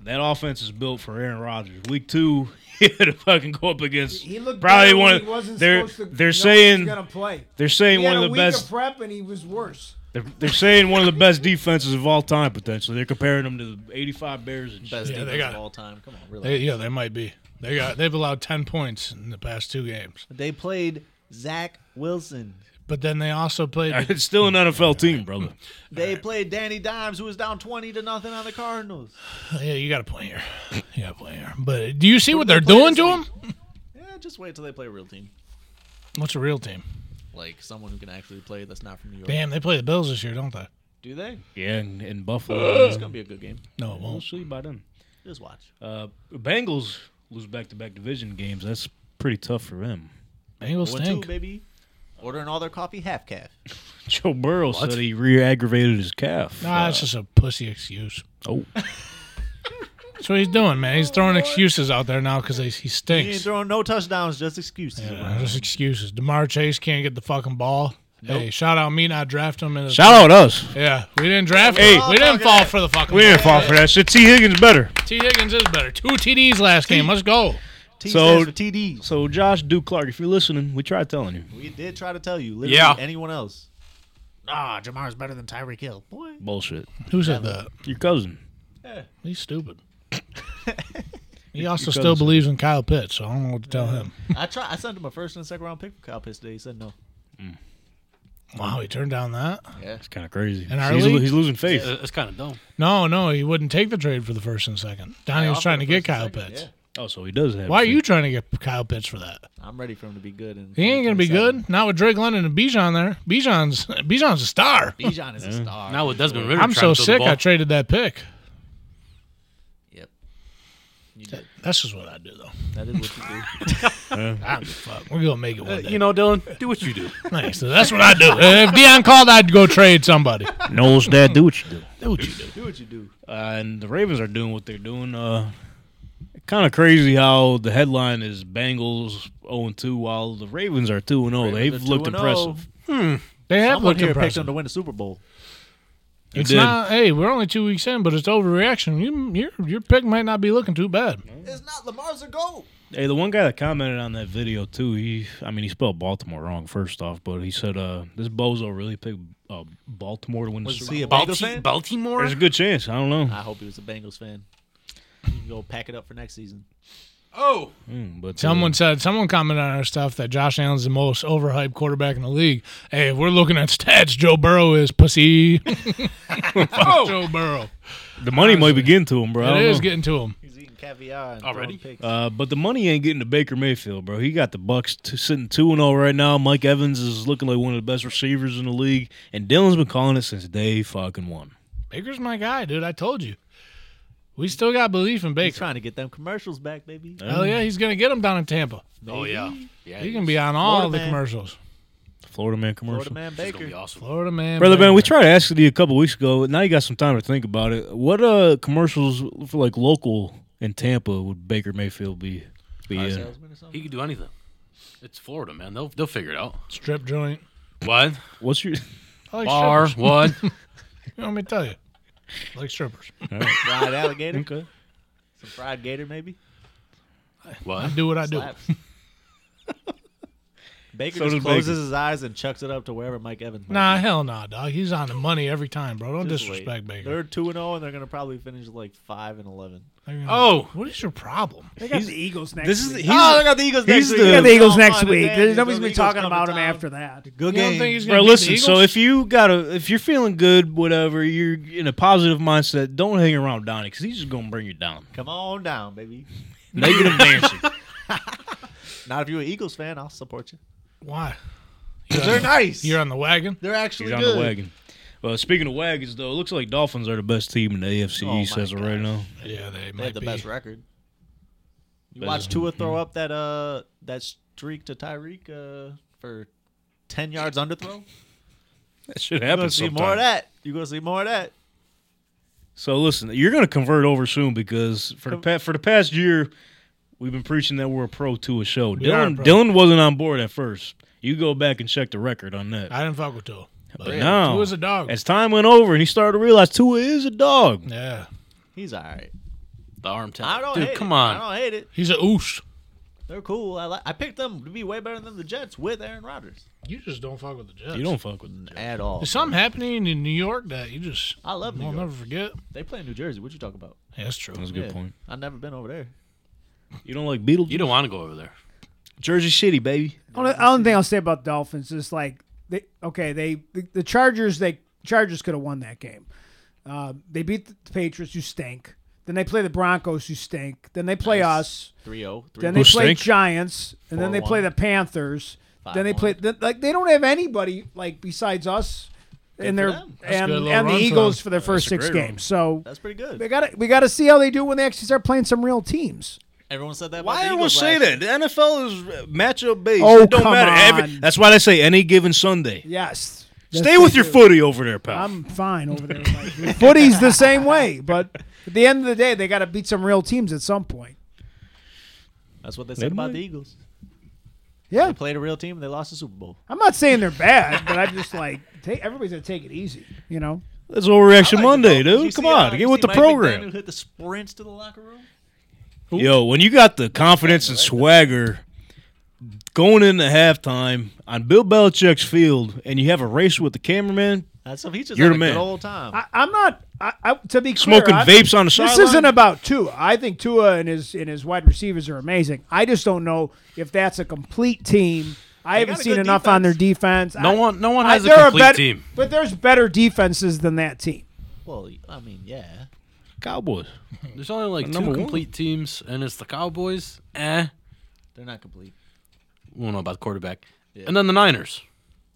That offense is built for Aaron Rodgers. Week two, he had to fucking go up against
He looked
probably
better when
one.
He wasn't
Of, they're
supposed to,
they're
no,
saying
he's gonna play.
they're saying
He
one
had
of
a
the
week
best.
of prep and he was worse.
they're, they're saying one of the best defenses of all time potentially. They're comparing them to the '85 Bears and shit.
Best
Yeah, they
defense
got
of
it.
all time. Come on, really.
They, yeah, they might be. They got they've allowed ten points in the past two games,
They played Zach Wilson.
but then they also played.
It's still an NFL team, brother.
They played Danny Dimes, who was down twenty to nothing on the Cardinals.
yeah, you got to play here. You got to play here. But do you see what they're
they play
doing
this
to him?
Yeah, just wait till they play a real team,
What's a real team?
like someone who can actually play that's not from New York.
Damn, they play the Bills this year, don't they?
Do they?
Yeah, in, in Buffalo,
It's gonna be a good game.
No, it
we'll
won't.
see by then.
Just watch.
Uh, Bengals lose back-to-back division games. That's pretty tough for them.
Bengals
One two,
stink.
baby. Ordering all their coffee half calf.
Joe Burrow said he re-aggravated his calf.
Nah, it's just a pussy excuse.
Oh.
That's what he's doing, man. He's throwing excuses out there now because he
He ain't
stinks.
throwing no touchdowns, just excuses.
Yeah, just excuses. Demar Chase can't get the fucking ball. Hey, shout out me not draft him. In the
Shout out us.
Yeah, we didn't draft
Hey.
him. We didn't fall for the fucking
We didn't fall for that shit. T. Higgins better.
T. Higgins is better. Two TDs last game. Let's go.
T
So-
stands for TDs.
So Josh Duke Clark, if you're listening, we tried telling you.
We did try to tell you. Literally
Yeah.
anyone else. Ah, Jamar's better than Tyreek Hill. Boy.
Bullshit.
Who said that?
Your cousin.
He's stupid. He also
Your
still
cousin.
believes in Kyle Pitts, so I don't know what to tell him.
I try. I sent him a first and a second round pick for Kyle Pitts today. He said no.
Wow, he turned down that.
It's kind of crazy.
In our
he's,
league?
he's losing faith.
Uh, It's kind of dumb.
No, no, he wouldn't take the trade for the first and second. Donnie
I
was
offered
trying to
him
get
first and
Kyle
second,
Pitts.
Oh, so he does have.
Why are
faith.
you trying to get Kyle Pitts for that?
I'm ready for him to be good. And
He ain't gonna be good. Not with Drake London and Bijan there. Bijan's Bijan's a star.
Bijan is a star.
Now with Desmond Ritter
I'm so
trying to throw
sick.
the ball.
I traded that pick.
Yep.
That's just what I do though.
That is what you do.
I don't give a fuck. We're gonna
Uh,
make it one day.
Uh, you know, Dylan, do what you do.
Nice. So that's what I do. If Dion called, I'd go trade somebody.
Noel's dad, do what you do.
Do what you do.
do what you do.
Uh, and the Ravens are doing what they're doing. Uh, kind of crazy how the headline is Bengals 0-2 while the Ravens are oh. 2-0. They've
They're
looked
2-0.
impressive.
They have
oh. Someone
looked
here picked him
impressive.
to win the Super Bowl.
You
It's
did.
not. Hey, we're only two weeks in, but it's overreaction. You, your your pick might not be looking too bad.
It's not Lamar's a goal.
Hey, the one guy that commented on that video too, he I mean he spelled Baltimore wrong first off, but he said uh this bozo really picked uh, Baltimore to win the
Was
Super
he a Uh,
Bowl.
Bengals fan?
Baltimore?
There's a good chance. I don't know.
I hope he was a Bengals fan. You can go pack it up for next season.
Oh.
Mm, but uh,
Someone said someone commented on our stuff that Josh Allen's the most overhyped quarterback in the league. Hey, if we're looking at stats, Joe Burrow is pussy. Fuck Joe Burrow.
the money might be getting to him, bro. Oh! I
It
don't
is
know.
getting to him.
He's eating and caviar and
Already?
throwing picks.
Uh, but the money ain't getting to Baker Mayfield, bro. He got the Bucks t- sitting two and zero right now. Mike Evans is looking like one of the best receivers in the league, and Dylan's been calling it since day fucking one.
Baker's my guy, dude. I told you. We still got belief in
He's
Baker.
trying to get them commercials back, baby.
Hell yeah, he's gonna get him down in Tampa.
Oh yeah, yeah.
He can be on all
Florida
the
man.
commercials.
Florida man commercial.
Florida man
It's gonna
Baker.
be awesome.
Florida man,
Brother Ben, we
Baker.
tried to ask you a couple weeks ago. Now you got some time to think about it. What uh commercials for like local in Tampa would Baker Mayfield be? Be in?
He could do anything. It's Florida, man. They'll they'll figure it out.
strip joint.
What
What's your?
I like
bar?
strippers.
What?
You know, let me tell you, I like strippers.
Fried alligator.
Okay.
Some fried gator, maybe.
What?
I do what I do.
Slaps. Baker
So
just
does
closes
Baker.
his eyes and chucks it up to wherever Mike Evans. might
Nah,
be.
hell nah, dog. He's on the money every time, bro. Don't
Just wait.
disrespect Baker.
They're two and zero, and they're gonna probably finish like five and eleven.
They're gonna-
Oh.
what is your problem?
They got the Eagles next
This is
week.
he's,
oh, they got the Eagles
he's
next
the-
they
week.
got the Eagles
Oh,
next
fine,
week.
advantage.
There's- Nobody's
The
been
Eagles
talking
come
about
to
him
town.
after that.
Good
You don't
game.
think he's gonna
bro.
beat the
Listen, so
Eagles?
if you got a if you're feeling good, whatever, you're in a positive mindset. Don't hang around Donnie because he's just gonna bring you down.
Come on down, baby.
Negative Nancy.
Not if you're an Eagles fan, I'll support you.
why?
They're nice.
You're on the wagon.
They're actually
He's on
good.
the wagon. Well, speaking of wagons, though, it looks like Dolphins are the best team in the AFC
Oh,
East
my
as of right
gosh.
now.
Yeah, they
They
might
had the
be.
best record. You
Best-
watched Tua throw up that uh that streak to Tyreek uh, for ten yards underthrow.
That should
You're gonna
happen
see
sometime.
more of that. You're gonna see more of that.
So listen, you're going to convert over soon because for the pa- for the past year, we've been preaching that we're a pro to a show.
We are
Dylan
pro.
Dylan wasn't on board at first. You go back and check the record on that.
I didn't fuck with Tua.
but now,
Tua's a dog.
as time went over and he started to realize Tua is a dog.
Yeah,
He's all right.
The arm tap.
I don't
Dude,
hate
come
it.
on.
I don't hate it.
he's a oosh.
They're cool. I like. I picked them to be way better than the Jets with Aaron Rodgers
You just don't fuck with the Jets.
You don't fuck with him.
at all.
There's something happening in New York that you just
I love New
will
York.
never forget.
They play in New Jersey. What you talking about?
Yeah, that's true.
That's a good
Yeah.
point.
I've never been over there.
You don't like Beetlejuice?
You don't want to go over there.
Jersey City, baby.
Only, only thing I'll say about Dolphins is like they okay they the, the Chargers they Chargers could have won that game. Uh, they beat the Patriots who stink. Then they play the Broncos who stink. Then they play us.
3-0. 3
Then they
Who
play
stink?
Giants. And then they play
4-1.
the Panthers. Then they
5-1.
play then, like they don't have anybody like besides us. And
for
their
them.
a
and,
good little
and the
run for
Eagles
them.
for their first
a
six
great run.
games. So
That's pretty
they
good.
got to we got to see how they do when they actually start playing some real teams.
Everyone said that.
Why
about the
everyone
Eagles
say
last
that? The NFL is matchup based.
Oh,
it don't
come
matter.
on.
that's why they say any given Sunday.
Yes.
Stay with your footy over there, pal.
I'm fine over there. Like, footy's the same way, but at the end of the day, they got to beat some real teams at some point.
year. That's what they said about the Eagles.
Yeah,
They played a real team and they lost the Super Bowl.
I'm not saying they're bad, but I'm just like, take, everybody's gonna take it easy, you know.
That's overreaction
I like
Monday,
the Dolphins. You
dude.
see,
Come on,
uh,
get
you
with
see
the
Mike
program.
McDaniel hit the sprints to the locker room.
Yo, when you got the confidence and swagger going into halftime on Bill Belichick's field, and you have a race with the cameraman
That's so he's just
You're
had a
the man.
good old time.
I, I'm not. I, I, to be clear,
smoking
I-
vapes on the
This
sideline.
isn't about Tua. I think Tua and his and his wide receivers are amazing. I just don't know if that's a complete team. I
They
haven't
got a
seen
good
enough on their defense.
No
I-
one, no one
I-
has a
there are
complete
better-
team.
but there's better defenses than that team.
well, I mean, yeah.
Cowboys.
There's only like two
Number one.
complete teams, and it's the Cowboys. Eh,
They're not complete.
we don't know about the quarterback.
Yeah.
And then the Niners.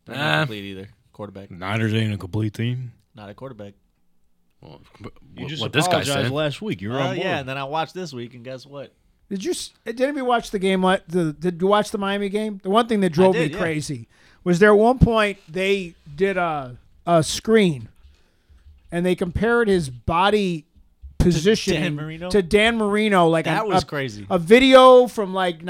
They're not
Ah.
complete either. Quarterback.
Niners ain't a complete team.
Not a quarterback.
Well,
You
what,
just
what this guy
apologized
said.
last week. You were
Oh,
on board.
yeah. And then I watched this week, and guess what?
Did you s- did anybody watch the game? What the did you watch the Miami game? The one thing that drove
did,
me
yeah.
crazy was there at one point they did a a screen, and they compared his body position
Marino?
to Dan Marino. Like
That
a,
was
a-
crazy.
A video from like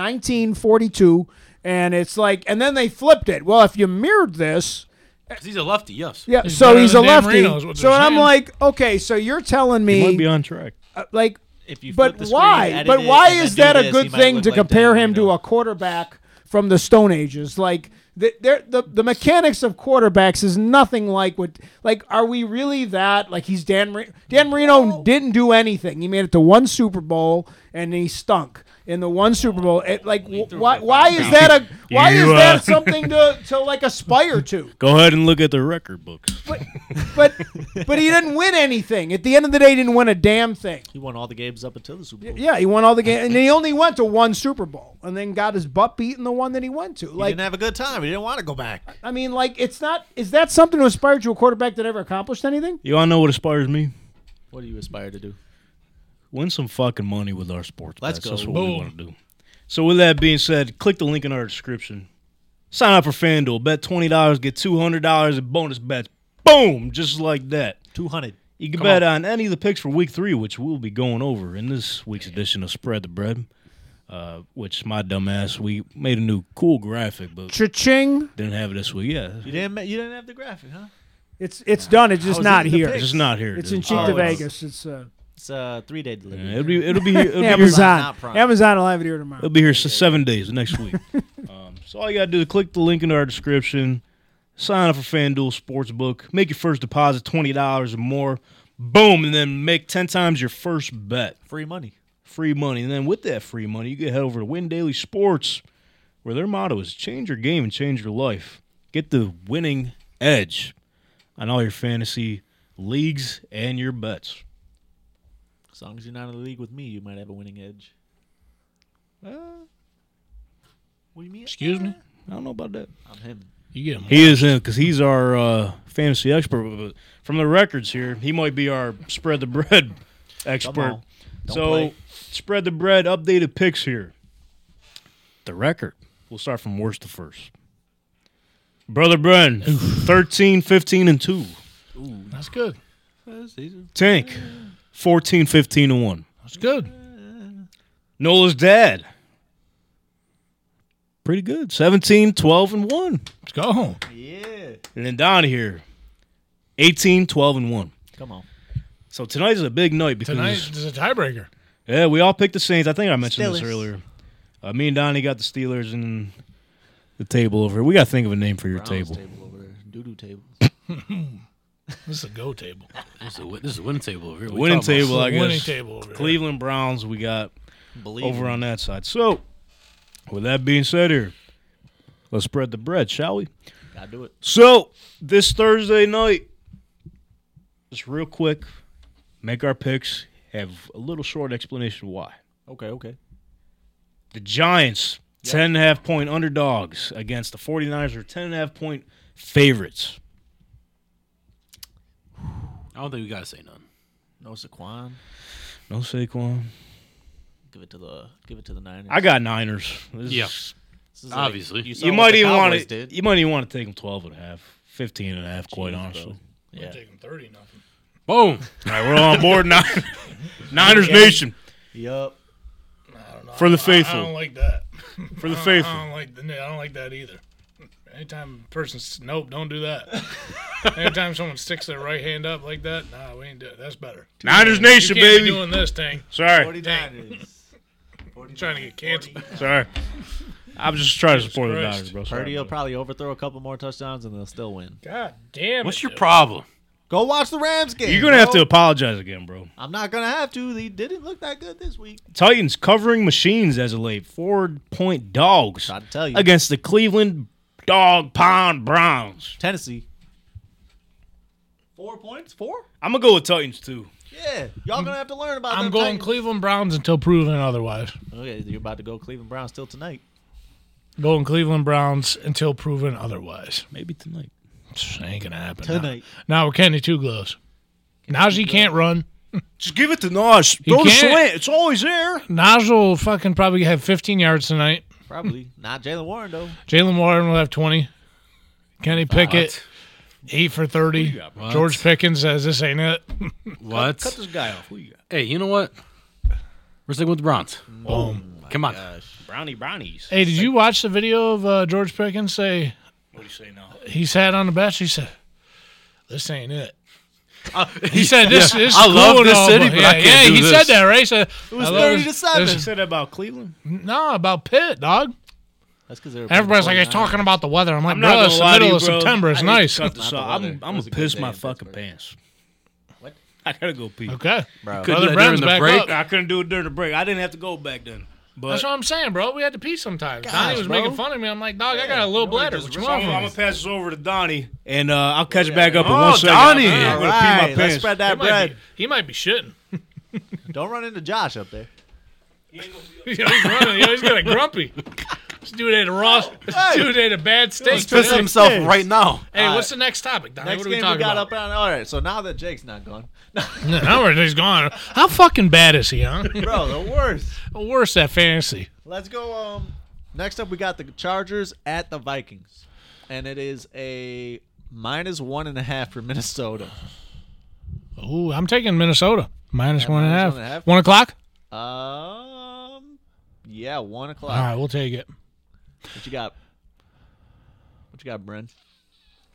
1942, and it's like, and then they flipped it. Well, if you mirrored this,
'Cause he's a lefty, yes.
yeah.
He's
so
better
he's a
than Dan
lefty.
Marino is what
So
they're
I'm
saying.
like, okay, so you're telling
He
me,
might be on track.
uh, like,
If you flip
but
the screen,
why?
edit
But
it,
why
and then
is
do
that a
this, he
good
might
thing
look
to
like
compare
Dan
him to
Marino.
a quarterback from the Stone Ages? Like the they're- the the mechanics of quarterbacks is nothing like what like are we really that like he's Dan Mar- Dan Marino didn't do anything. He made it to one Super Bowl and he stunk in the one Super Bowl. It, like, wh- why, why is that a why is
You, uh,
that something to, to like aspire to?
Go ahead and look at the record books.
But but he didn't win anything. At the end of the day, he didn't win a damn thing.
He won all the games up until the Super Bowl.
Yeah, he won all the games, and he only went to one Super Bowl, and then got his butt beat in the one that he went to.
he
Like,
didn't have a good time. He didn't want to go back.
I mean, like it's not. Is that something to aspire to a quarterback that ever accomplished anything?
You all know what inspires me?
What do you aspire to do?
Win some fucking money with our sports.
Let's
bets.
go.
That's what we
Boom.
want to do. So with that being said, click the link in our description. Sign up for FanDuel. Bet twenty dollars, get two hundred dollars in bonus bets. Boom, just like that.
Two hundred.
You can
Come
bet on. any of the picks for week three, which we'll be going over in this week's edition of Spread the Bread. Uh, which my dumbass, we made a new cool graphic, but
Cha-ching.
didn't have it this week. Yeah,
You didn't. ma- You didn't have the graphic, huh?
It's it's done. It's just
How's it
not
in the
here.
pics?
It's just not here,
It's
dude.
in Chico
Oh, it's-
Vegas. It's uh,
It's uh, three day delivery.
Yeah, it'll be it'll be it'll be here-
Amazon. Amazon will have it here tomorrow.
It'll be here s- seven days next week. um, so all you gotta do is click the link in our description, sign up for FanDuel Sportsbook, make your first deposit twenty dollars or more, boom, and then make ten times your first bet.
Free money.
Free money, and then with that free money, you can head over to Win Daily Sports, where their motto is "Change your game and change your life." Get the winning edge on all your fantasy leagues and your bets.
As long as you're not in the league with me, you might have a winning edge. what do you mean?
Excuse me.
I don't know about that.
I'm him.
You get him.
He is in because he's our uh, fantasy expert. But from the records here, he might be our spread the bread
Come
expert.
on. Don't
so
play.
spread the bread. Updated picks here. The record. We'll start from worst to first. Brother Bren, 13, 15, and 2.
That's good.
Tank, 14, 15, and 1.
That's good.
Nola's dad, pretty good. 17, 12, and 1.
Let's go home.
Yeah.
And then down here, 18, 12, and 1.
Come on.
So tonight is a big night because
Tonight is a tiebreaker.
yeah, we all picked the Saints. I think I mentioned this
Steelers.
earlier. Uh, me and Donnie got the Steelers and the table over. here. We got to think of a name for your table.
table over there. Doo doo table.
This is a go table.
This is a, win- this is a winning table over here.
The
What you
winning
talking about?
table, I
The winning
guess.
table over here.
Cleveland Browns. We got
Believe
over
me.
on that side. So, with that being said, here, let's spread the bread, shall we?
Gotta do it.
So this Thursday night, just real quick, make our picks. Have a little short explanation why.
Okay. Okay.
the Giants, 10 and a half point underdogs against the 49ers are 10 and a half point favorites.
I don't think we gotta say none.
No Saquon.
No Saquon.
Give it to the. Give it to the Niners.
I got Niners. This
Yeah.
is-
This is
Obviously.
saw
you
what
might
the
even want to
Cowboys did.
you might even want to take them 12 and a half, 15 and a half quite honestly.
Yeah. Take him 30 nothing.
Boom.
All right, we're on board now. Niners Nation
Yup.
for the
I don't
faithful.
like that.
For the
I don't-
faithful.
I don't like the, I don't like that either. Anytime a person's nope, don't do that. Anytime someone sticks their right hand up like that, nah, we ain't do it. That's better.
Niners
You
Nation,
can't be
baby.
doing this thing.
Sorry.
49ers.
I'm trying to get canceled.
Sorry. I'm just trying to support the
Christ.
Niners, bro. Sorry,
Purdy will
brother.
probably overthrow a couple more touchdowns and they'll still win.
God damn
What's
it,
your
dude.
problem?
Go watch the Rams game.
You're going to have to
bro.
apologize again, bro.
I'm not gonna have to. They didn't look that good this week.
Titans covering machines as of late. Four point dogs
Tried to tell you.
against the Cleveland Dog Pound Browns.
Tennessee. Four points. Four.
I'm gonna go with Titans too.
Yeah. Y'all gonna have to learn about.
I'm
them
going
Titans.
Cleveland Browns until proven otherwise.
Okay, you're about to go Cleveland Browns still tonight.
Going Cleveland Browns until proven otherwise.
Maybe tonight.
It ain't gonna happen.
Tonight.
Now, now we're Kenny Two Gloves. Najee can't run.
Just give it to Nosh.
He
Throw the
can't.
slant. It's always there.
Najee will fucking probably have 15 yards tonight.
Probably not Jalen Warren though.
Jalen Warren will have 20. Kenny Pickett, eight for 30.
What?
George Pickens says this ain't it.
What?
this guy off. Who you got?
Hey, you know what? We're sticking with the Browns. Oh
Boom.
Come on.
Brownie brownies.
Hey, did you watch the video of uh, George Pickens say
What do you say now?
he sat on the bench? He said, "This ain't it." He said, "This, this is
I
cool
love
and
this
all,
city,
but
but
yeah,
I can't
yeah,
do
he
this."
said that, right? He said, "It
was 30 to 7.
You said about Cleveland.
No, about Pitt, dog.
That's because they're.
Everybody's like,
playing
he's
the
talking about the weather. I'm like,
I'm not
bro,
gonna
it's the
lie to
middle
you,
of
bro.
September. It's
I hate to
nice.
cut this
Not the
off. I'm,
weather.
I'm
It
gonna
was a good
piss
day
my
in
fucking
Pittsburgh.
pants.
What?
I gotta go pee.
Okay. Bro.
Couldn't
Brother
do it
Bren's
during the
back
break.
up.
I couldn't do it during the break. I didn't have to go back then. But
That's what I'm saying, bro. We had to pee sometimes.
Gosh,
Donnie was
bro.
making fun of me. I'm like, dog, I got a little bladder. What
So
you want
I'm,
from
I'm gonna
me?
pass this over to Donnie, and uh, I'll catch back up in
Oh,
one second.
Donnie!
I'm gonna
Alright,
pee my
let's
pants.
spread that
He might
bread.
be- he might be shitting.
Don't run into Josh up there.
Yo, he's running. Yo, he's getting grumpy. This dude ate a raw. This dude ate a bad steak.
He's pissing
today.
himself right now.
Hey,
All
what's
right.
the next topic, Donnie?
Uh, Next
what are we
game
talking
got
about?
up on. All right, so now that Jake's not gone,
Yeah, now we're- he's gone. How fucking bad is he, huh?
bro, the worst.
Worse that fantasy.
Let's go. Um, next up we got the Chargers at the Vikings, and it is a minus one and a half for Minnesota.
Ooh, I'm taking Minnesota. Minus one and a
minus
half.
one and a half.
One o'clock?
Um, yeah, one o'clock.
All right, we'll take it.
What you got? What you got, Bren?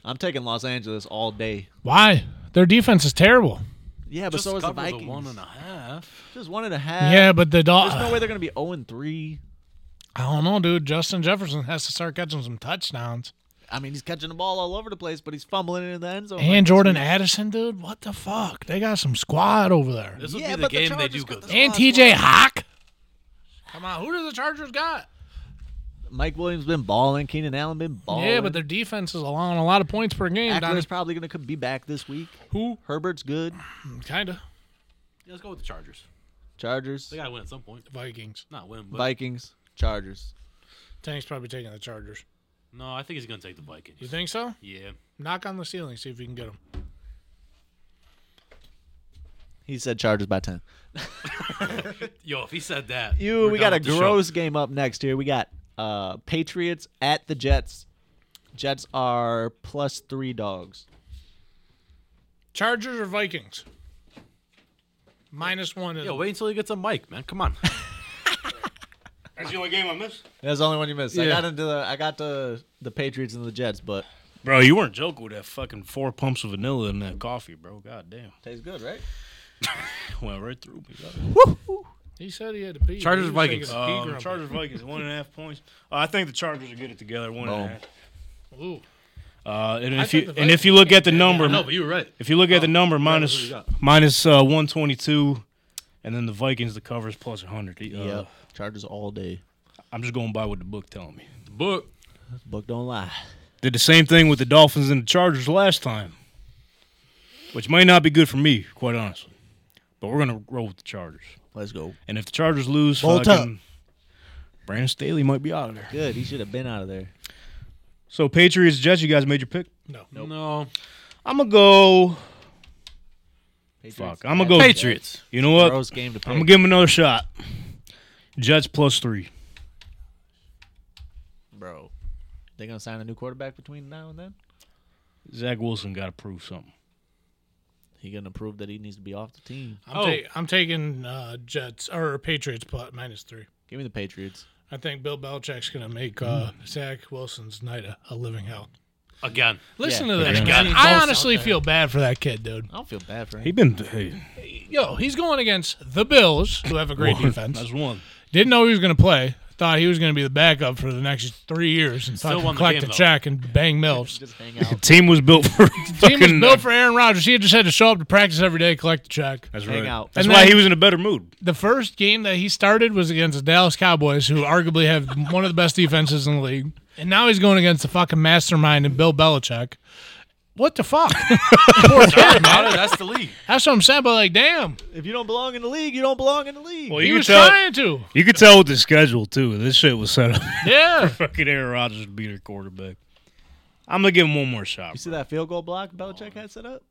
I'm taking Los Angeles all day.
Why? Their defense is terrible.
Yeah, but
Just
so is the
cover the
Vikings.
one and a half.
Just one and a half.
Yeah, but the Dol-
Uh, There's no way they're gonna be zero and three.
I don't know, dude. Justin Jefferson has to start catching some touchdowns.
I mean, he's catching the ball all over the place, but he's fumbling it in the end zone. like
And
this
Jordan
week.
Addison, dude. What the fuck? They got some squad over there.
This would
Yeah,
be the
but the
game they
Chargers
do
got
good.
the
And TJ Hawk. Come on, who do the Chargers got?
Mike Williams been balling. Keenan Allen been balling.
Yeah, but their defense is allowing a lot of points per game. Donnie.
Ackler's probably gonna come- be back this week.
Who?
Herbert's good.
Kinda.
Yeah, let's go with the Chargers.
Chargers,
They gotta win at some point.
Vikings.
Not win, but
Vikings, Chargers.
Tank's probably taking the Chargers.
no, I think he's gonna take the Vikings.
You think so?
Yeah,
Knock on the ceiling, see if you can get them.
He said Chargers by ten.
yo, if he said that,
You,
we're
we
done
got a
with the show.
gross game up next here. We got uh Patriots at the Jets. Jets are plus three dogs.
Chargers or Vikings? Minus one. Is,
Yo, wait until he gets a mic, man. Come on.
That's the only game I missed.
That's the only one you missed. I got into the I got the the Patriots and the Jets, but
Bro, you weren't joking with that fucking four pumps of vanilla in that coffee, bro. God damn.
tastes good, right?
Went right through me.
he said he had to pee.
Chargers
He
or
was taking
Vikings?
a pee
Um,
grump.
Chargers Vikings, one and a half points. Uh, I think the Chargers will get it together, one and a
Boom.
half.
Ooh.
Uh, and
I
if
thought
you
the
and if you
Vikings
look at the
can't do that.
number,
no, but you were right.
if you look at the number minus-
who you
minus, uh, one twenty two, and then the Vikings the covers plus hundred. Uh,
Yep. Chargers all day.
I'm just going by what the book telling me.
The book.
Book don't lie.
Did the same thing with the Dolphins and the Chargers last time, which may not be good for me, quite honestly. But we're gonna roll with the Chargers.
Let's go.
And if the Chargers lose,
Bolt up.
fucking Brandon Staley might be out of there.
Good. He should have been out of there.
So Patriots, Jets, you guys made your pick.
No.
No,
I'm gonna go.
Patriots.
Fuck, I'ma go-
Patriots.
You know what?
Gross game to pick.
I'm gonna give him another shot. Jets plus three.
bro. They gonna sign a new quarterback between now and then?
Zach Wilson got to prove something.
He gonna prove that he needs to be off the team.
I'm,
Oh.
ta- I'm taking uh, Jets or Patriots plus minus three.
Give me the Patriots.
I think Bill Belichick's going to make uh, Zach Wilson's night a, a living hell.
Again,
Listen
Yeah,
to
yeah.
that.
Got
guy.
it.
I honestly feel bad for that kid, dude.
I don't feel bad for him.
He been hey,
Yo, he's going against the Bills, who have a great
one.
defense.
That's one.
Didn't know he was going to play. Thought he was going to be the backup for the next three years and
Still
fucking
won the
collect
game,
the,
though.
check and bang Mills.
just hang out.
The team was built for.
Team was
fucking- uh,
built for Aaron Rodgers. He just had to show up to practice every day, collect the check.
That's
Hang
right.
out.
That's
And
why
then-
he was in a better mood.
The first game that he started was against the Dallas Cowboys, who arguably have one of the best defenses in the league. And now he's going against the fucking mastermind and Bill Belichick. What the fuck? Poor kid, man.
that's the league.
That's what I'm saying, but like, damn.
If you don't belong in the league, you don't belong in the league.
Well,
He
you could
was
tell.
trying to.
You could tell with the schedule too. This shit was set up.
Yeah.
fucking Aaron Rodgers to be their quarterback. I'm gonna give him one more
you
shot.
see that field goal block Belichick had set up?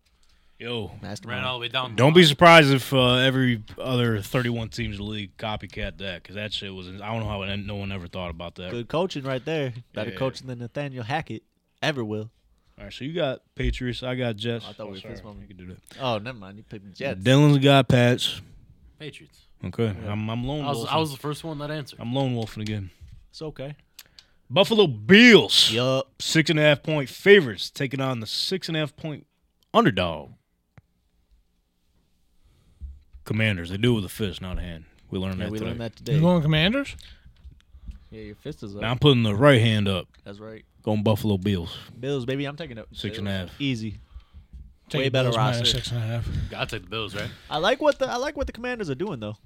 Yo,
Ran all the way down.
don't be surprised if uh, every other 31 teams in the league copycat that because that shit was. I don't know how it- no one ever thought about that.
Good coaching right there. Better
Yeah.
coaching than Nathaniel Hackett ever will.
All right, so you got Patriots. I got Jets.
Oh, I thought we were
sorry.
fist bumping.
You can do that.
Oh, never mind. You picked the Jets.
Dylan's got Pats.
Patriots.
Okay, I'm, I'm lone
I was,
wolfing.
I was the first one that answered.
I'm lone wolfing again.
It's okay.
Buffalo Bills,
Yup.
six and a half point favorites, taking on the six and a half point underdog. Commanders, they do it with a fist, not a hand. We learned
Yeah,
that
we
today.
learned that today.
You going Commanders?
Yeah, your fist is up.
Now I'm putting the right hand up,
That's right.
going Buffalo Bills,
Bills, baby. I'm taking it.
six and a half.
Easy.
Take
Way
the
better
Bills minus
roster.
six and a half.
Gotta take the Bills, right?
I like what the I like what the Commanders are doing though.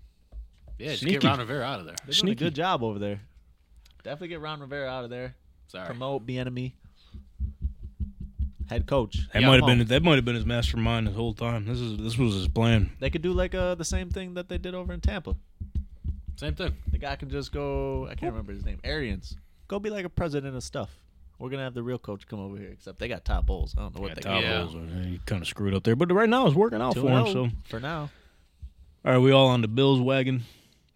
Yeah, just get Ron Rivera out of there.
They're doing a good job over there. Definitely get Ron Rivera out of there.
Sorry.
Promote enemy. Head coach.
That might have been that might have been his mastermind the whole time. This is this was his plan.
They could do like uh, the same thing that they did over in Tampa.
Same thing.
The guy can just go. I can't remember his name. Arians. Go be like a president of stuff. We're gonna have the real coach come over here. Except they got Todd Bowles. I don't know what they
Todd
got.
Bowles, uh, he kind of screwed up there, but right now it's working out for him.
2-0
So all
for now.
right, we all on the Bills wagon.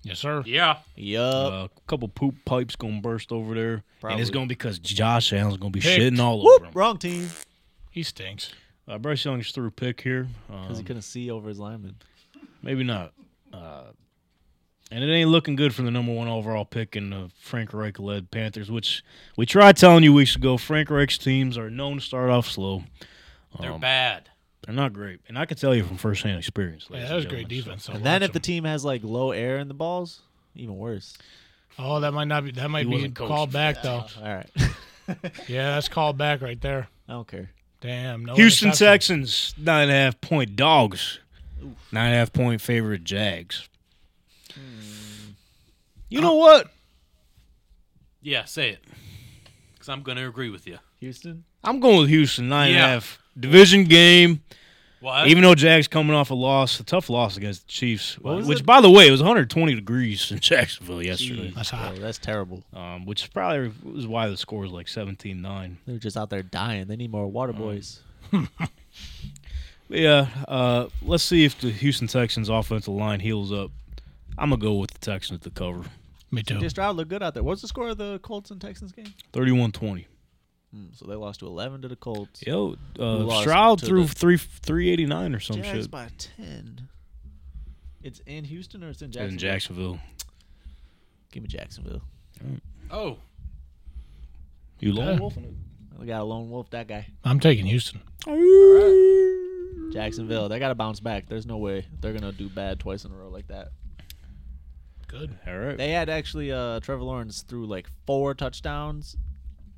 Yes, sir.
Yeah.
Yup.
Uh, a couple poop pipes gonna burst over there, and
Probably.
it's gonna be because Josh Allen's gonna be
Picked.
shitting all
Whoop,
over him.
wrong team.
He stinks.
Uh, Bryce Young just threw a pick here.
Because he
Um,
couldn't see over his lineman.
maybe not. Uh, and it ain't looking good for the number one overall pick in the Frank Reich led Panthers, which we tried telling you weeks ago. Frank Reich's teams are known to start off slow.
They're
Um,
bad.
They're not great, and I can tell you from firsthand experience.
Yeah,
ladies
that was
and
great
gentlemen,
defense. I
And then
watch
if the
him.
team has like low air in the balls, even worse.
oh, that might not be. That might
He
be
wasn't coached
called
for
back though.
All right.
Yeah, that's called back right there.
I don't care.
Damn. No
so. Houston
interception.
Texans nine and a half point dogs, nine and a half point favorite Jags.
Hmm.
You know what?
Yeah, say it. Because I'm gonna agree with you.
Houston.
I'm going with Houston nine and a half
Yeah.
division game.
Uh,
What?
Even though Jags coming off a loss, a tough loss against the Chiefs,
was
which
it?
by the way, it was 120 degrees in Jacksonville yesterday,
That's hot.
Oh, that's terrible.
um, which is probably was why the score was like 17-9.
They're just out there dying. They need more water boys.
But yeah, uh, let's see if the Houston Texans offensive line heals up. I'm gonna go with the Texans to cover,
Me too.
CJ Stroud looked good out there. What's the score of the Colts and Texans game?
31-20.
Mm, so they lost to 11 to the Colts.
Yo, uh,
lost
Stroud
to
threw
the-
three 389 or some
Jags
shit
by 10. It's in Houston or it's in Jacksonville?
in Jacksonville.
Give me Jacksonville.
Oh,
You lone
Yeah.
wolf?
They got a lone wolf, that guy.
I'm taking Houston.
Jacksonville, they got to bounce back. There's no way they're going to do bad twice in a row like that.
Good.
All right.
They had actually uh, Trevor Lawrence threw like four touchdowns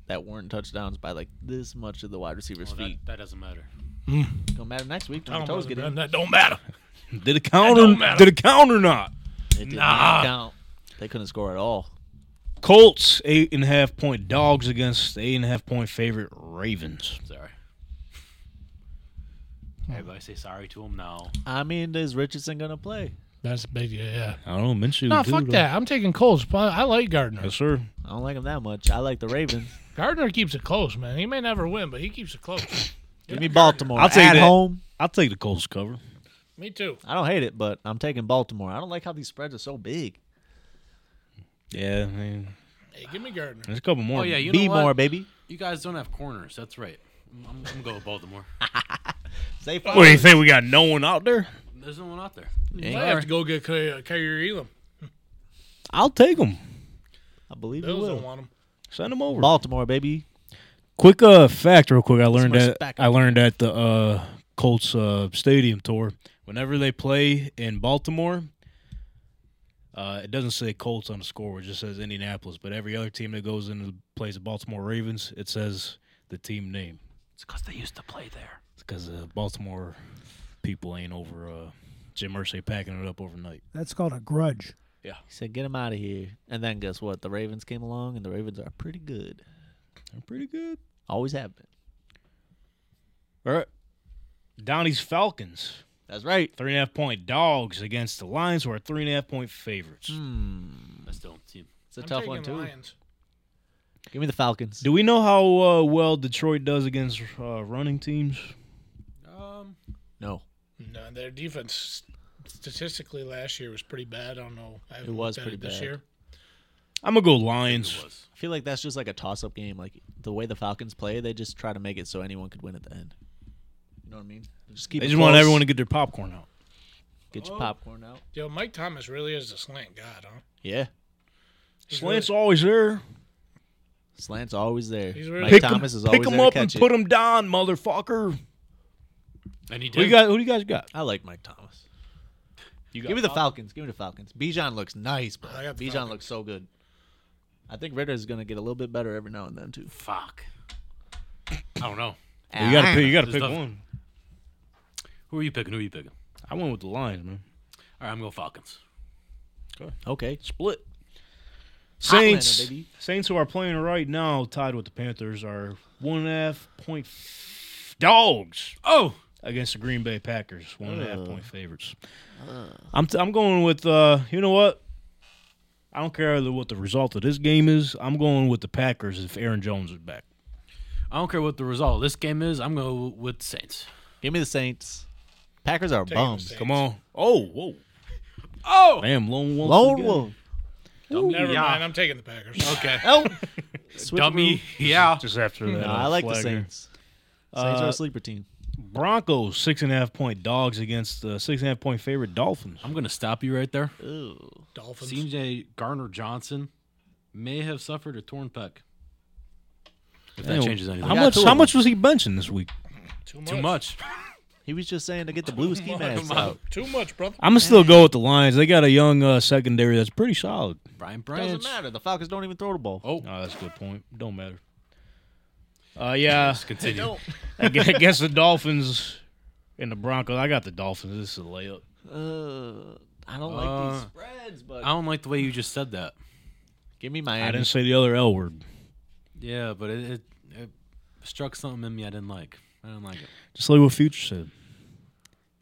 that weren't touchdowns by like this much of the wide receiver's
well, Oh, that,
feet.
that doesn't matter.
Don't matter next week when
Don't
the toes
matter,
get
man.
in.
That don't matter.
Did it count or did it count or not?
It did not count. They couldn't score at all.
Colts eight and a half point dogs against the eight and a half point favorite Ravens.
Sorry. Everybody say sorry to him now.
I mean, is Richardson going to play?
That's big. Yeah. yeah.
I don't know. Minshew.
No,
dude,
fuck
though.
that. I'm taking Colts. but I like Gardner.
Yes, sir.
I don't like him that much. I like the Ravens.
Gardner keeps it close, man. He may never win, but he keeps it close.
Give me Baltimore.
I'll take
at
that.
home.
I'll take the Colts cover.
Me too.
I don't hate it, but I'm taking Baltimore. I don't like how these spreads are so big.
Yeah, I mean,
Hey, give me Gardner.
there's a couple more.
Oh yeah, you
Be
know what?
more, baby.
You guys don't have corners. That's right. I'm, I'm gonna go with Baltimore.
Say
What do you
five.
think? We got no one out there.
There's no one out there.
I have to go get Ky- uh, Kyrie Elam.
I'll take them.
I believe you
Bills don't
will.
want him.
Send them over.
Baltimore, baby.
Quick uh, fact, real quick. I learned
Some
that
respect.
I learned at the uh, Colts uh, stadium tour. Whenever they play in Baltimore, uh, it doesn't say Colts on the score. It just says Indianapolis. But every other team that goes in and plays the Baltimore Ravens, it says the team name.
It's because they used to play there.
It's because uh, Baltimore people ain't over uh, Jim Mercer packing it up overnight.
That's called a grudge.
He said, get him out of here. And then guess what? The Ravens came along, and the Ravens are pretty good.
They're pretty good.
Always have been.
All right. Downey's Falcons.
That's right.
Three and a half point dogs against the Lions, who are three and a half point favorites.
That's the only team.
It's a
I'm
tough
taking
one, too.
Lions.
Give me the Falcons.
Do we know how uh, well Detroit does against uh, running teams?
Um,
No.
No, their defense statistically last year was pretty bad. I don't know. I haven't
was
looked at
pretty
this
bad.
year.
I'm going to go
it
Lions.
was.
I feel like that's just like a toss-up game. Like the way the Falcons play, they just try to make it so anyone could win at the end. You know what I mean? Just keep.
They
it
just want
close.
everyone to get their popcorn out.
get your popcorn out.
Yo, Mike Thomas really is a slant god, huh?
Yeah,
He's
Slant's always there.
slant's always there.
He's really-
Mike
Pick 'em-
Thomas is always
Pick
there
them
to
up and
catch
put
it.
them down, motherfucker.
And he did.
Who, you guys, who do you guys got?
I like Mike Thomas.
You got
Give me the Falcons. Give me the Falcons. Bijan looks nice, bro.
I got the
Bijan
Falcons.
looks so good. I think Ritter is going to get a little bit better every now and then too.
Fuck. I don't know.
You got to pick, you gotta pick
There's nothing.
one.
Who are you picking? Who are you picking?
I went with the Lions, man.
All right, I'm going Falcons.
Okay. Split.
Highlander,
Saints.
baby.
Saints who are playing right now, tied with the Panthers, are one and a half point f- dogs. Oh. Against the Green Bay Packers, one and a half
Uh.
point favorites. I'm t- I'm going with uh, you know what? I don't care the- what the result of this game is. I'm going with the Packers if Aaron Jones is back.
I don't care what the result of this game is. I'm going with the Saints.
Give me the Saints. Packers are
Taking the
bums.
Saints.
Come on. Oh, whoa.
Oh.
Damn, lone wolf.
Lone
again.
wolf.
Ooh, Never
yeah.
mind. I'm taking the Packers.
Okay.
Oh.
Dummy. Yeah.
Just after that.
No,
uh,
I like the
flagger.
Saints. Saints are
Uh,
a sleeper team.
Broncos six and a half point dogs against the six and a half point favorite Dolphins.
I'm gonna stop you right there.
Ooh.
Dolphins.
CJ Garner Johnson may have suffered a torn pec. If that
Damn,
changes anything.
how much?
two
How
of
much was he benching this week?
Too
Too much.
He was just saying to get the blue ski
much.
mask out.
Too much, brother.
I'm gonna still go with the Lions. They got a young uh, secondary that's pretty solid.
Brian
Doesn't
Branch.
matter. The Falcons don't even throw the ball.
Oh,
Oh, that's a good point. Don't matter. Uh, yeah,
let's continue.
I gu- I guess the Dolphins and the Broncos. I got the Dolphins. This is a layup.
Uh, I don't like
Uh,
these spreads, but
I don't like the way you just said that.
give me Miami.
I didn't say the other L word.
Yeah, but it, it, it struck something in me I didn't like. I didn't like it.
Just like what Future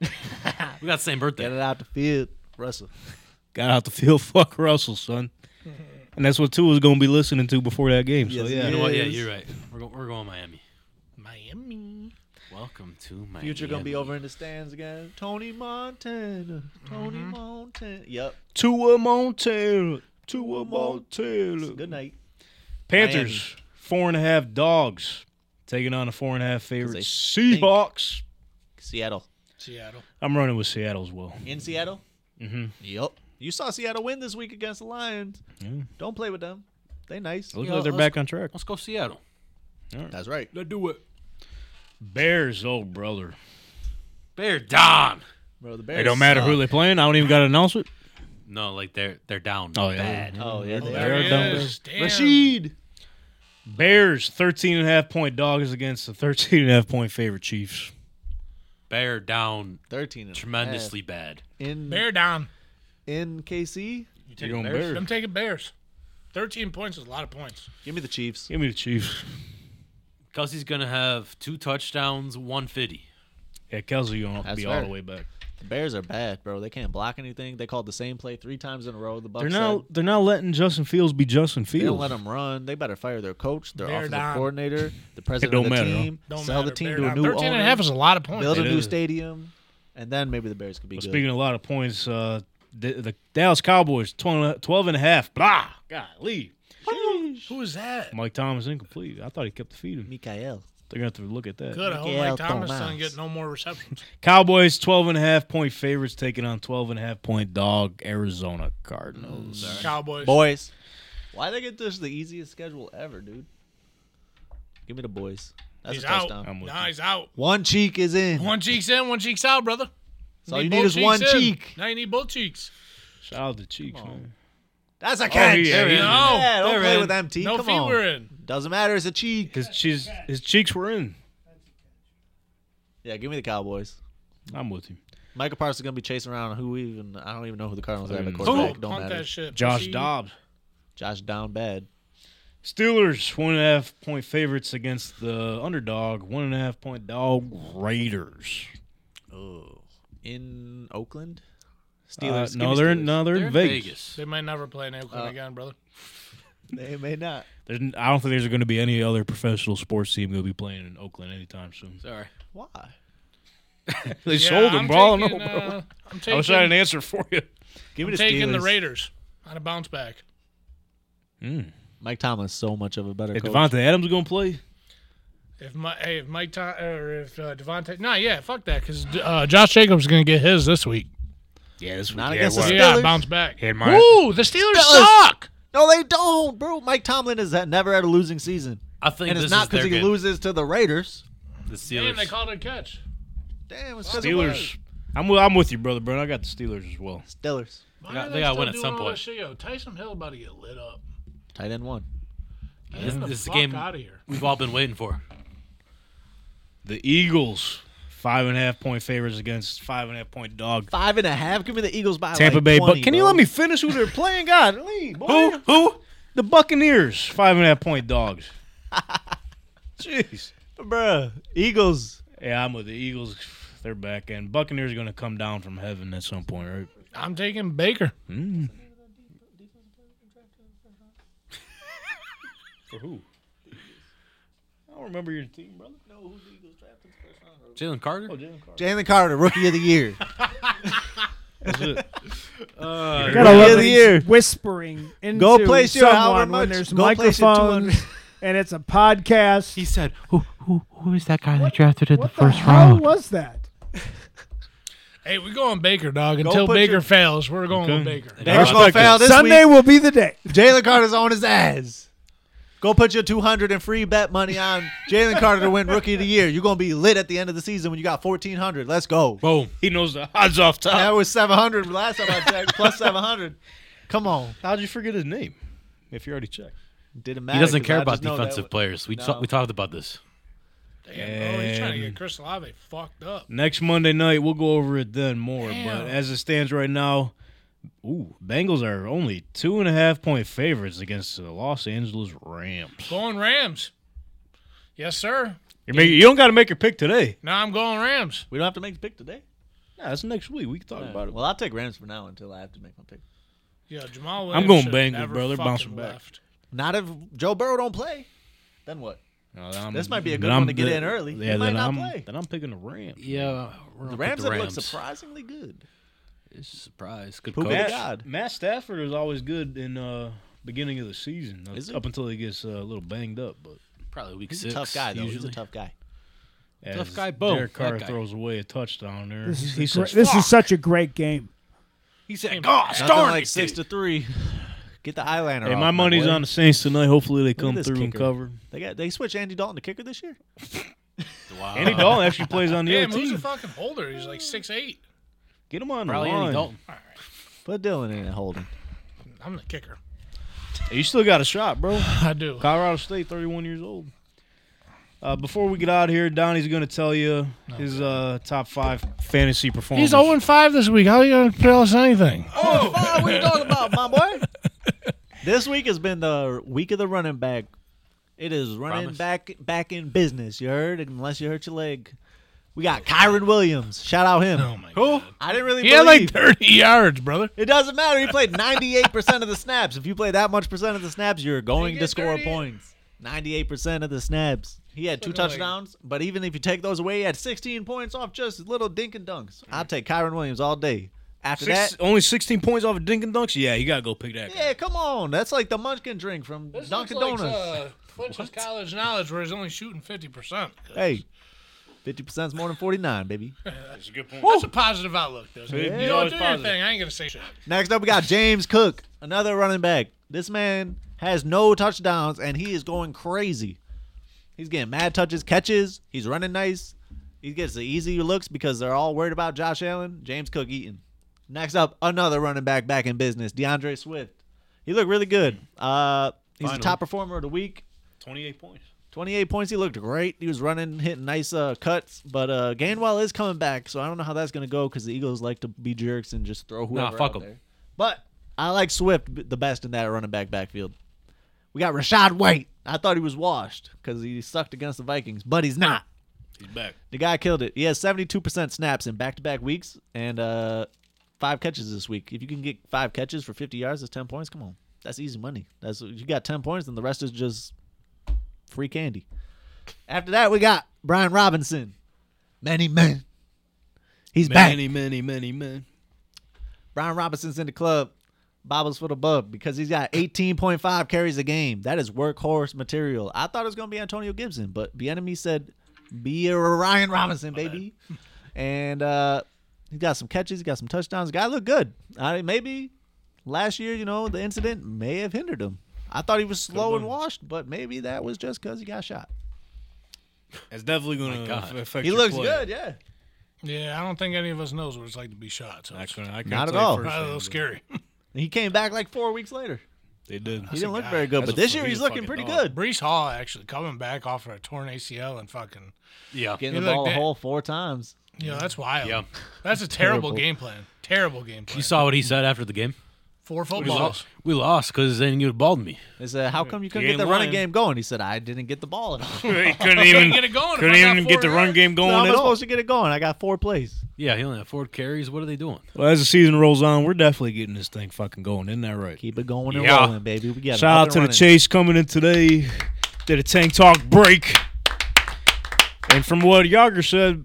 said.
We got the same birthday.
Get it out the field, Russell.
Got out the field. Fuck Russell, son. And that's what Tua's gonna be listening to before that game. So
Yes,
yeah,
You know what? Yeah,
Yes.
you're right. We're, go- we're going Miami.
Miami.
Welcome to Miami.
Future gonna be over in the stands again. Tony Montana. Tony Montana. Yep.
Tua Montana. Tua Montana.
Good night.
Panthers, four and a half dogs, taking on a four and a half favorite
they
Seahawks.
Seattle.
Seattle.
I'm running with Seattle as well.
In Seattle?
Mhm.
Yep. You saw Seattle win this week against the Lions.
Yeah.
Don't play with them. They nice.
Looks
Yeah,
like they're
let's-
back on track.
Let's go Seattle.
That's right.
Let's do it.
Bears, oh brother.
Bear Don.
Bro, the Bears.
It don't matter who
suck.
they're playing. I don't even got to announce it.
No, like they're they're down.
Oh yeah.
bad.
Oh yeah, they
They're
are.
There
dumb.
it is. Damn.
Rashid. Bears, 13 and a half point dogs against the 13 and a half point favorite Chiefs.
Bear down
Thirteen. and a half.
tremendously bad.
in
Bear down.
in KC.
You
You're going Bears?
I'm taking Bears. 13 points is a lot of points.
Give me the Chiefs.
Give me the Chiefs.
Kelsey's gonna have two touchdowns, one fifty.
Yeah, Kelsey going to
That's
be all
fair.
the way back.
The Bears are bad, bro. They can't block anything. They called the same play three times in a row. The Bucks
They're
said,
not, they're not letting Justin Fields be Justin
they don't
Fields.
let them run. They better fire their coach, their
Bear
offensive
down.
coordinator, the president
don't
of the
matter, huh?
team.
Don't
sell
matter.
the team
Bear
to a
down.
new
13
owner.
and a half is a lot of points.
build a
It
new
is.
stadium, and then maybe the Bears could be
Well,
good.
speaking of a lot of points, uh, the, the Dallas Cowboys 12, 12 and a half. Blah. Golly.
Who is that?
Mike Thomas incomplete. I thought he kept the feed him.
Mikael.
They're going to have to look at that.
Good. I hope
Miguel
Mike Thomas doesn't
Thomas.
get no more receptions.
Cowboys 12 and a half point favorites taking on 12 and a half point dog Arizona
Mm.
Cardinals.
Cowboys.
Boys. Why they get this the easiest schedule ever, dude? Give me the boys. That's
He's
a
out.
touchdown.
I'm with
Nah,
you.
he's out.
One cheek is in.
One cheek's in, one cheek's out, brother.
so you
both
need is
cheeks
one
in.
cheek.
Now you need both cheeks.
Shout out to Cheeks, man.
That's a catch.
Oh, yeah, There he yeah. is.
Yeah,
No,
don't
they're
play
in.
with MT.
No
Come
feet
on.
were in.
Doesn't matter. It's a cheek.
His, cheeks, his cheeks were in.
Yeah, give me the Cowboys.
I'm with you.
Michael Parsons is gonna be chasing around who even. I don't even know who the Cardinals have at
Mm.
quarterback.
Boom.
Don't
Punt
matter.
that shit.
Josh
pussy.
Dobbs.
Josh down bad.
Steelers, one and a half point favorites against the underdog, one and a half point dog Raiders.
Oh, in Oakland.
Uh,
Steelers. give
no,
me
they're,
Steelers.
in no, they're,
They're
in
in
Vegas.
Vegas.
They might never play in Oakland
Uh,
again, brother.
They may not.
There's, n- I don't think there's going to be any other professional sports team going to be playing in Oakland anytime soon.
Sorry.
Why?
They
Yeah,
sold him,
I'm
bro. I don't
taking,
know, bro.
uh, I'm
I wish I had an
taking,
answer for you.
Give me
I'm
the
taking the
Steelers.
Raiders on a bounce back.
Mike Thomas so much of a better
If
coach.
Devontae Adams going to play,
If my hey, if Mike Tom, or if uh, Devontae, no, yeah, fuck that, because uh, Josh Jacobs is gonna get his this week.
yeah, this
Not against the
Yeah,
Steelers.
bounce back.
Hit my-
Ooh, the Steelers suck.
No, they don't, bro. Mike Tomlin has had- never had a losing season,
I think
and
this
it's not
is
because
their
he
game.
loses to the Raiders.
The
Damn,
Steelers.
they called it a catch.
Damn, it's 'cause of
Steelers. I'm with, I'm with you, brother, bro. I got the Steelers as well.
Steelers.
Why
got-
are
they gotta
still
win at
doing
some
all
point.
this shit? Yo, Tyson Hill about to get lit up.
Tight end one.
Get
This-
him the
this is the
fuck
game-
out of here.
We've all been waiting for.
The Eagles, Five and a half point favorites against five and a half point dog.
Five and a half. Give me the Eagles by
Tampa
like
Bay.
20,
but can you
bro.
let me finish who they're playing? God, Lee, boy. who? Who? The Buccaneers. Five and a half point dogs. Jeez,
bruh. Eagles.
Yeah, I'm with the Eagles. They're back, and Buccaneers are going to come down from heaven at some point, right?
I'm taking Baker.
Mm. For who? I don't remember your team, brother. No, who's the Eagles drafted first round?
Jalen Carter?
Oh, Jalen Carter.
Jalen Carter, rookie of the year.
That's it.
Uh,
Gotta
Rookie
love
of
that
the
he's
year.
Whispering into
Go place your however
someone when
much.
there's
Go place your
microphones and it's a podcast. He
said, "Who who who is that guy that drafted in the first
How was that?
Hey, we're going Baker, dog.
Go
Until
put
Baker
your-
fails, we're going with Baker.
Baker's gonna fail this
Sunday
week.
will be the day.
Jalen Carter's on his ass. Go put your 200 and free bet money on Jalen Carter to win Rookie of the Year. You're going to be lit at the end of the season when you got 1,400. Let's go.
Boom.
He knows the odds off top.
That was 700 last time I checked, plus 700. Come on.
How'd you forget his name? If you already checked.
Didn't matter.
He doesn't
'cause
care
I
about
just know that
defensive
w-
players. We
No.
talk- we talked about this.
Damn, bro, oh, he's trying to
And-
get Chris Olave fucked up.
Next Monday night, we'll go over it then more.
Damn.
But as it stands right now, ooh, Bengals are only two and a half point favorites against the Los Angeles Rams.
Going Rams. Yes, sir.
You're making, you don't got to make your pick today.
No, I'm going Rams.
We don't have to make the pick today.
Nah, that's next week. We can talk about it.
Well, I'll take Rams for now until I have to make my pick.
Yeah, Jamal.
I'm
Williams
going
should've
Bengals,
never
brother.
fucking
Bouncing back.
left.
Not if Joe Burrow don't play. Then what?
No, then I'm-
This might be a
then
good
I'm
one to get
the-
in early. He
Yeah,
might
then
not
I'm
play.
then I'm picking the Rams.
Yeah,
The
we're gonna pick
Rams
the
have
Rams.
looked surprisingly good.
It's a surprise. Good
Poop
coach.
it Matt- out. God.
Matt Stafford is always good in uh beginning of the season.
Is he?
up until he gets uh, a little banged up, but
Probably week
He's
six.
a tough guy, though. He's
Usually.
a tough guy.
Tough
as
guy, Bo.
Derek
That
Carr
guy.
throws away a touchdown there.
This is,
he
a
says,
great- this
"Fuck."
is such a great game.
He said, "Gosh
Nothing
darn
like
it,
six
dude."
to three. Get the eyeliner.
Hey,
off,
my money's
boy.
on the Saints tonight. Hopefully they
Look at
come
this
through and
kicker.
cover.
They got they switched Andy Dalton to kicker this year.
Wow.
Andy Dalton actually plays on the
Damn,
other
who's the
team.
fucking holder? He's like six eight.
Get him on the
Probably Andy
line.
Dalton.
Put Dylan in and hold him.
I'm the kicker.
Hey, You still got a shot, bro.
I do.
Colorado State, 31 years old. Uh, before we get out of here, Donnie's going to tell you his uh, top five fantasy performers.
He's 0 5 this week. How are you going to tell us anything?
Oh, what are you talking about, my boy? this week has been the week of the running back. It is running
Promise.
back back in business. You heard? Unless you hurt your leg. We got Kyron Williams. Shout out him.
Oh, my God.
I didn't really
He had
believe.
like 30 yards, brother.
it doesn't matter. He played 98% of the snaps. If you play that much percent of the snaps, you're going to
get
score
30.
points. 98% of the snaps. He had two
Looking like-
touchdowns, but even if you take those away, he had 16 points off just little dink and dunks. I'll take Kyron Williams all day. After that,
Six, only 16 points off of Dink and Dunks? Yeah, you got to go pick that guy.
Yeah, come on. That's like the Munchkin drink from Dunkin' Donuts.
uh, Flinch's college knowledge where he's only shooting 50%.
hey, 50% is more than 49, baby.
That's a good point.
That's a positive outlook, though.
Yeah.
You know,
Always
do
positive.
your thing. I ain't going to say shit.
Next up, we got James Cook, another running back. This man has no touchdowns, and he is going crazy. He's getting mad touches, catches. He's running nice. He gets the easy looks because they're all worried about Josh Allen. James Cook eating. Next up, another running back back in business, DeAndre Swift. He looked really good. Uh, he's
Finally.
the top performer of the week.
28 points.
28 points. He looked great. He was running, hitting nice uh, cuts. But uh, Gainwell is coming back, so I don't know how that's going to go because the Eagles like to be jerks and just throw whoever
fuck
out
'em.
there. But I like Swift b- the best in that running back backfield. We got Rashad White. I thought he was washed because he sucked against the Vikings, but he's not.
He's back.
The guy killed it. He has 72% snaps in back-to-back weeks and uh, five catches this week. If you can get five catches for 50 yards, that's 10 points. Come on. That's easy money. That's You got 10 points, and the rest is just free candy. After that, we got Brian Robinson. Many men. He's back.
Many, many, many, men.
Brian Robinson's in the club. Bobbles for the bub because he's got 18.5 carries a game. That is workhorse material. I thought it was going to be Antonio Gibson, but the enemy said, be a Ryan Robinson, baby. and uh, he got some catches. He got some touchdowns. The guy looked good. I maybe last year, you know, the incident may have hindered him. I thought he was slow and washed, but maybe that was just because he got shot.
That's definitely going to
God.
affect
He
your
looks
play.
good, yeah.
Yeah, I don't think any of us knows what it's like to be shot. So
I
it's
couldn't, I couldn't
Not at
tell you
all.
firsthand,
probably a little
but-
scary.
He came back like four weeks later.
They did.
He didn't look very good, but this year he's looking pretty good.
Brees Hall actually coming back off of a torn ACL and fucking
Yeah.
He
Getting the
looked
ball a
at-
hole four times.
You know, that's wild.
Yeah.
That's a terrible,
Terrible.
game plan. Terrible game plan.
You saw what he said after the game.
Four
We
footballs.
lost. We lost because then you'd balled me.
They said, "How come you couldn't
He
get the
ain't
running
lying.
game going?" He said, "I didn't get the ball at all.
he couldn't even
get it going if
Couldn't
I got
even get
four
the run
yards.
game going
How am I
at all.
supposed to get it going? I got four plays."
Yeah, he only had four carries. What are they doing?
Well, as the season rolls on, we're definitely getting this thing fucking going. Isn't that right?
Keep it going and
Yeah.
rolling, baby. We got it up
Shout out
and
to the
running.
Chase coming in today. Did a tank talk break. And from what Yager said,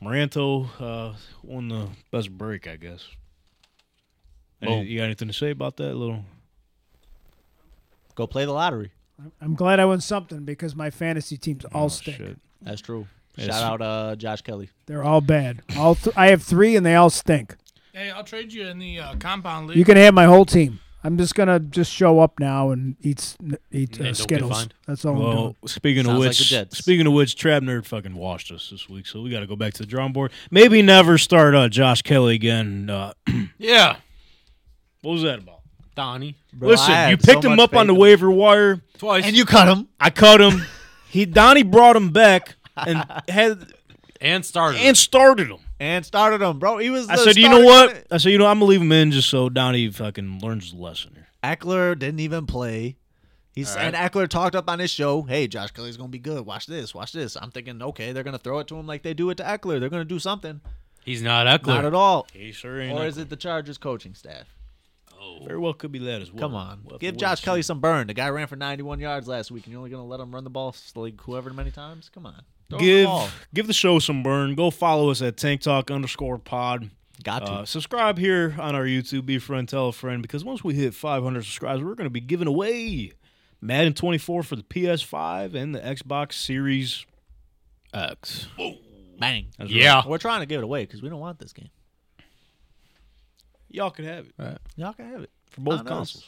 Maranto uh, won the best break, I guess. Any- you got anything to say about that little?
Go play the lottery.
I'm glad I won something because my fantasy teams all
Oh,
stink.
shit.
That's true.
Yes.
Shout out uh, Josh Kelly.
They're all bad. All th- I have three and they all stink.
Hey, I'll trade you in the uh, compound league.
You can have my whole team. I'm just gonna just show up now and eat s-
Yeah,
eat
don't
uh,
get
Skittles.
fined.
That's all I'm doing.
Well, speaking
Sounds
of
like
which,
the Jets.
speaking of which, Trap Nerd fucking washed us this week, so we got to go back to the drawing board. Maybe never start uh, Josh Kelly again. Uh,
Yeah.
what was that about?
Donnie.
Bro, I
Listen,
had
you
so
picked him
much
up on
faith
the
in-
waiver wire.
Twice.
and you cut him.
I cut him. he Donnie brought him back and had
and started.
and started him.
and started him, bro. He was.
I
the
said, you know
starting
what?
running-
I said, you know, I'm gonna leave him in just so Donnie fucking learns his lesson here.
Eckler didn't even play. He's and Eckler talked up on his show. Hey, Josh Kelly's gonna be good. Watch this. Watch this. I'm thinking, okay, they're gonna throw it to him like they do it to Eckler. They're gonna do something.
He's not Eckler.
Not at all.
He sure ain't.
Or is it the Chargers coaching staff?
Very well could be that as well.
Come on,
We'll have
give
to
Josh
wait.
Kelly some burn. The guy ran for 91 yards last week, and you're only gonna let him run the ball like whoever many times. Come on, Throw him the
Give
ball.
give the show some burn. Go follow us at Tank Talk underscore Pod.
Got to.
Uh, subscribe here on our YouTube. Be a friend, tell a friend. Because once we hit 500 subscribers, we're going to be giving away Madden 24 for the PS5 and the Xbox Series
X.
Bang.
That's
Yeah.
We're trying to give it away because we don't want this game.
Y'all can have it
Y'all can have it
for both
Not us.
consoles.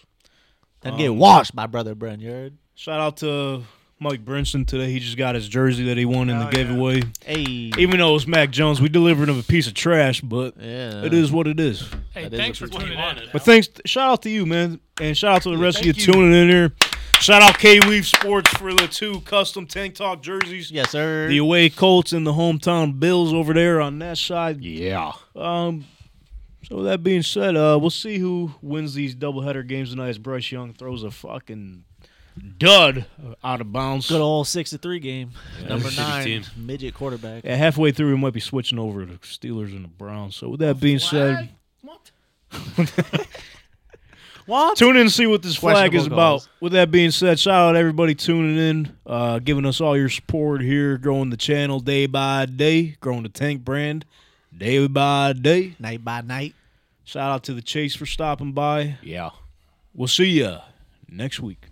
Um,
and get washed, my brother Bren. You heard?
Shout out to Mike Brinson today. He just got his jersey that he won in the
Hell yeah.
giveaway.
Hey.
Even though it's Mac Jones, we delivered him a piece of trash, but
Yeah.
it is what it is.
hey,
That is
thanks for
what
tuning in.
But thanks, shout out to you, man, and shout out to the rest of you,
thank you.
tuning in here. Shout out K Weave Sports for the two custom tank talk jerseys.
Yes, sir.
The away Colts and the hometown Bills over there on that side.
Yeah.
Um, so with that being said, uh, we'll see who wins these doubleheader games tonight. As Bryce Young throws a fucking dud out of bounds.
Good old six to three game. Number
shitty
nine,
team.
midget quarterback.
Yeah, halfway through, we might be switching over to the Steelers and the Browns. So with that being said,
What?
tune in and see what this flag is
Questionable
about.
calls.
With that being said, shout out everybody tuning in, uh, giving us all your support here, growing the channel day by day, growing the tank brand day by day.
Night by night.
Shout out to the Chase for stopping by.
Yeah.
We'll see ya next week.